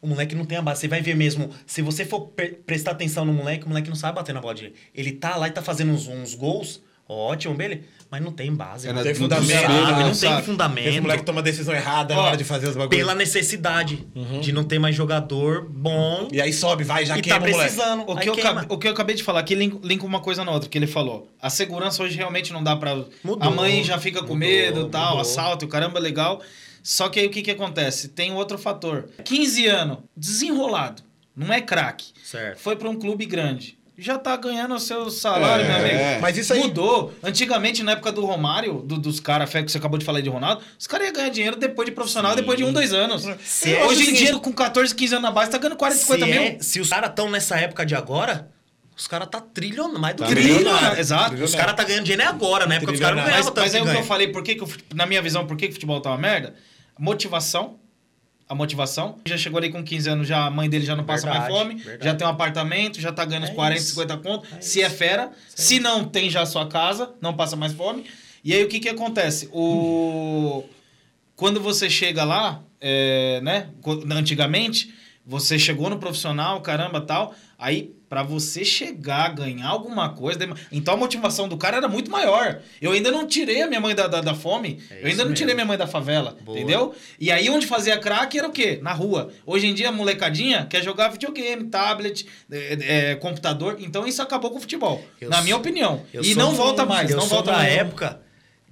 O moleque não tem a base. Você vai ver mesmo. Se você for pre- prestar atenção no moleque, o moleque não sabe bater na bola direito. Ele tá lá e tá fazendo uns, uns gols. Ótimo, beleza. Mas não tem base. É, mano. né? Não tem Não fundamento. sabe, né? não tem sabe. fundamento. Esse moleque toma decisão errada na Ó, hora de fazer os bagulhos. Pela necessidade de não ter mais jogador bom E aí sobe, vai, já e tá queima o moleque. precisando. O Aí que, eu queima. acabei, o que eu acabei de falar aqui lin- linka uma coisa na outra que ele falou. A segurança hoje realmente não dá pra. Mudou, a mãe já fica com mudou, medo tal, mudou. assalto, caramba, legal. Só que aí o que, que acontece? Tem outro fator. 15 anos, desenrolado, não é craque. Certo. Foi pra um clube grande. Já tá ganhando o seu salário, É, meu amigo. é. Mas isso aí- Mudou. Antigamente, na época do Romário, do- dos caras, fé que você acabou de falar aí de Ronaldo, os caras iam ganhar dinheiro depois de profissional, depois de um, dois anos. Se- Hoje em se- dia, com 14, 15 anos na base, tá ganhando 40, 50 se, mil. é- se os caras estão nessa época de agora, os caras tá trilhão, mais do Tá que Trilhão, trilhão. Exato. Os caras tá ganhando dinheiro é agora, na época os caras não Trilhão, Mas, ganhavam tanto mas é que o que eu ganha. falei, por que que o fute- na minha visão, por que, que o futebol tá uma merda? Motivação. A motivação. Já chegou ali com 15 anos, já a mãe dele já não passa Verdade, mais fome, verdade. já tem um apartamento, já tá ganhando uns É 40, isso. 50 conto. É se é fera, se não tem já a sua casa, não passa mais fome. E aí o que que acontece? O quando você chega lá, é, né? quando- Antigamente, você chegou no profissional, caramba, tal. Aí, pra você chegar, ganhar alguma coisa. dema- Então a motivação do cara era muito maior. Eu ainda não tirei a minha mãe da, da, da fome. É eu isso ainda não tirei minha mesmo. mãe da favela. Boa. Entendeu? E aí, onde fazia craque era o quê? Na rua. Hoje em dia, a molecadinha quer jogar videogame, tablet, é, é, computador. Então isso acabou com o futebol. Eu na sou- minha opinião. Eu E sou- um não volta mais. Eu não sou volta da mais. época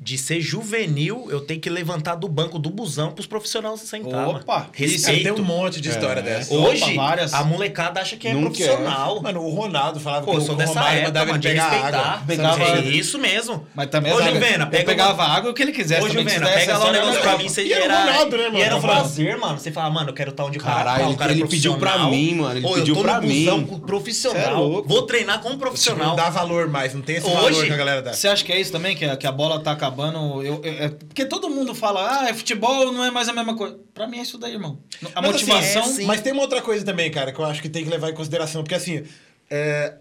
de ser juvenil, eu tenho que levantar do banco do busão pros profissionais sentar. mano. Opa, Isso aí tem Respeito. É. um monte de história dessa. Hoje, Opa, várias. a molecada acha que é Não quer. profissional. Mano, o Ronaldo falava Pô, que eu o sou o dessa Romário época, mandava ele mano, de pegar a respeitar. água. Pegava- É isso mesmo. Mas também Ô, sabe, Juvena, eu pega uma- pegava ágil água o que ele quisesse. Ô, também, se Juvena, desse pega lá um essa, negócio eu pra não- mim, você E era o gerar. Ronaldo, né, mano? E era um Ronaldo. prazer, mano. Você fala, mano, eu quero estar onde o cara Caralho, tá, o cara é ele pediu pra profissional. mim, mano, ele Ou pediu eu tô pra no busão mim. com o Cê é profissional. louco. Vou treinar com um Tipo, profissional. não dá valor mais, não tem esse valor Hoje- que a galera dá. Você acha que é isso também? Que a, que a bola tá acabando? Eu, eu- é- porque todo mundo fala, ah, é futebol, não é mais a mesma coisa. Pra mim é isso daí, irmão. A Mas, assim, motivação. é, sim. Mas tem uma outra coisa também, cara, que eu acho que tem que levar em consideração, porque assim, é,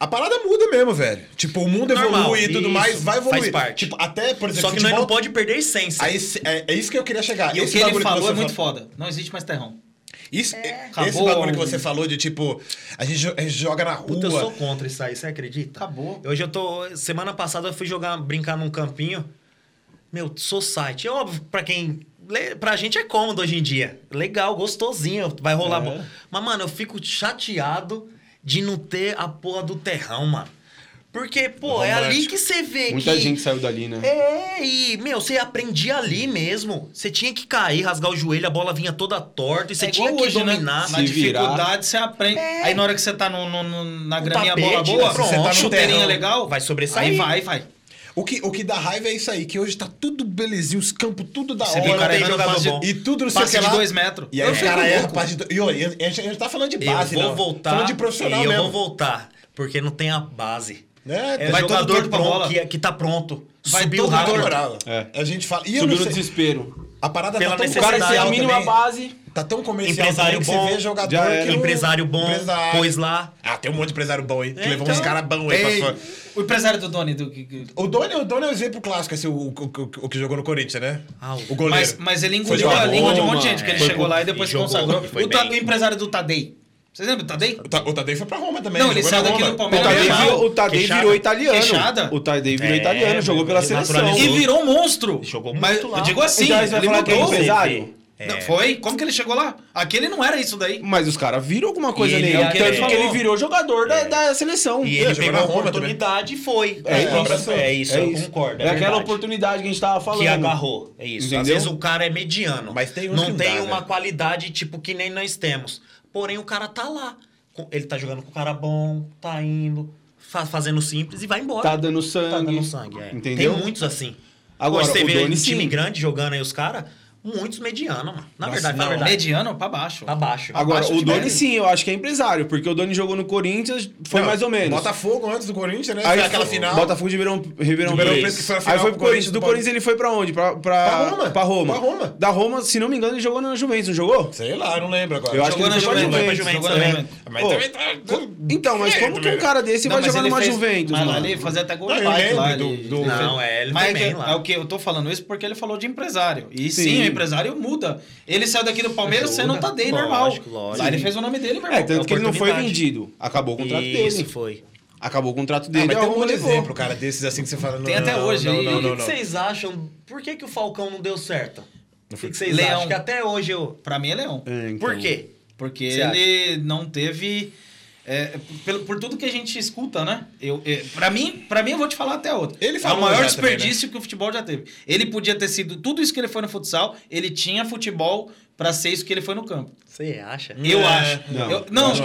A parada muda mesmo, velho. Tipo, o mundo Normal, evolui e tudo isso, mais, vai evoluir. faz parte. Tipo, até, por exemplo, Só que nós não pode perder a essência. Aí, se- é, é isso que eu queria chegar. E o Esse que ele bagulho falou você é muito foda. Não existe mais terrão. Isso, é, Esse Acabou. bagulho que você falou de tipo, a gente, jo- a gente joga na rua. Puta, eu sou contra isso aí, você acredita? Acabou. Hoje eu tô. Semana passada eu fui jogar, brincar num campinho. Meu, society. É óbvio, pra quem. le- Pra gente é cômodo hoje em dia. Legal, gostosinho, vai É. rolar. bom. Mas, mano, eu fico chateado de não ter a porra do terrão, mano. Porque, pô, é ali que você vê Muita que. gente saiu dali, né? É, e, meu, você aprendia ali mesmo. Você tinha que cair, rasgar o joelho, a bola vinha toda torta e você É tinha igual que hoje, né? dominar. Na Se virar. dificuldade você aprende. Aí na hora que você tá no, no- no- na É. Um graminha tapete, bola boa, né? Pronto. você tá no chuteirinha terrão. legal, Vai sobressair. Aí vai, vai. O que, o que dá raiva é isso aí, que hoje tá tudo belezinho, os campos tudo da Você vê hora. o cara tem errando jogador passe de- bom. E tudo não sei o Passe que de lá. dois metros. E aí Eu o fico cara erra louco. passe de dois... E olha, a gente, a gente tá falando de base, eu vou não. voltar. Falando de profissional e eu mesmo. vou voltar, porque não tem a base. É, É tem vai jogador jogador torto pra pronto, bola. Que, que tá pronto. Vai Subiu todo rápido. torto. Moral. É. A gente fala... E eu não Subiu no sei... desespero. A parada Pela tá tão O cara Necessidade tem a comercial mínima também. base. Tá tão comercial Empresário também que bom, você vê jogador... já era. que não- Empresário bom, Empresário. pôs lá. Ah, tem um monte de empresário bom aí, que É, levou então. uns caras bons aí Ei, pra fora. o empresário do Doni, do que- que- O Doni, o Doni é o exemplo clássico, esse, o, o- o- o que jogou no Corinthians, né? Ah, o- o goleiro. Mas, mas ele Foi engoliu jogar a bola. língua de um monte de mano. gente, que ele É. chegou lá e depois E se jogou, consagrou. e foi O, ta- bem. o empresário do Tadei. Vocês lembram do Tadei? O, Ta- o Tadei foi pra Roma também. Não, ele jogou saiu na daqui Roma. do O Palmeiras. Tadei Queixada. virou, o Tadei Queixada. virou italiano. Queixada. O Tadei virou É, italiano, jogou pela naturalizou. seleção. E virou um monstro. Jogou Mas muito lá. eu digo assim, Então, aí você vai ele falar que é mudou. empresário? É. Não, foi? Como que ele chegou lá? Aquele não era isso daí. Mas os caras viram alguma coisa E ele nele. é o que Tanto ele que falou. ele virou jogador da, da seleção. E É, ele jogou pegou a na Roma oportunidade e foi. É, isso, abraçou. é isso, É eu isso. concordo. É, aquela verdade. oportunidade que a gente tava falando. que agarrou. É isso. Às Entendeu? vezes o cara é mediano. Mas tem uns que Não não tem dá, uma né? qualidade, tipo, que nem nós temos. Porém, o cara tá lá. Com- Ele tá jogando com o cara bom, tá indo, fa- fazendo simples e vai embora. Tá dando sangue. Tá dando sangue, é. Entendeu? Tem muitos assim. Agora, Hoje você o vê Doni, um time sim. grande jogando aí os caras, muitos mediano, mano. Na Nossa, verdade, na não. verdade. Mediano pra baixo. Tá baixo. Agora, Acho o que Doni deve. sim, eu acho que é empresário, porque o Doni jogou no Corinthians, foi Não, mais ou menos. Botafogo antes do Corinthians, né? Aí Foi aquela final. Botafogo de Ribeirão, Ribeirão, De Preto. Ribeirão Preto, que foi a Aí final foi pro pro Corinthians. Do Corinthians. Corinthians ele foi pra onde? Pra, pra, Pra Roma. Pra Roma. Pra Roma. Da Roma, se não me engano, ele jogou na Juventus, não jogou? Sei lá, eu não lembro agora. Eu acho Jogou que na ele foi pra Juventus, Juventus. foi pra jogou Juventus também. na Mas Ô, também tá... Então, mas É, como que um também. cara desse Não, vai mas jogar ele numa fez- Juventus, mas lá mano? ele fazia até gol Não, de eu bike lá. ele- lembro do- ele do- fez- Não, é, ele mas foi bem é, lá. é o que eu tô falando isso porque ele falou de empresário. E sim, Sim. o empresário muda. Ele saiu daqui do Palmeiras sendo um Tadei Lógico, normal. lógico. Lá ele fez o nome dele, meu irmão. É, tanto que ele não foi oportunidade. vendido. Acabou o contrato Isso dele. foi. Acabou o contrato Ah, dele. mas a tem um Roma bom levou. exemplo, cara, desses assim que você fala... não, Tem até não, hoje Não, aí. não, E o não, que que não. vocês acham? Por que, que o Falcão não deu certo? O que, que vocês Leão. acham? Que até hoje eu. Pra mim é Leão. É, então. Por quê? Porque Você ele não teve. é, pelo, por tudo que a gente escuta, né? Eu, é, pra mim, para mim, eu vou te falar até outro. Ele é o falou maior já né? desperdício que o futebol já teve. Ele podia ter sido tudo isso que ele foi no futsal, ele tinha futebol pra ser isso que ele foi no campo. Você acha? Eu É, acho. não, Eu- Não, eu não, acho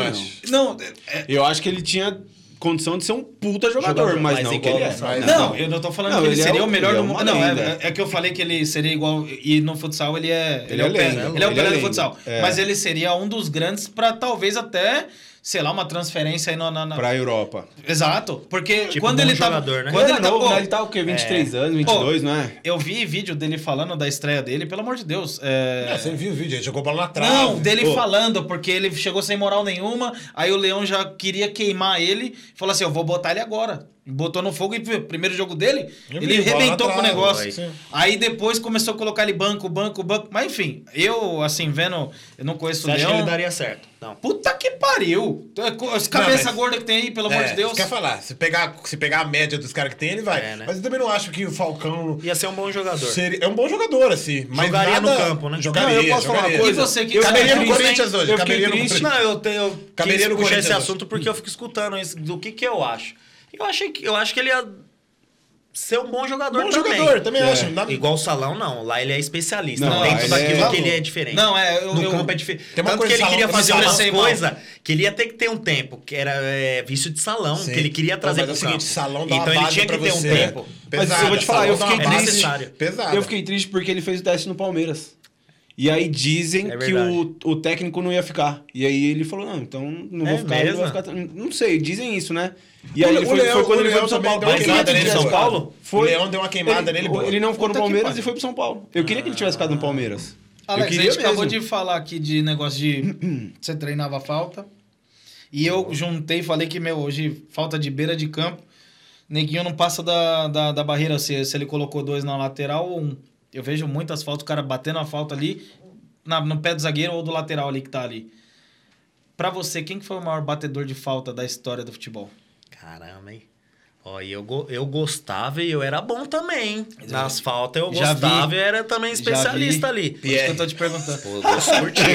é- é- Eu acho que ele tinha condição de ser um puta jogador, Jogador, mas, mas não é que ele é. igual- mas- não, eu não tô falando Não, que ele, ele é seria um- o melhor ele é do mundo. uma Não, lenda. é, é que eu falei que ele seria igual. E no futsal ele é. Ele, é, o Ele é Pelé. lenda, Ele é o ele é Pelé do lenda. futsal. É. Mas ele seria um dos grandes pra talvez até, sei lá, uma transferência aí na- na- na, Pra Europa. Exato, porque Tipo, quando bom ele tá jogador, né? quando ele, tá, novo, pô, né? Ele tá o quê? 23 anos, 22, não é? eu vi vídeo dele falando da estreia dele, pelo amor de Deus. é- É, Você viu o vídeo, ele jogou bola na trave. Não, dele Pô, falando, porque ele chegou sem moral nenhuma, aí o Leão já queria queimar ele, falou assim, eu vou botar ele agora. Botou no fogo e viu, primeiro jogo dele, Eu ele vi, bola arrebentou na com o trave, negócio. sim. Aí depois começou a colocar ele banco, banco, banco, mas enfim, eu assim, vendo, eu não conheço Você o acha que ele Leão... daria certo? Não. Puta que pariu! As cabeça mas- gorda que tem aí, pelo amor é, de Deus. isso que eu ia falar, se pegar, se pegar a média dos caras que tem, ele vai. É, né? Mas eu também não acho que o Falcão... Ia ser um bom jogador. seria- é um bom jogador, assim. Mas Jogaria nada- no campo, né? Jogaria, Não, eu posso falar uma jogaria. E coisa? você que tá Eu Cara, fiquei Caberia no triste, hein? Corinthians hoje. Eu fiquei caberia no triste. Corinthians. Não, eu tenho. eu quis Cabeleireiro do puxar Corinthians esse hoje. assunto porque eu fico escutando isso, do que que eu acho. Eu achei que eu acho que ele ia ser um bom jogador Bom também. jogador, também É. acho. Nada- Igual o Salão, não. Lá ele é especialista. Não, Dentro ele daquilo é- que ele é diferente. Não, é, eu- no eu- campo é diferente. Tem uma Tanto que coisa ele do Salão queria que eu fazer me umas comecei mal. coisas que ele ia ter que ter um tempo, que era é, vício de salão, Sim. que ele queria Então, trazer mas é o pro campo. seguinte, salão dá então uma ele base tinha que pra ter você. É. um tempo. Mas eu vou te falar, salão eu dá fiquei uma base triste. É Pesada. Eu fiquei triste porque ele fez o teste no Palmeiras. E aí dizem É que o, verdade. o técnico não ia ficar. E aí ele falou, não, então não vou É ficar, não mesmo? vai ficar. Não sei, dizem isso, né? E O aí Le- ele o foi, Leão- foi quando o ele foi Leão pro São também Paulo. deu uma Mas antes queimada de nele, São pô. Paulo, Foi. O Leão deu uma queimada ele, nele, boa. ele não ficou no Puta que Palmeiras pariu. e foi pro São Paulo. Eu queria que ele tivesse ficado no Palmeiras. Alex, eu a queria gente acabou mesmo. de falar aqui de negócio de você treinava falta. E eu juntei e falei que, meu, hoje falta de beira de campo. Neguinho não passa da, da, da barreira se, se ele colocou dois na lateral ou um. Eu vejo muitas faltas, o cara batendo a falta ali na, no pé do zagueiro ou do lateral ali que tá ali. Pra você, quem que foi o maior batedor de falta da história do futebol? Caramba, hein? Ó, e eu, go- eu gostava e eu era bom também. hein? Nas faltas eu Já vi. gostava e era também Já especialista vi. ali. Por isso que eu tô te perguntando. Pô, eu gosto- curtia.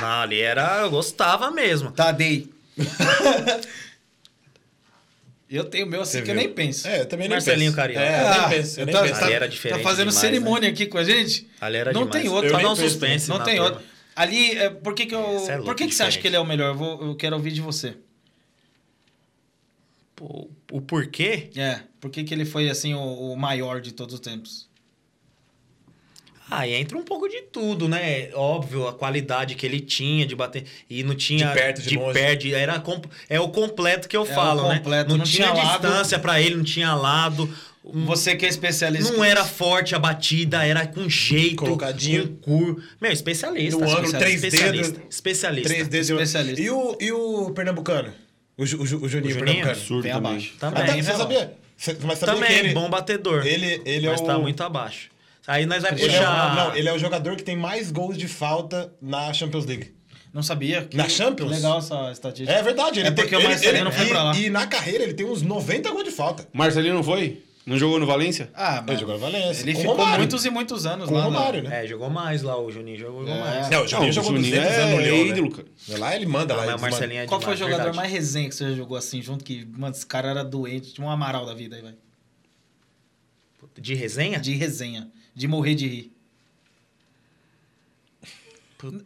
Não, ali era. Eu gostava mesmo. Tadei. eu tenho o meu assim que eu viu? nem penso. É, eu também nem Marcelinho penso. Carioca. É, eu Ah, nem penso. Eu nem tá, penso. tá- Ali era diferente Tá fazendo demais, né? cerimônia aqui com a gente? Ali era não demais. tem outro. Pra Eu dar um nem penso, suspense. Não na tem turma. outro. Ali, é, por que que eu... Cê é louco, por que que você acha diferente. que ele é o melhor? Eu, vou- eu quero ouvir de você. Pô, o porquê? É, por que que ele foi, assim, o, o maior de todos os tempos? Ah, e entra um pouco de tudo, né? Óbvio, a qualidade que ele tinha de bater. E não tinha. De perto, de longe. perto, era comp- é o completo que eu É o falo, né? completo, Não, não tinha, tinha lado. distância pra ele, não tinha lado. Você que é especialista... Não era forte a batida, era com jeito. Colocadinho. Com cur... Meu, especialista. No ângulo, especialista, três especialista, dedos. Especialista. 3D de Especialista. E o, e o Pernambucano? O, Ju- o, Ju- O o Juninho, Juninho? Pernambucano. Absurdo Bem também. abaixo. Ah, tá, Também, você não. sabia? Você- mas sabia Também, que ele, bom batedor. ele- ele é mas tá o- muito abaixo. Aí nós vai ele é, o- puxar. não, ele é o jogador que tem mais gols de falta na Champions League. Não sabia? Que- Na Champions? que legal essa estatística. É verdade. Ele é porque tem, o ele- Marcelinho ele- não foi e, pra lá. E na carreira ele tem uns 90 gols de falta. Marcelinho não foi? Não jogou no Valência? Ah, Ele mas jogou no Valência. ele com o ficou Romário. muitos e muitos anos Com o lá. né? Romário, né? É, jogou mais lá o Juninho, jogou É. mais. É, o Juninho Não, jogou o Juninho 200 é anulhou, né? ídolo, cara. Vai Lá ele manda lá. Mas ele o manda. Marcelinho é Qual foi o demais, jogador verdade. mais resenha que você já jogou assim, junto que, mano, esse cara era doente, tinha um amaral da vida aí, vai. De resenha? De resenha, de morrer de rir.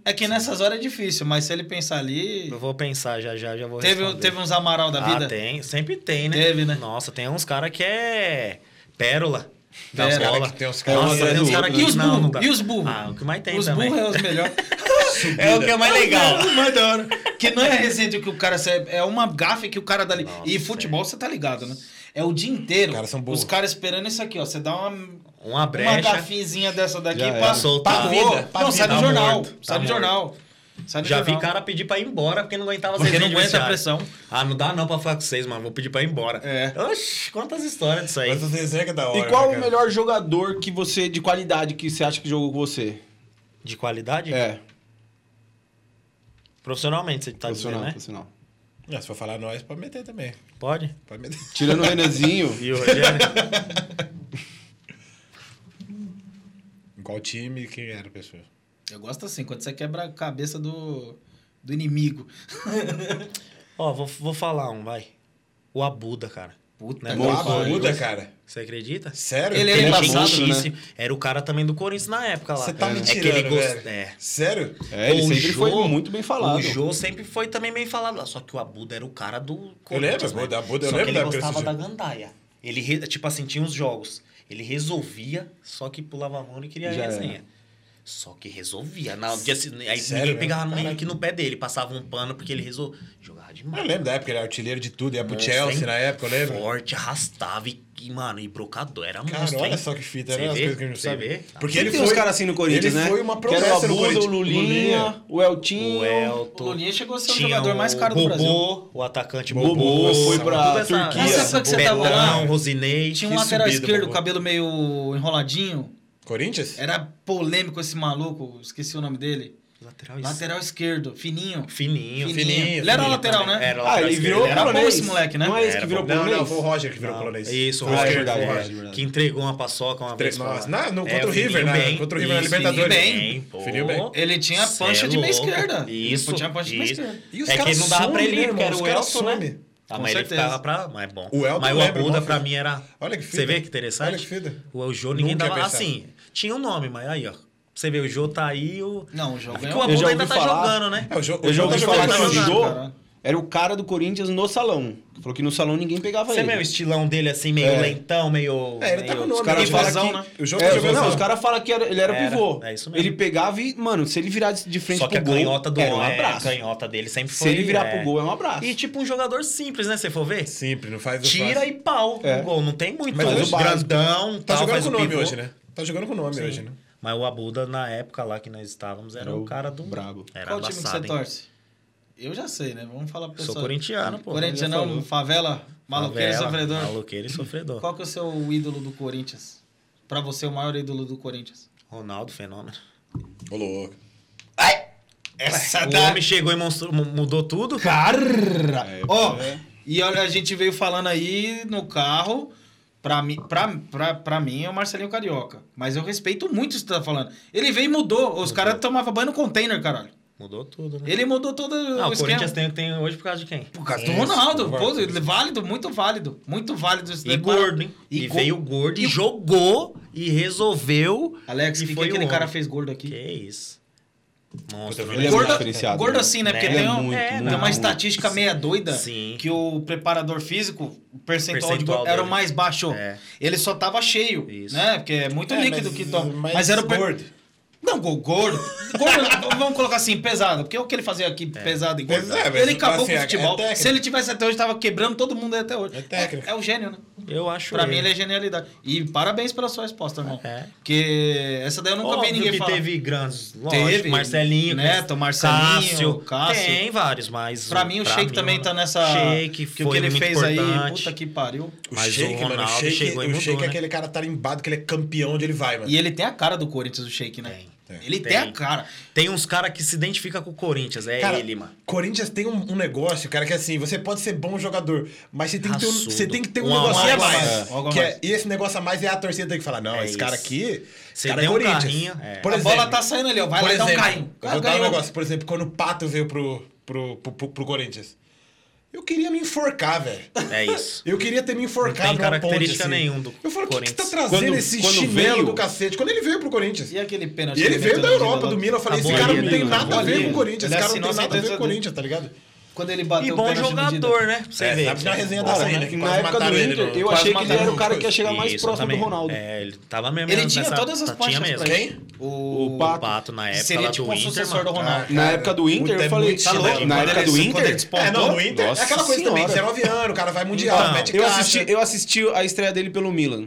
É que nessas horas é difícil, mas se ele pensar ali. Eu vou pensar já já, já vou Teve, um- responder. teve uns amaral da vida? Ah, tem. Sempre tem, né? Teve, né? Nossa, tem uns caras que é pérola. Da Pérola. bola. Tem uns caras Nossa, que- tem uns caras que... né? E os né? não, burros? não dá. E os burros? Ah, o que mais tem os também. burros é os melhores. É o que é mais legal. que não é resenha do que o cara. sai- É uma gafe que o cara dá ali. Nossa, e futebol, você tá ligado, né? É o dia inteiro. Os caras são burros. os caras esperando isso aqui, ó. Você dá uma. Uma Uma brecha. gafinzinha dessa daqui Já pra era. Soltar. pra Pra vida. vida, pra não, vida. sai do Tá jornal. morto, tá sai do morto. jornal. Sai do Já jornal. vi cara pedir pra ir embora porque não aguentava Porque vocês não no aguenta a vestiário. pressão. Ah, não dá não pra falar com vocês, mano. Vou pedir pra ir embora. É. Oxi, quantas histórias disso aí. Mas essa resenha que é da hora. E qual né, o cara? melhor jogador que você, de qualidade, que você acha que jogou com você? De qualidade? É, Profissionalmente, você tá dizendo, profissional, né? profissional. Ah, se for falar nós, pode meter também. Pode? Pode meter. Tirando o Renanzinho, E o Rogério? Em qual time e quem era a pessoa? Eu gosto assim, quando você quebra a cabeça do, do inimigo. Ó, vou, vou falar um, vai. O Abuda, cara. Puta Né, que bom, pariu. Boa pariu. Buda, Tá cara. Você acredita? Sério? Ele é Tem Ele era era essa embaçado, música? embaçadíssimo. Era o cara também do Corinthians na época lá. Você tá me É que ele tirando, gost- velho. É. Sério? É, ele O sempre Jô- foi muito bem falado. O Jô sempre foi também bem falado lá. Só que o Abuda era o cara do né? lembro, Abuda, Abuda, eu só lembro que da ele gostava época da desse gandaia. Ele, re- tipo assim, tinha uns jogos. Ele resolvia, só que pulava a mão e queria Já era. resenha. Só que resolvia. Na, dia, se- aí Sério ninguém mesmo? pegava nem aqui no pé dele. Passava um pano porque ele resolvia. Jogava demais. Eu lembro da época, ele era artilheiro de tudo, ia pro Monstro, Chelsea hein? na época, eu lembro. É, Forte, arrastava e, e, mano, e brocador. Era Cara, monstro, olha hein? só que fita, Cê né? As vê? coisas que a gente Cê sabe. vê? Porque Porque ele ele tem foi- uns caras assim no ele Corinthians, né? foi uma Que era promessa no o Abuda, o Corinthians. Lulinha, Lulinha. o Eltinho. O O Elton. Lulinha chegou a ser é o tinha um jogador mais caro do Bobô, Brasil. O atacante Bobô, Bobô. foi pra toda essa- Turquia. Nessa época que você tava lá, Belão, Rosinei. Tinha um Que lateral subida, esquerdo, Bobo. cabelo meio enroladinho. Corinthians? Era polêmico esse maluco, esqueci o nome dele. Lateral, Lateral esquerdo, fininho. Fininho. Fininho. Ele era fininho lateral, também. né? Era Ah, lateral ele virou esquerdo, era bom polonês. esse moleque, né? Não é esse que Era virou bom. Não, não, polonês? foi o Roger que virou Não, polonês. Isso, o é. Foi Roger, verdade, Roger, verdade, verdade. que entregou uma paçoca uma vez. pra Nossa, lá. na- no- É, contra Fininho o River, né? bem. Contra o River na Isso, Libertadores. Fininho bem, pô. Fininho bem. Ele tinha a Cê pancha é de meia louco. esquerda. Isso. Ele tinha a pancha de meia isso. esquerda. E os É que caras não dava pra somem, ele né, ir, porque irmão? era Os o caras Elton, né? somem. Ah, Com mas ele certeza. ficava pra... Mas bom. O Elton mas o lembra, Abuda irmão, pra filho. mim era... Olha que fita. Você vê que interessante? Olha que fita. O Jô ninguém Nunca ia dava... pensar. Assim, tinha um nome, mas aí, ó. Você vê, o Jô tá aí, o... Não, o jogo Porque é o um- Eu já Abuda ainda tá ouvi falar. jogando, né? É, o jogo Eu já ouvi tá falar jogando que o jogando, Jô cara. era o cara do Corinthians no salão. Falou que no salão ninguém pegava Você ele. vê o estilão dele assim, meio É. lentão, meio. É, ele tá meio- tipo com o nome. Os caras né? falam falam que- O Jô tá É, jogando não, só. os caras falam que era- ele era, Era, pivô. é isso mesmo. Ele pegava e, mano, se ele virasse de frente Só que a pro gol, canhota do era um é, abraço. a canhota dele sempre se foi. ele virar é. pro gol, é um abraço. E tipo um jogador simples, né? Você for ver? Simples, não faz o Tira fácil. e pau É. no gol. Não tem muito. Mas hoje- grandão, Tá tal, jogando faz com o o nome pivô. hoje, né? Tá jogando com o nome hoje, né? Mas o Abuda, na época lá que nós estávamos, era, Era o o cara do. brabo. Era Qual time que embaçado, você hein? torce? Eu já sei, né? Vamos falar pro Sou pessoal. corintiano, pô. Corinthians já falou. não, é um favela, maloqueiro e Favela, sofredor. Maloqueiro e sofredor. Qual que é o seu ídolo do Corinthians? Pra você, o maior ídolo do Corinthians? Ronaldo, fenômeno. Ô, louco. Essa O homem chegou e monstru- mu- mudou tudo. Carra! É, Ó, né? e olha, a gente veio falando aí no carro. Pra mim, pra, pra, pra mim é o Marcelinho Carioca. Mas eu respeito muito isso que você tá falando. Ele veio e mudou. Os caras tomavam banho no container, caralho. Mudou tudo, né? Ele mudou todo Não, o o esquema. Corinthians tem, tem hoje por causa de quem? É. Por causa do Isso, Ronaldo. por Pô, causa disso. válido, muito válido. Muito válido isso né? E daí. gordo, hein? E E, go- veio gordo e, e- jogou e resolveu. Alex, e o que, que aquele o cara homem. fez gordo aqui? Que isso. Puta, Monstro, ele né? é Gordo, diferenciado, gordo né? assim, né? Porque Ele é tem, um- muito, tem muito, uma muito. estatística meia doida Sim. que o preparador físico, o percentual, de Percentual gordo era o dele. mais baixo. É. Ele só tava cheio, Isso. né? Porque é muito É, líquido mas- que toma. Mas, mas era o per- gordo. Não, go- gordo. gordo. Vamos colocar assim, pesado. Porque o que ele fazia aqui, pesado e gordo. Pois é, mas ele assim, acabou é- com é o futebol. técnica. Se ele tivesse até hoje, tava quebrando todo mundo até hoje. É técnica. É, é o gênio, né? Eu acho. Pra mim ele é genialidade. E parabéns pela sua resposta, irmão. É. Porque essa daí eu nunca vi Óbvio ninguém que falar. teve grandes, lógico, Teve, Marcelinho, Neto, Marcelinho, Cássio, Cássio. Tem vários, mas... Pra mim, o Sheik também né? tá nessa. que Sheik, foi o que ele muito fez aí, importante. puta que pariu. O Mas o Sheik, mano, o Ronaldo Sheik, chegou e o mudou, Sheik é né? aquele cara tarimbado, que ele é campeão onde ele vai, mano. E ele tem a cara do Corinthians, o Sheik, né? Tem, tem. ele tem. Tem. a cara. Tem uns caras que se identifica com o Corinthians, é Cara, ele, mano. Corinthians tem um, um negócio, cara, que é assim, você pode ser bom jogador, mas você tem que ter um, Raçudo. você tem que ter um, Um a negocinho a mais. mais. É, algo a Que é- mais. e esse negócio a mais é a torcida tem que falar, não, É esse cara isso. aqui, esse Você cara é deu um Corinthians. carrinho, é. Por a exemplo, bola tá saindo ali, ó. Vai por lá dar um exemplo, carrinho. eu vou dar um Ganhou. negócio, por exemplo, quando o Pato veio pro, pro, pro, pro- pro Corinthians, eu queria me enforcar, velho. É isso. Eu queria ter me enforcado Não tem na ponte, característica assim. nenhum do Eu falo, o que, que tá Corinthians. trazendo Quando- esse quando chinelo veio- do cacete? Quando ele veio pro Corinthians. E aquele pênalti? E ele que veio meteu da no Europa, Milan? do Milan. Eu falei, Tá esse bom cara ali, não né? tem nada Tá a bom ver ali. com o Corinthians. Ele Esse cara assinou não tem nada a ver sentença com o do- Corinthians, tá ligado? Quando ele bateu E o bom pênalti jogador, né? Pra você É, ver. sabe na resenha da Cara, saída, que um na quase época do mataram ele Inter, no- eu quase achei que ele mataram era o no cara que coisa. ia chegar mais Isso, próximo também. do Ronaldo. É, ele tava mesmo Ele nessa- tinha todas as tá- faixas Tinha pra mesmo. ele. Quem? O O O Pato. Pato, na época, Seria lá tipo do um Inter, sucessor mano. do Ronaldo. Na época do Inter, Puta, é eu falei. muito chinelo, na mano. época do Quando ele Inter. despontou, É, não, no Inter Nossa é aquela coisa também, Senhora. 19 anos, o cara vai mundial, Então, mete Eu caixa, assisti, eu assisti a estreia dele pelo Milan.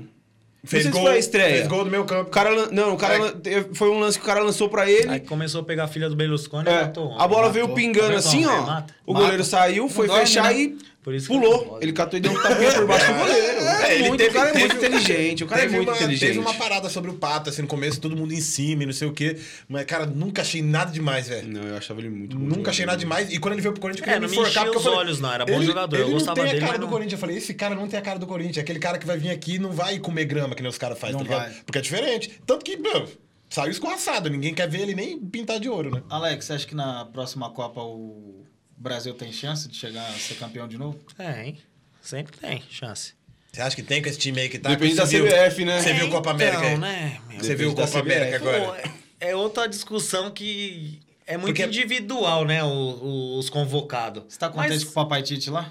fez não sei se gol, foi a estreia. fez gol do meu O campo. cara, lan- não, o cara É. lan- teve- foi um lance que o cara lançou pra ele. Aí começou a pegar a filha do Berlusconi é, e matou um o homem. a bola Matou. veio pingando Tá vendo assim, como ó. é? Mata. O Mata. goleiro saiu, foi dorme, fechar né? Por e isso que pulou. não Ele catou e deu um tapinha por baixo do goleiro. É, ele muito, teve- o cara é muito teve- inteligente. O cara é teve muito uma, inteligente. Teve uma parada sobre o Pato, assim, no começo, todo mundo em cima e não sei o quê. Mas, cara, nunca achei nada demais, velho. Não, eu achava ele muito bom. Nunca achei nada demais. E quando ele veio pro Corinthians, eu É, queria não me enforcar, enchia porque eu os falei, olhos, não. Era bom jogador, eu ele gostava não tem dele, a cara mas do não- Corinthians. Eu falei, esse cara não tem a cara do Corinthians. É aquele cara que vai vir aqui e não vai comer grama, que nem os caras fazem, Não tá ligado? vai. Porque é diferente. Tanto que, meu, saiu escorraçado. Ninguém quer ver ele nem pintar de ouro, né? Alex, você acha que na próxima Copa o Brasil tem chance de chegar a ser campeão de novo? É, hein? Sempre tem chance. Você acha que tem com esse time aí que tá? Depende Você da assim, viu- CBF, né? Você viu o Copa América aí? Então, né, meu? Você viu o Depende da Copa CBF. América Pô, agora? é é outra discussão que é muito Porque- individual, né? o- o- os convocados. Você tá contente Mas, com o Papai Tite lá?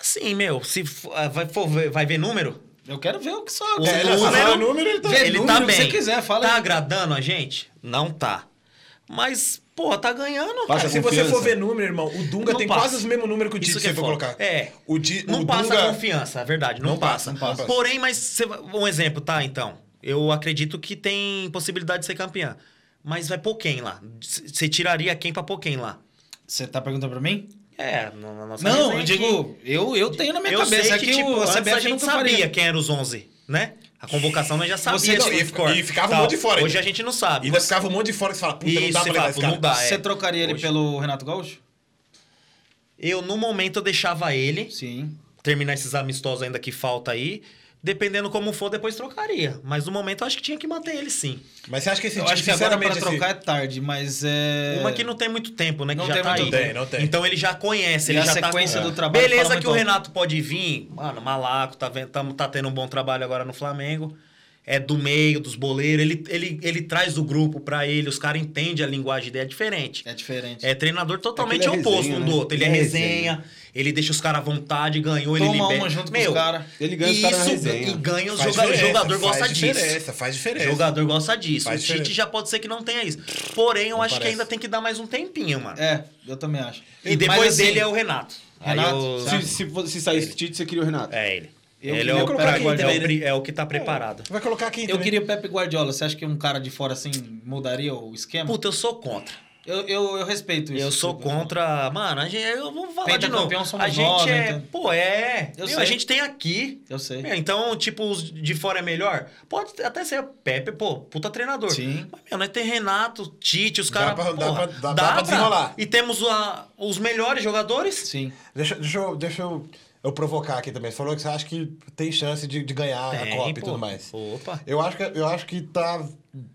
Assim, meu, se for- ah, vai, for ver- vai ver número? Eu quero ver o que só. O eu quero ele saber. número- Vê ele número tá que bem. você quiser, fala Tá aí. agradando a gente? Não tá. Mas, pô, tá ganhando. Passa Cara, se confiança. você for ver número, irmão, o Dunga Não tem passa. quase os mesmos números que o Tite, Isso se que é você for foda. colocar. É. O Di, Não o passa Dunga, confiança, é verdade, não, Não passa, passa. não passa. Porém, mas você vai- um exemplo, tá? Então, eu acredito que tem possibilidade de ser campeã. Mas vai pôr quem lá? Você tiraria quem pra pôr quem lá? Você tá perguntando pra mim? É, na na nossa Não, resenha eu aqui. digo, eu, eu tenho na minha eu cabeça sei é que, que, tipo, o a antes CBF a gente nunca sabia faria. quem eram os 11, né? A convocação nós já sabíamos. não, e fica- e ficava um monte de fora Hoje ainda. a gente não sabe. E ainda ficava um monte de fora que você fala, puta, não Isso, dá você pra fala, levar esse cara. não dá. Ah, é. Você trocaria ele Hoje. pelo Renato Gaúcho? Eu, no momento, eu deixava ele Sim. terminar esses amistosos ainda que falta aí. Dependendo como for, depois trocaria. Mas no momento, eu acho que tinha que manter ele sim. Mas você acha que esse Eu time, acho que agora sinceramente, assim, pra esse- trocar é tarde, mas é. assim. Uma que não tem muito tempo, né? Que Não já tem tá muito aí. tempo. Não tem. Então ele já E conhece, ele a já tá sequência com- do trabalho fala Beleza muito que o alto. Renato pode vir. Mano, Malaco, tá, vendo, tamo- tá tendo um bom trabalho agora no Flamengo. É do meio, dos boleiros. Ele, ele, ele traz o grupo pra ele, os caras entendem a linguagem dele, é diferente. É diferente. É treinador totalmente É que ele é oposto resenha, um né? do outro. Ele, Ele é é resenha, ele deixa os caras à vontade, ganhou, ele Toma libera. uma junto com Meu, os caras. Ele ganha os e caras na isso- resenha. E ganha, o Faz jogador, diferença, jogador faz gosta disso. diferença, Faz diferença. Jogador gosta disso. Faz o Tite diferença. já pode ser que não tenha isso. Porém, eu Não acho que parece. ainda tem que dar mais um tempinho, mano. É, eu também acho. E depois Mas, assim, dele é o Renato. Aí Renato, eu- sabe? Se, se, fosse- se saísse o Tite, você queria o Renato. É ele. Eu ele queria é o, colocar aqui é o- também, né? é, o, que tá preparado. Vai colocar quem Eu também. queria o Pepe Guardiola. Você acha que um cara de fora assim mudaria o esquema? Puta, eu sou contra. Eu, eu, eu respeito isso. Eu sou contra. Mano, a gente, eu vou falar de novo. Pentacampeão somos a gente nós, né, é. então. Pô, é. Eu Meu, sei. a gente tem aqui. Eu sei. Meu, então, tipo, os de fora é melhor? Pode até ser. Pepe, pô, puta treinador. Sim. Mas, meu, nós tem Renato, Tite, os Dá caras. pra- dá porra, pra- dá- dá pra desenrolar. E temos a- os melhores jogadores. Sim. Deixa, deixa, eu, deixa eu, eu provocar aqui também. Você falou que você acha que tem chance de, de ganhar Tem, a Copa e pô. tudo mais. Opa. Eu acho que, eu acho que tá,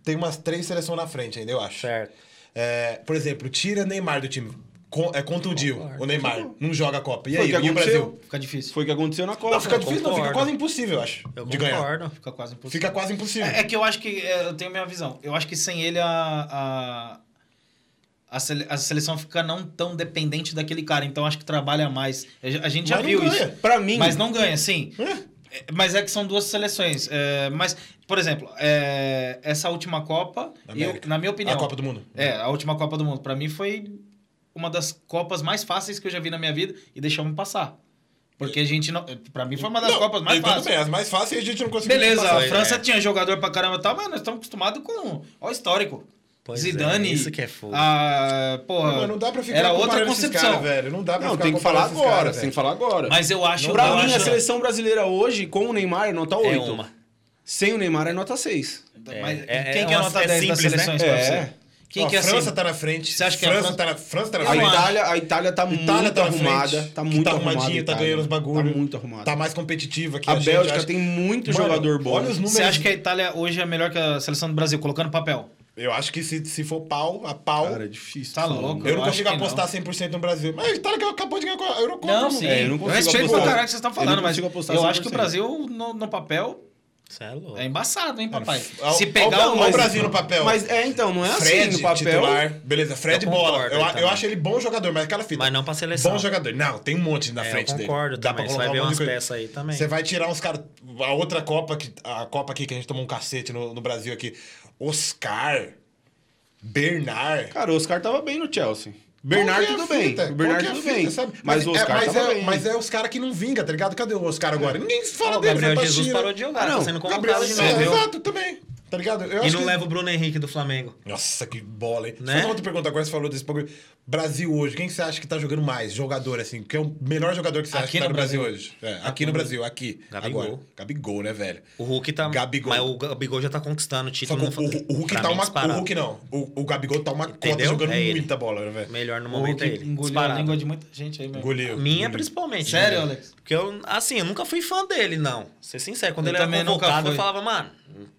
tem umas três seleções na frente ainda, eu acho. Certo. É, por exemplo, tira Neymar do time. Con- é, contundiu Concordo. o Neymar. Não joga a Copa. E Foi aí, o que e o Brasil? aconteceu. Fica difícil. Foi o que aconteceu na Copa. Não, fica difícil, não. Fica concordo. quase impossível, eu acho. Eu de ganhar. concordo. Fica quase impossível. Fica quase impossível. É, é que eu acho que é, eu tenho a minha visão. Eu acho que sem ele a, a, a, sele- a seleção fica não tão dependente daquele cara. Então acho que trabalha mais. A, ge- a gente já Mas não viu ganha. isso. Pra mim, Mas não ganha, sim. É, Mas é que são duas seleções. É, mas, por exemplo, é, essa última Copa, eu, América. na minha opinião. A Copa do Mundo. É, a última Copa do Mundo. Pra mim foi uma das Copas mais fáceis que eu já vi na minha vida e deixamos passar. Porque a gente não. Pra mim foi uma das Não, Copas mais e tudo fáceis. bem, as mais fáceis a gente não conseguiu. Beleza, passar. a França é. tinha jogador pra caramba e tal, mas nós estamos acostumados com. Ó, o histórico. Pois Zidane. é, isso que é fogo. Ah, porra. Mas não dá pra ficar Era outra comparando esses concepção. caras, velho. Não dá pra Não, ficar tem que falar comparando esses caras, agora. Tem velho. que falar agora. mas eu acho. pra eu mim, acho, a seleção brasileira hoje, com o Neymar, é nota 8. É uma. Sem o Neymar, é nota 6. Mas É, é, quem é que é uma- nota é 10 das simples, né? seleções pra É. você? Quem Ó, que é a França assim? tá na frente. Você acha que é a França França? tá na França tá na Eu A não frente. acho. Itália, a Itália tá muito na arrumada. frente, Tá que muito tá arrumada. a arrumadinha, tá Itália. ganhando os bagulhos. Tá muito arrumada. Tá mais competitiva que A gente, Bélgica acho. tem muito Mano, jogador bom. Olha os números. Você acha que a Itália hoje é melhor que a seleção do Brasil, colocando papel? Eu acho que se, se for pau, a pau. Cara, é difícil. Tá louco. eu, eu não acho consigo que não. apostar 100% no Brasil. Mas a Itália que acabou de ganhar a Eurocopa. Não, mano. sim. é, eu não eu consigo respeito pra apostar. caralho que vocês estão Eu falando, não mas consigo apostar eu acho que o 100%. Brasil, no, no papel, Você é louco. é embaçado, hein, papai? Olha é o- Se olha o- pegar um olha o o. Brasil no papel. Mas é, então, não é Fred, assim no papel. titular. Beleza, Fred Eu bola. concordo Eu, também. eu acho ele bom jogador, mas aquela fita. Mas não pra seleção. Bom jogador. Não, tem um monte na É, eu frente dele. concordo também. Você vai ver um monte de umas coisa. peças aí também. Você vai tirar uns caras. A outra Copa, que, a Copa aqui que a gente tomou um cacete no, no Brasil aqui. Oscar. Bernard. Cara, o Oscar tava bem no Chelsea. Qual que Bernard é a tudo bem. fita? O Qual Bernard que é a tudo fita, bem. sabe? Mas, o Oscar é, mas, tava é, bem. mas é os caras que não vinga, tá ligado? Cadê o Oscar agora? Ninguém fala Ó, o dele. Gabriel vai pra Jesus China. parou de jogar, Ah, não. tá sendo Gabriel convocado de Jesus, novo. é, viu? exato, também. Tá ligado? Eu E acho não que- leva o Bruno Henrique do Flamengo. Nossa, que bola, hein? Né? Só uma outra pergunta agora, você falou desse bagulho. Brasil hoje, quem que você acha que tá jogando mais? Jogador, assim, que é o melhor jogador que você acha Aqui que tá no no Brasil, hoje? É, aqui no Brasil, aqui. Gabigol. Agora. Gabigol, né, velho? O Hulk tá. Gabigol. Mas o Gabigol já tá conquistando o Só título. que o, não fa- o- o Hulk pra tá mim, é uma. disparado. O Hulk não. O, o Gabigol tá uma cota Entendeu? jogando É ele. muita bola, né, velho? Melhor no O momento é que ele. engoliu a disparado. língua de muita gente aí mesmo. Engoliu. Minha, engoliu. principalmente. Sério, né? Alex? Porque eu, assim, eu nunca fui fã dele, não. Ser sincero, quando Eu ele também era nunca convocado, fui. eu falava, mano,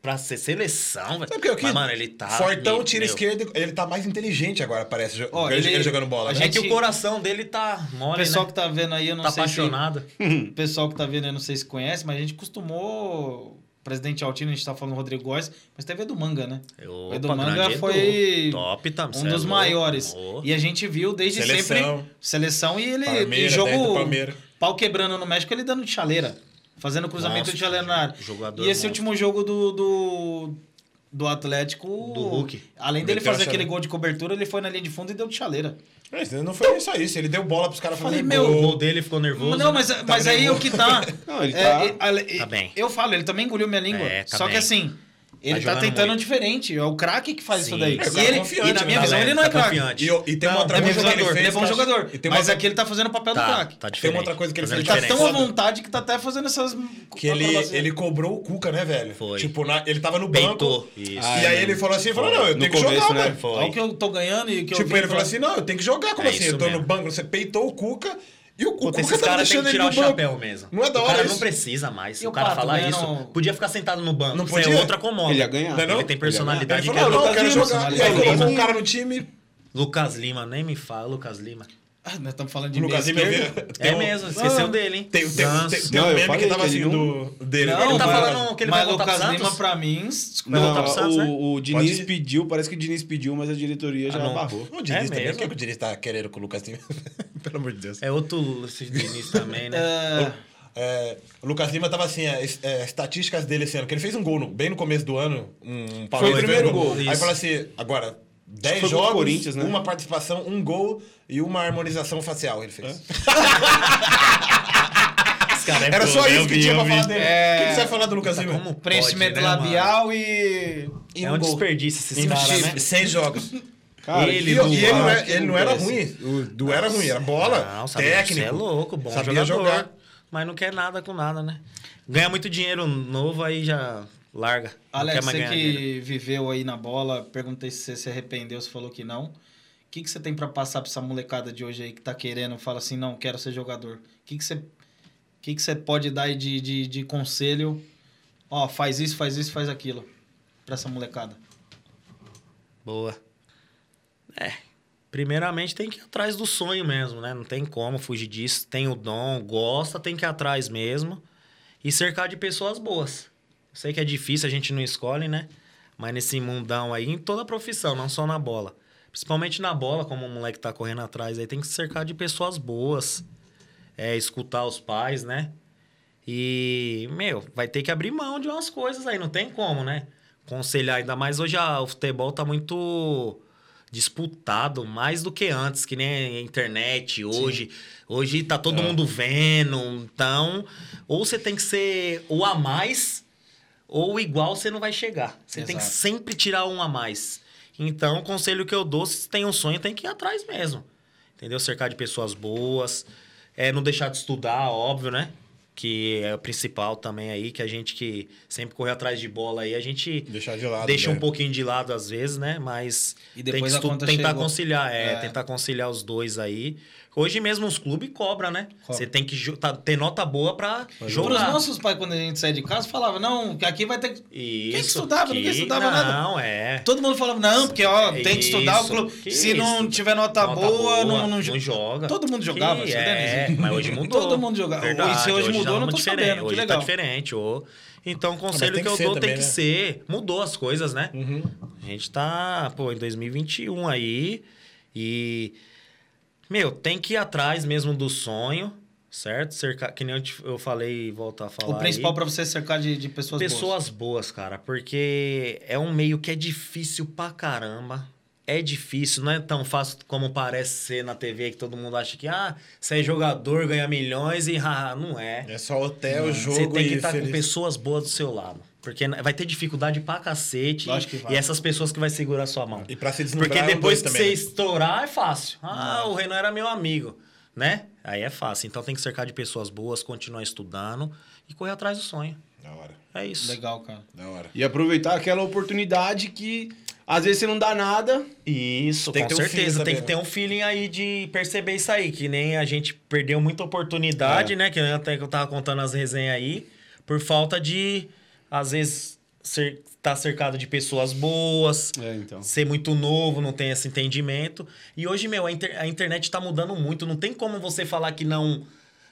pra ser seleção, velho. Sabe é por que Mas, mano, ele tá. Fortão, meu- tira meu. esquerda. Ele tá mais inteligente agora, parece. jo- Ó, ele, ele- ele jogando bola. a né? É que Gente- o coração dele tá O mole, pessoal né? que tá vendo aí, eu não Tá sei se- apaixonado. O pessoal que tá vendo aí, não sei se conhece, mas a gente costumou. o Presidente Altino, a gente tá falando do Rodrigo Góes, mas teve Edu Manga, né? Opa, o Edu Manga grande Edu. foi Top, tá, um cê é dos louco. maiores. Ô. E é a gente viu desde Seleção. sempre seleção e ele Palmeiras, e dentro do jogo Palmeiras. pau quebrando no México, ele dando de chaleira, fazendo cruzamento Monstro, de chaleira na área. jogador E esse monstro. último jogo do, do, do Atlético, Do Hulk. além dele Meteu a fazer aquele chaleira. gol de cobertura, ele foi na linha de fundo e deu de chaleira. Mas não foi só É, isso. Ele deu bola pros caras Falei, fazerem meu, O gol. gol dele ficou nervoso. Não, né? mas, mas aí nervoso. o que tá. Não, ele é, tá- e- ale- e- Tá bem. Eu falo, ele também engoliu minha língua. É, tá só que bem. assim, ele tá, jogando tentando muito. diferente. É o craque que faz Sim. isso daí. É, o e, cara é ele, confiante, e na minha né, visão, galera? ele não é Tá craque. confiante. E, eu- e tem uma Não, outra na minha coisa visão, que ele fez. ele é bom que eu acho- jogador. E tem uma mas outra- aqui ele tá fazendo o papel do Tá, craque. tá diferente. Tem uma outra coisa que ele Fazendo fez. Ele tá diferente. tão à Foda. vontade que tá até fazendo essas. Que é ele, acrobacias. ele cobrou o Cuca, né, velho? Foi. Tipo, na- ele tava no Peitou. banco. Isso. E Ah, aí é. ele falou assim, falou, não, eu No tenho que começo, jogar, né? velho. Foi. Olha É o que eu tô ganhando e o que eu. Tipo, vi, ele falou assim, não, eu tenho que jogar, como É assim? isso Eu tô no mesmo. banco, você peitou o Cuca e o, Puta, o Cuca esses tá caras têm deixando que ele tirar no o chapéu banco. mesmo. Não é da O cara hora não isso. precisa mais. E o o né, cara Pato falar ganhando- isso. Podia ficar sentado no banco. Não Isso é podia? outra acomoda. Ele ia ganhar. Não é não? Ele tá tem personalidade. Ele de falou, não, eu quero Lucas Lima, jogar. E Lucas aí colocou é Lima. um cara no time. Lucas Lima, nem me fala, Lucas Lima. Ah, nós estamos falando de O Lucas meia Lima esquerda. veio- tem é um- mesmo, esqueceu dele, hein? Tem, tem, Santos. tem, tem Não, um eu meme que falei tava que ele assim não- do, dele. Não, Ele tá mas- falando que ele vai mas voltar pro Lucas Santos? Lima, pra mim. s- Vai voltar Não, pro Santos, o, né? o Diniz Pode ir. pediu, parece que o Diniz pediu, mas a diretoria já Ah, não. barrou. O Diniz É também. O mesmo. que é que o Diniz tá querendo com o Lucas Lima? Pelo amor de Deus. É outro esse Diniz também, né? é, É, o Lucas Lima tava assim, é, es- é, estatísticas dele esse ano, que ele fez um gol no- bem no começo do ano, um Palmeiras o fez primeiro um gol, Aí isso. fala assim, agora, 10 foi contra o jogos, Corinthians, né? uma participação, um gol e uma harmonização facial ele fez. Esse cara é Era bom, só né? isso É? Eu que vi, tinha eu pra vi. Tá falar dele. O É. que, que você vai falar do Lucas Lima? Como pode, preenchimento né, mano? labial e. É um desperdício esses caras, né? Seis jogos. Cara, E, Ele, e ele, não, Luan, é- ele não era ruim. O Du era ruim, era bola, Não, sabia, técnico. Você é louco, bom Sabia jogador, jogar. Mas não quer nada com nada, né? Ganha muito dinheiro novo, aí já larga. Não quer Alex, mais você ganhar dinheiro. que viveu aí na bola, perguntei se você se arrependeu, você falou que não. O que, que você tem pra passar pra essa molecada de hoje aí que tá querendo, fala assim, não, quero ser jogador? O que, que, você, o que, que você pode dar aí de, de, de conselho? Ó, faz isso, faz isso, faz aquilo pra essa molecada. Boa. É. Primeiramente tem que ir atrás do sonho mesmo, né? Não tem como fugir disso. Tem o dom, gosta, tem que ir atrás mesmo. E cercar de pessoas boas. Sei que é difícil, a gente não escolhe, né? Mas nesse mundão aí, em toda a profissão, não só na bola. Principalmente na bola, como o moleque tá correndo atrás aí, tem que se cercar de pessoas boas. É, escutar os pais, né? E, meu, vai ter que abrir mão de umas coisas aí, não tem como, né? Conselhar, ainda mais hoje ah, o futebol tá muito disputado, mais do que antes, que nem a internet hoje. Hoje tá todo mundo vendo, então, ou você tem que ser o a mais, ou o igual você não vai chegar. Você tem que Exato. sempre tirar um a mais. Então, o conselho que eu dou, se tem um sonho, tem que ir atrás mesmo. Entendeu? Cercar de pessoas boas, é, não deixar de estudar, óbvio, né? Que é o principal também aí, que a gente que sempre corre atrás de bola aí, a gente Deixar de lado. deixa né? um pouquinho de lado às vezes, né? Mas E depois tem que a conta tentar chegou. conciliar, é, É. tentar conciliar os dois aí. Hoje mesmo os clubes cobram, né? Cobra. Você tem que ju- tá- ter nota boa pra Os jogar. nossos pais, quando a gente saía de casa, falavam, não, que aqui vai ter que... Isso, Quem que estudava? Ninguém estudava não, nada. Não, é. Todo mundo falava, não, porque ó, tem que estudar o Isso, clube. que Se não isso. tiver nota, boa, não, não, jo- joga. Todo mundo jogava, que você é, deve- mas hoje mudou. Todo mundo jogava. E se hoje mudou, tá eu não tô diferente, sabendo, que Hoje tá legal. diferente. ô. Então, o mas conselho tem que que eu ser dou também, tem que né? ser. Mudou as coisas, né? Uhum. A gente tá, pô, em 2021 aí. E. Meu, tem que ir atrás mesmo do sonho, certo? Cercar, que nem eu, te- eu falei, voltar a falar. O principal aí. pra você é cercar de, de pessoas, boas. Pessoas boas. cara, porque é um meio que é difícil pra caramba. É difícil, não é tão fácil como parece ser na TV que todo mundo acha que, ah, você é jogador, ganha milhões e haha, não é. É só hotel, jogo Você tem que e estar com feliz. pessoas boas do seu lado. Porque vai ter dificuldade pra cacete. Lógico que vai. E essas pessoas que vai segurar a sua mão. E pra se deslumbrar Porque é um depois dois que também, você né? é. estourar é fácil. Ah, o Renan era meu amigo, né? Aí é fácil. Então tem que cercar de pessoas boas, continuar estudando e correr atrás do sonho. Da hora, É isso. Legal, cara. da hora. E aproveitar aquela oportunidade que às vezes você não dá nada. Isso, Tem com que ter um certeza. feeling tem também, que ter um feeling aí de perceber isso aí, que nem a gente perdeu muita oportunidade, né? Que eu até que eu tava contando as resenhas aí, por falta de, às vezes, ser, tá cercado de pessoas boas, É, então. ser muito novo, não tem esse entendimento. E hoje, meu, a, inter- a internet tá mudando muito, não tem como você falar que não.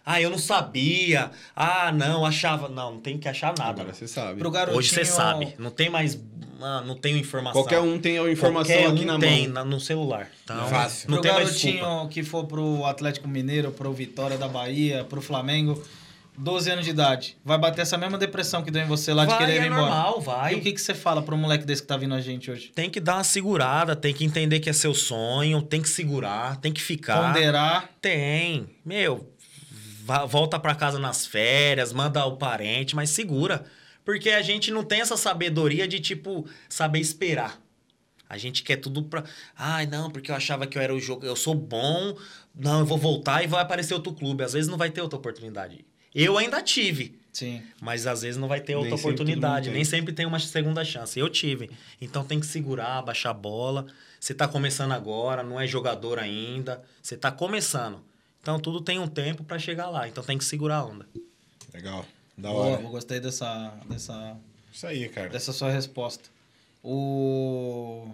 Ah, eu não sabia. Ah, não, achava. Não, não tem que achar nada. Agora você sabe. Pro garotinho... Hoje você sabe. Não tem mais. ah, não tenho informação. Qualquer um tem a informação Qualquer aqui um na tem mão. na- no celular. Então, Fácil. Não pro tem mais desculpa. garotinho que for pro Atlético Mineiro, pro Vitória da Bahia, pro Flamengo, 12 anos de idade, vai bater essa mesma depressão que deu em você lá de Vai, querer ir é embora. normal, vai. E o que, que você fala pro moleque desse que tá vindo a gente hoje? Tem que dar uma segurada, tem que entender que é seu sonho, tem que segurar, tem que ficar. Ponderar. Tem. Meu, va- volta pra casa nas férias, manda o parente, mas segura. Porque a gente não tem essa sabedoria de, tipo, saber esperar. A gente quer tudo pra. Ai, não, porque eu achava que eu era o jogo. Eu sou bom. Não, eu vou voltar e vai aparecer outro clube. Às vezes não vai ter outra oportunidade. Eu ainda tive. Sim. Mas às vezes não vai ter outra Nem sempre todo mundo oportunidade, tem. nem sempre tem uma segunda chance. Eu tive. Então tem que segurar, baixar a bola. Você tá começando agora, não é jogador ainda. Você tá começando. Então tudo tem um tempo pra chegar lá. Então tem que segurar a onda. Legal, da Boa, hora. eu gostei dessa, dessa, Isso aí, cara. dessa sua resposta. O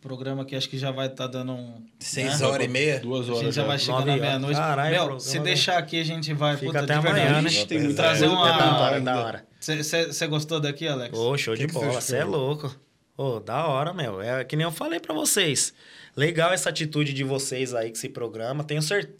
programa que acho que já vai estar dando um... Seis né? horas e meia. Duas A gente horas. já já. vai chegar Nove na horas. meia-noite. Caralho, Meu, programa se do- deixar aqui, a gente vai... Fica É, puta, até de amanhã, verdade. né? Ixi, tem muita Trazer coisa uma- pra contar É ainda. da hora. Você gostou daqui, Alex? Ô, show Que de que você bola, achou? você é louco. Ô, da hora, meu. É que nem eu falei pra vocês. Legal essa atitude de vocês aí que se programa. Tenho certeza.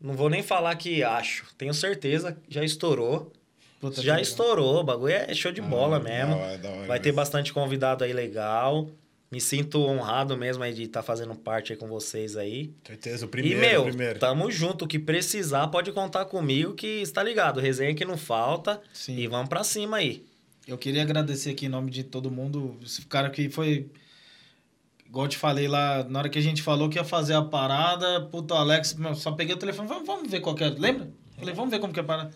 Não vou nem falar que acho. Tenho certeza, que já estourou. Puta, já que legal. estourou, o bagulho é show de bola mesmo. Ah, da hora, da hora Vai ter mesmo. bastante convidado aí legal. Me sinto honrado mesmo aí de estar fazendo parte aí com vocês aí. Certeza, o primeiro, e, meu, tá- o primeiro. tamo junto. O que precisar, pode contar comigo que está ligado. Resenha que não falta. Sim. E vamos pra cima aí. Eu queria agradecer aqui em nome de todo mundo, esse cara que foi Igual eu te falei lá, na hora que a gente falou que ia fazer a parada, puta, o Alex, meu, só peguei o telefone, vamos, vamos ver qual que é, lembra? Falei, vamos ver como que é a parada.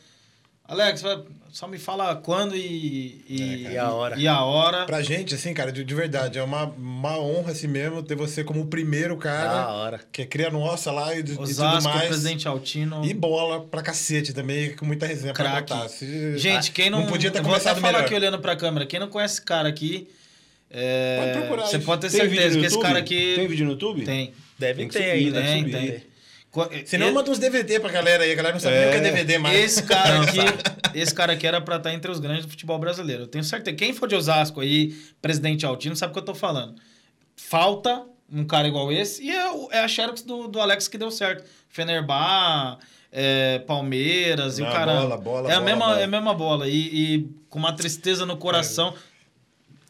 Alex, vai- só me fala quando e, e, E a hora. E a hora. Pra gente, assim, cara, de, de verdade, é uma, uma honra assim mesmo ter você como o primeiro Da cara hora. que é cria nossa lá e, de- e tudo Osasco, mais. presidente Altino. E bola pra cacete também, com muita resenha Craque. pra botar. Se- Gente, quem não. ah, Não podia ter eu vou até começado falar melhor. aqui olhando pra câmera. Quem não conhece esse cara aqui. é, Pode procurar Você aí. pode ter Tem vídeo certeza no que esse YouTube? cara aqui. Tem vídeo no YouTube? Tem. Deve que ter subir, aí, né? deve Tem, subir. tem. Co- Senão manda uns DVD pra galera aí, a galera não sabe nem o que é DVD mais. Esse cara aqui, esse cara aqui era pra estar entre os grandes do futebol brasileiro. Eu tenho certeza. Quem for de Osasco aí, presidente Altino, sabe o que eu tô falando. Falta um cara igual esse e é, o- é a Xerox do, do Alex que deu certo. Fenerbah, é, Palmeiras e Não, o cara. bola, bola, é, a bola, mesma, bola. é a mesma bola. E, e com uma tristeza no coração.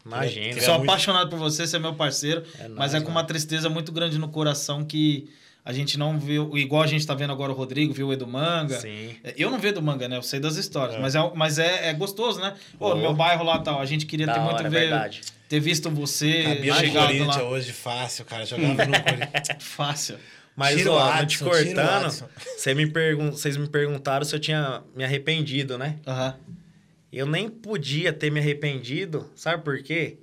Imagina. Queria Sou muito- apaixonado por você, você é meu parceiro, É mas nóis, é com uma tristeza muito grande no coração que a gente não viu, igual a gente tá vendo agora o Rodrigo, viu o Edu Manga. Sim. É, Eu não vejo do manga, né? Eu sei das histórias, mas, é, mas é, é gostoso, né? Pô, no Pô. meu bairro lá tal, a gente queria Da ter muito hora, é ver, verdade. ter visto você Cabia no chegado Corinthians lá. É hoje fácil, cara. Jogava no Corinthians. Fácil. Mas, Tira o ó, Adson, te tira o cortando, Adson. você me pergun- vocês me perguntaram se eu tinha me arrependido, né? Aham. Eu nem podia ter me arrependido, sabe por quê?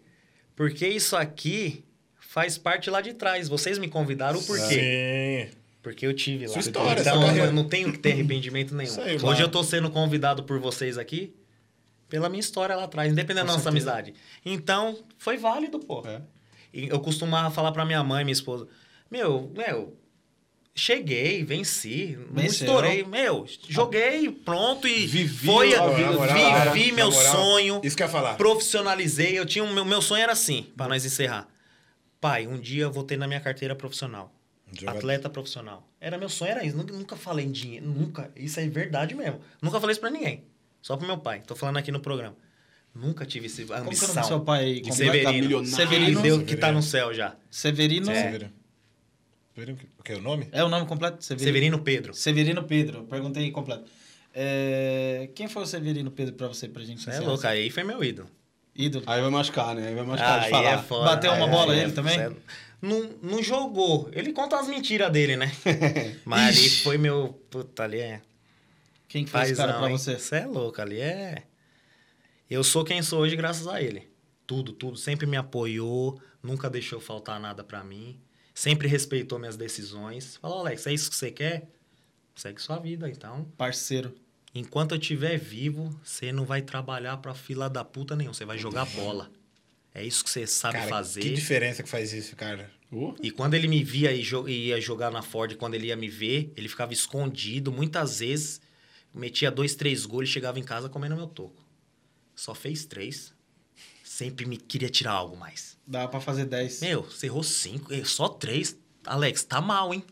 Porque isso aqui faz parte lá de trás. Vocês me convidaram por quê? Sim. Porque eu tive lá. Sua história, então sua carreira. eu não tenho que ter arrependimento nenhum. Isso aí, mano. Hoje eu tô sendo convidado por vocês aqui pela minha história lá atrás, independente da nossa amizade. Então, foi válido, pô. É. E Eu costumava falar pra minha mãe, minha esposa, meu, meu, cheguei, venci, não Venceu. estourei, meu, joguei, pronto e Vivi foi, a a vida, cara, vivi na meu moral, sonho, Isso que eu ia falar. profissionalizei, eu tinha um- meu, meu sonho era assim, pra nós encerrar. Pai, um dia eu vou ter na minha carteira profissional. Jogador. Atleta profissional. Era meu sonho, era isso. Nunca, nunca falei em dinheiro, nunca. Isso é verdade mesmo. Nunca falei isso pra ninguém. Só pro meu pai. Tô falando aqui no programa. Nunca tive esse ambição. Como que é o nome do seu pai aí? De Como- ser- Tá Severino. milionário. Severino. Severino. que tá no céu já. Severino. É. Severino. Severino, O que é o nome? o nome completo? Severino. Severino Pedro. Severino Pedro, eu perguntei completo. É, Quem foi o Severino Pedro pra você, pra gente Você é encerrar? louco, aí foi meu ídolo. Ídolo. Aí vai machucar, né? Aí vai machucar de é falar. Bateu uma bola ele também? cê é- Não, não jogou. Ele conta as mentiras dele, né? Mas ali Ixi. foi meu. Puta, ali é. Quem que foi esse cara Paizão, pra hein? você? Você é louco, ali é. Eu sou quem sou hoje graças a ele. Tudo, tudo. Sempre me apoiou, nunca deixou faltar nada pra mim. Sempre respeitou minhas decisões. Falou, Alex, é isso que você quer? Segue sua vida, então. Parceiro. Enquanto eu estiver vivo, você não vai trabalhar pra fila da puta nenhum. Você vai jogar bola. É isso que você sabe Cara, fazer. que diferença que faz isso, cara. Uh, E quando ele me via e jo- e ia jogar na Ford, quando ele ia me ver, ele ficava escondido. Muitas vezes metia dois, três gols e chegava em casa comendo meu toco. Só fez três. Sempre me queria tirar algo mais. Dá pra fazer 10. Meu, você errou cinco, eh, só três. Alex, tá mal, hein?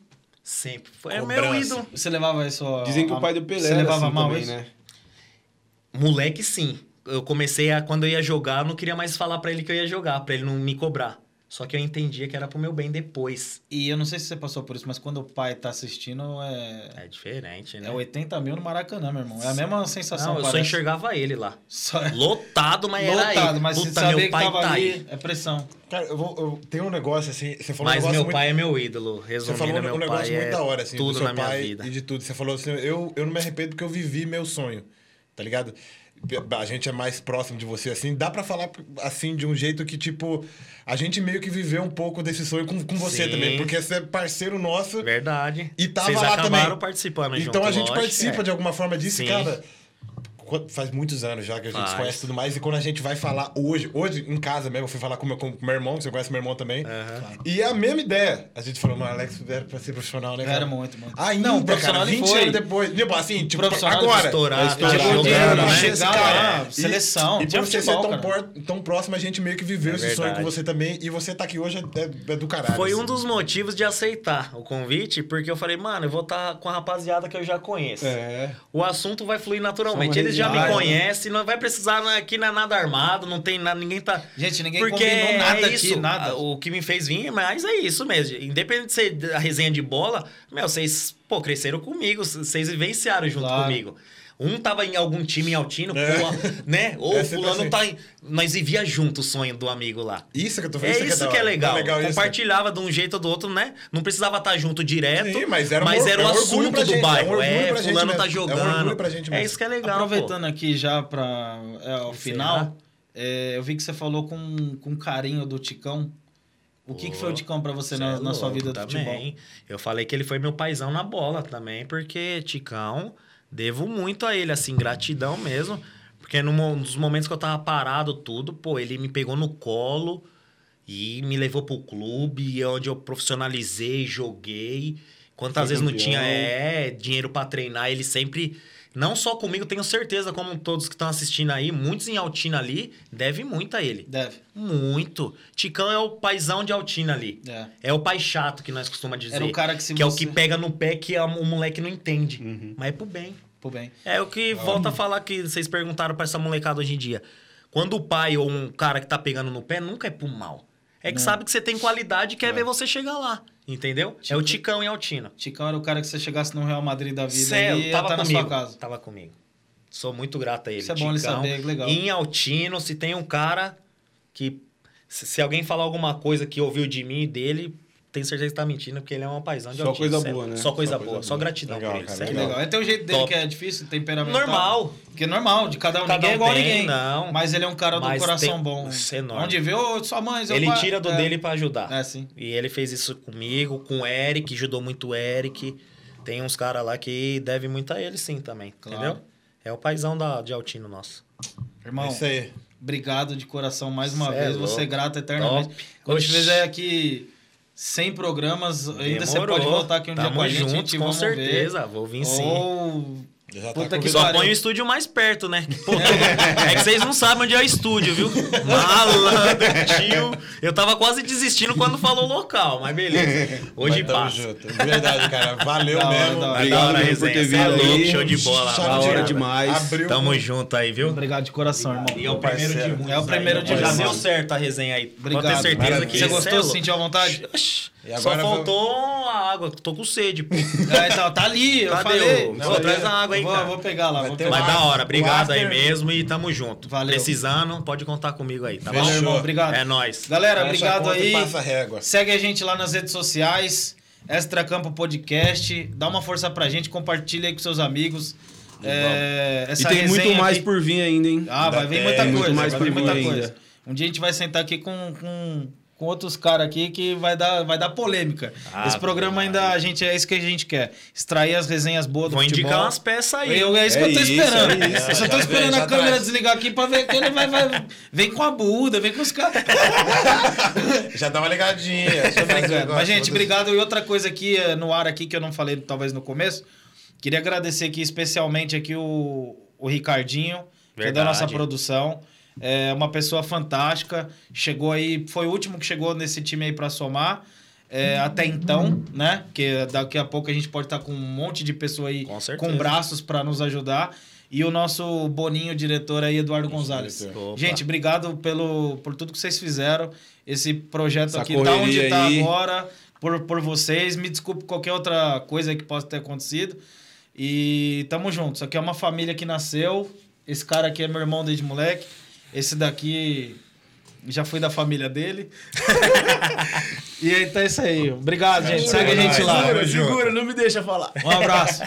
Sempre. Foi, é o meu Cobrança. ídolo. Você levava isso. ó, Dizem que a- o pai do Pelé Você era levava assim mal é também, isso? né? Moleque, sim. Eu comecei a. Quando eu ia jogar, eu não queria mais falar pra ele que eu ia jogar, pra ele não me cobrar. Só que eu entendia que era pro meu bem depois. E eu não sei se você passou por isso, mas quando o pai tá assistindo, é. É diferente, né? É 80 mil no Maracanã, meu irmão. É a mesma sensação. não, eu só parece. enxergava ele lá. Só- Lotado, mas era Lotado, ele. mas se Puta, saber meu que pai tava tá aí. ali, é pressão. Cara, eu vou, eu tenho um negócio assim. Você falou Mas um negócio meu muito- pai é meu ídolo. Você Resumindo, falou um meu negócio pai muito é da hora, assim, do tudo seu na minha pai vida. e de tudo. Você falou assim, eu, eu não me arrependo porque eu vivi meu sonho, tá ligado? A gente é mais próximo de você, assim, dá pra falar, assim, de um jeito que, tipo, a gente meio que viveu um pouco desse sonho com, com você Sim. também, porque você é parceiro nosso Verdade. e tava Vocês lá acabaram também. participando Então junto, a gente lógico, participa é. de alguma forma disso, Sim. e, cara. qu- Faz muitos anos já que a gente Faz. se conhece e tudo mais. E quando a gente vai falar hoje, hoje em casa mesmo, eu fui falar com meu, com meu irmão, que você conhece meu irmão também. E é a mesma ideia. A gente falou, mano, Alex era pra ser profissional, né? Cara? Era muito, muito. Ainda, Não, não, profissional cara, ele 20 foi. anos depois. Tipo, assim, tipo, Profissional agora. estourar, Estourar, tá jogando, jogando, né? achei esse Chegar cara. lá, ah, seleção, E, e tinha por você ser futebol, tão, cara. por- tão próximo, a gente meio que viveu É esse sonho verdade. com você também. E você tá aqui hoje é, é do caralho. Foi um assim. dos motivos de aceitar o convite, porque eu falei, mano, eu vou estar com a rapaziada que eu já conheço. É. O assunto vai fluir Só uma naturalmente. Eles já me resenha, né? conhecem, não vai precisar né, aqui não é nada armado, não tem nada, ninguém tá. Gente, ninguém Porque combinou nada é isso. aqui, nada. Ah, O que me fez vir, mas é isso mesmo. Independente de ser da resenha de bola, meu, vocês, pô, cresceram comigo, vocês vivenciaram junto Claro. comigo. Um tava em algum time em Altino, É. pula- né? Ou É sempre fulano assim. tá em... Nós vivia junto o sonho do amigo lá. Isso que eu tô É falando. isso da que é hora. legal. isso. Compartilhava de um jeito ou do outro, né? Não precisava estar junto direto. Sim, mas era um or- o é um orgulho assunto pra do gente, é um bairro. orgulho É, pra gente fulano mesmo. tá É um jogando. orgulho pra gente mesmo. isso que é legal. pô. Aproveitando aqui já para o final, Encerrar. é, eu vi que você falou com, com carinho do Ticão. O que, que foi o Ticão pra você Cê na, é na sua louco vida do futebol? também. Eu falei que ele foi meu paizão na bola também, porque Ticão, devo muito a ele, assim, gratidão mesmo. Porque num mo- nos momentos que eu tava parado, tudo, pô, ele me pegou no colo e me levou pro clube, e é onde eu profissionalizei, joguei. Quantas Foi vezes não campeão. tinha é, dinheiro pra treinar, ele sempre. Não só comigo, tenho certeza, como todos que estão assistindo aí, muitos em Altina ali, deve muito a ele. Deve. Muito. Ticão é o paizão de Altina ali. É. É o pai chato que nós costumamos dizer. Era o cara que se que é o você- Uhum. que pega no pé que a- o moleque não entende. Mas é pro bem. Pô, bem. É o que volta a falar que vocês perguntaram pra essa molecada hoje em dia. Quando o pai ou um cara que tá pegando no pé, nunca é pro mal. É que sabe que você tem qualidade e quer ver você chegar lá. Entendeu? É o Ticão e Altina. Ticão era o cara que você chegasse no Real Madrid da vida Céu, Tipo, e ia tava tá na comigo. sua casa. Tava comigo. Sou muito grato a ele. Isso é bom ele Ticão. saber, que legal. E Em Altino, se tem um cara que. Se, se alguém falar alguma coisa que ouviu de mim e dele, tem certeza que tá mentindo, porque ele é uma paisão de Só Altino, coisa sério. boa, né? Só coisa Só boa, coisa só boa. gratidão Legal, por ele. cara, Que sério. legal. É tem o jeito dele Top. que é difícil, temperamento. Normal. Porque é normal, de cada um. Cada ninguém é um igual a tem, ninguém. não. Mas ele é um cara do Mas coração tem- bom. né? Isso é enorme. Onde vê, ô, sua mãe. seu Ele pai- tira do é. dele pra ajudar. É, sim. E ele fez isso comigo, com o Eric, ajudou muito o Eric. Tem uns caras lá que devem muito a ele, sim, também. Claro. Entendeu? É o paizão da, de Altino nosso. Irmão, Isso aí. obrigado de coração mais uma É Cê é vez. Você é louco. grato eternamente. Top. Quando a Oxi. gente fizer aqui 100 programas, ainda você Demorou. pode voltar aqui um dia Tamo com a gente. juntos, a gente com vamos ver. certeza. Vou vir sim. Ou... Já tá Puta que convidado. Só pariu. põe o estúdio mais perto, né? Pô, é que vocês não sabem onde é o estúdio, viu? Malandro, tio. Eu tava quase desistindo quando falou o local, mas beleza. Hoje Mas tamo passa. junto. Verdade, cara. Valeu Da hora, mesmo. da hora. Obrigado Da hora, mesmo por ter resenha. Cê é vindo louco, aí. show de bola. Chave Da de hora ouro. demais. Abriu. Tamo junto aí, viu? Obrigado de coração, irmão. E é o primeiro parceiro. de muitos. É o primeiro aí, de ó. Já muitos. deu certo a resenha aí. Obrigado. Pode ter certeza Maravilha. que Você cê gostou? é louco. Sentiu à vontade? E agora Só vamos- faltou a água. Tô com sede, pô. É, então, tá ali, eu Cadê falei. o- Não, Pô, eu- traz a água aí, vou, cara. vou pegar lá, Vai vou ter pegar. Mas after. da hora, obrigado aí O after. mesmo e tamo junto. Valeu. Precisando, pode contar comigo aí, tá Valeu, bom? irmão, obrigado. É nóis. Galera, Fecha a obrigado conta e aí. passa a régua. Segue a gente lá nas redes sociais, Extra Campo Podcast. Dá uma força pra gente, compartilha aí com seus amigos. É, E essa tem muito resenha mais aqui- por vir ainda, hein? Ah, vai Ainda vir tem, muita muito coisa. mais vai por vir muita vir coisa. ainda. Um dia a gente vai sentar aqui com, com, com outros caras aqui que vai dar, vai dar polêmica. Ah, Esse programa ainda, a gente, é isso que a gente quer. Extrair as resenhas boas do Vou futebol. indicar umas peças aí. Eu, é isso É que eu tô isso, esperando. é isso. eu só Já tô vem, esperando já a câmera traz. desligar aqui pra ver que ele vai, vai. Vem com a Buda, vem com os caras. Já dá uma ligadinha. Deixa Tô eu fazer um brincando. negócio. Mas, gente, obrigado. E outra coisa aqui eh, no ar aqui que eu não falei talvez no começo. Queria agradecer aqui especialmente aqui o, o Ricardinho, que é da Verdade. nossa produção. É uma pessoa fantástica. Chegou aí, foi o último que chegou nesse time aí pra somar. é, até então, né? Porque daqui a pouco a gente pode estar com um monte de pessoa aí Com certeza. com braços pra nos ajudar. E o nosso Boninho, diretor aí, Eduardo Gonzalez. diretor. Opa. Gente, obrigado pelo, por tudo que vocês fizeram. Esse projeto Essa aqui tá onde correria tá aí. agora, por, por vocês. Me desculpe qualquer outra coisa que possa ter acontecido. E tamo junto. Isso aqui é uma família que nasceu. Esse cara aqui é meu irmão desde moleque. Esse daqui já foi da família dele. e então é isso aí. Obrigado, gente. Segue a gente lá. Segura, Um segura, não me deixa falar. abraço.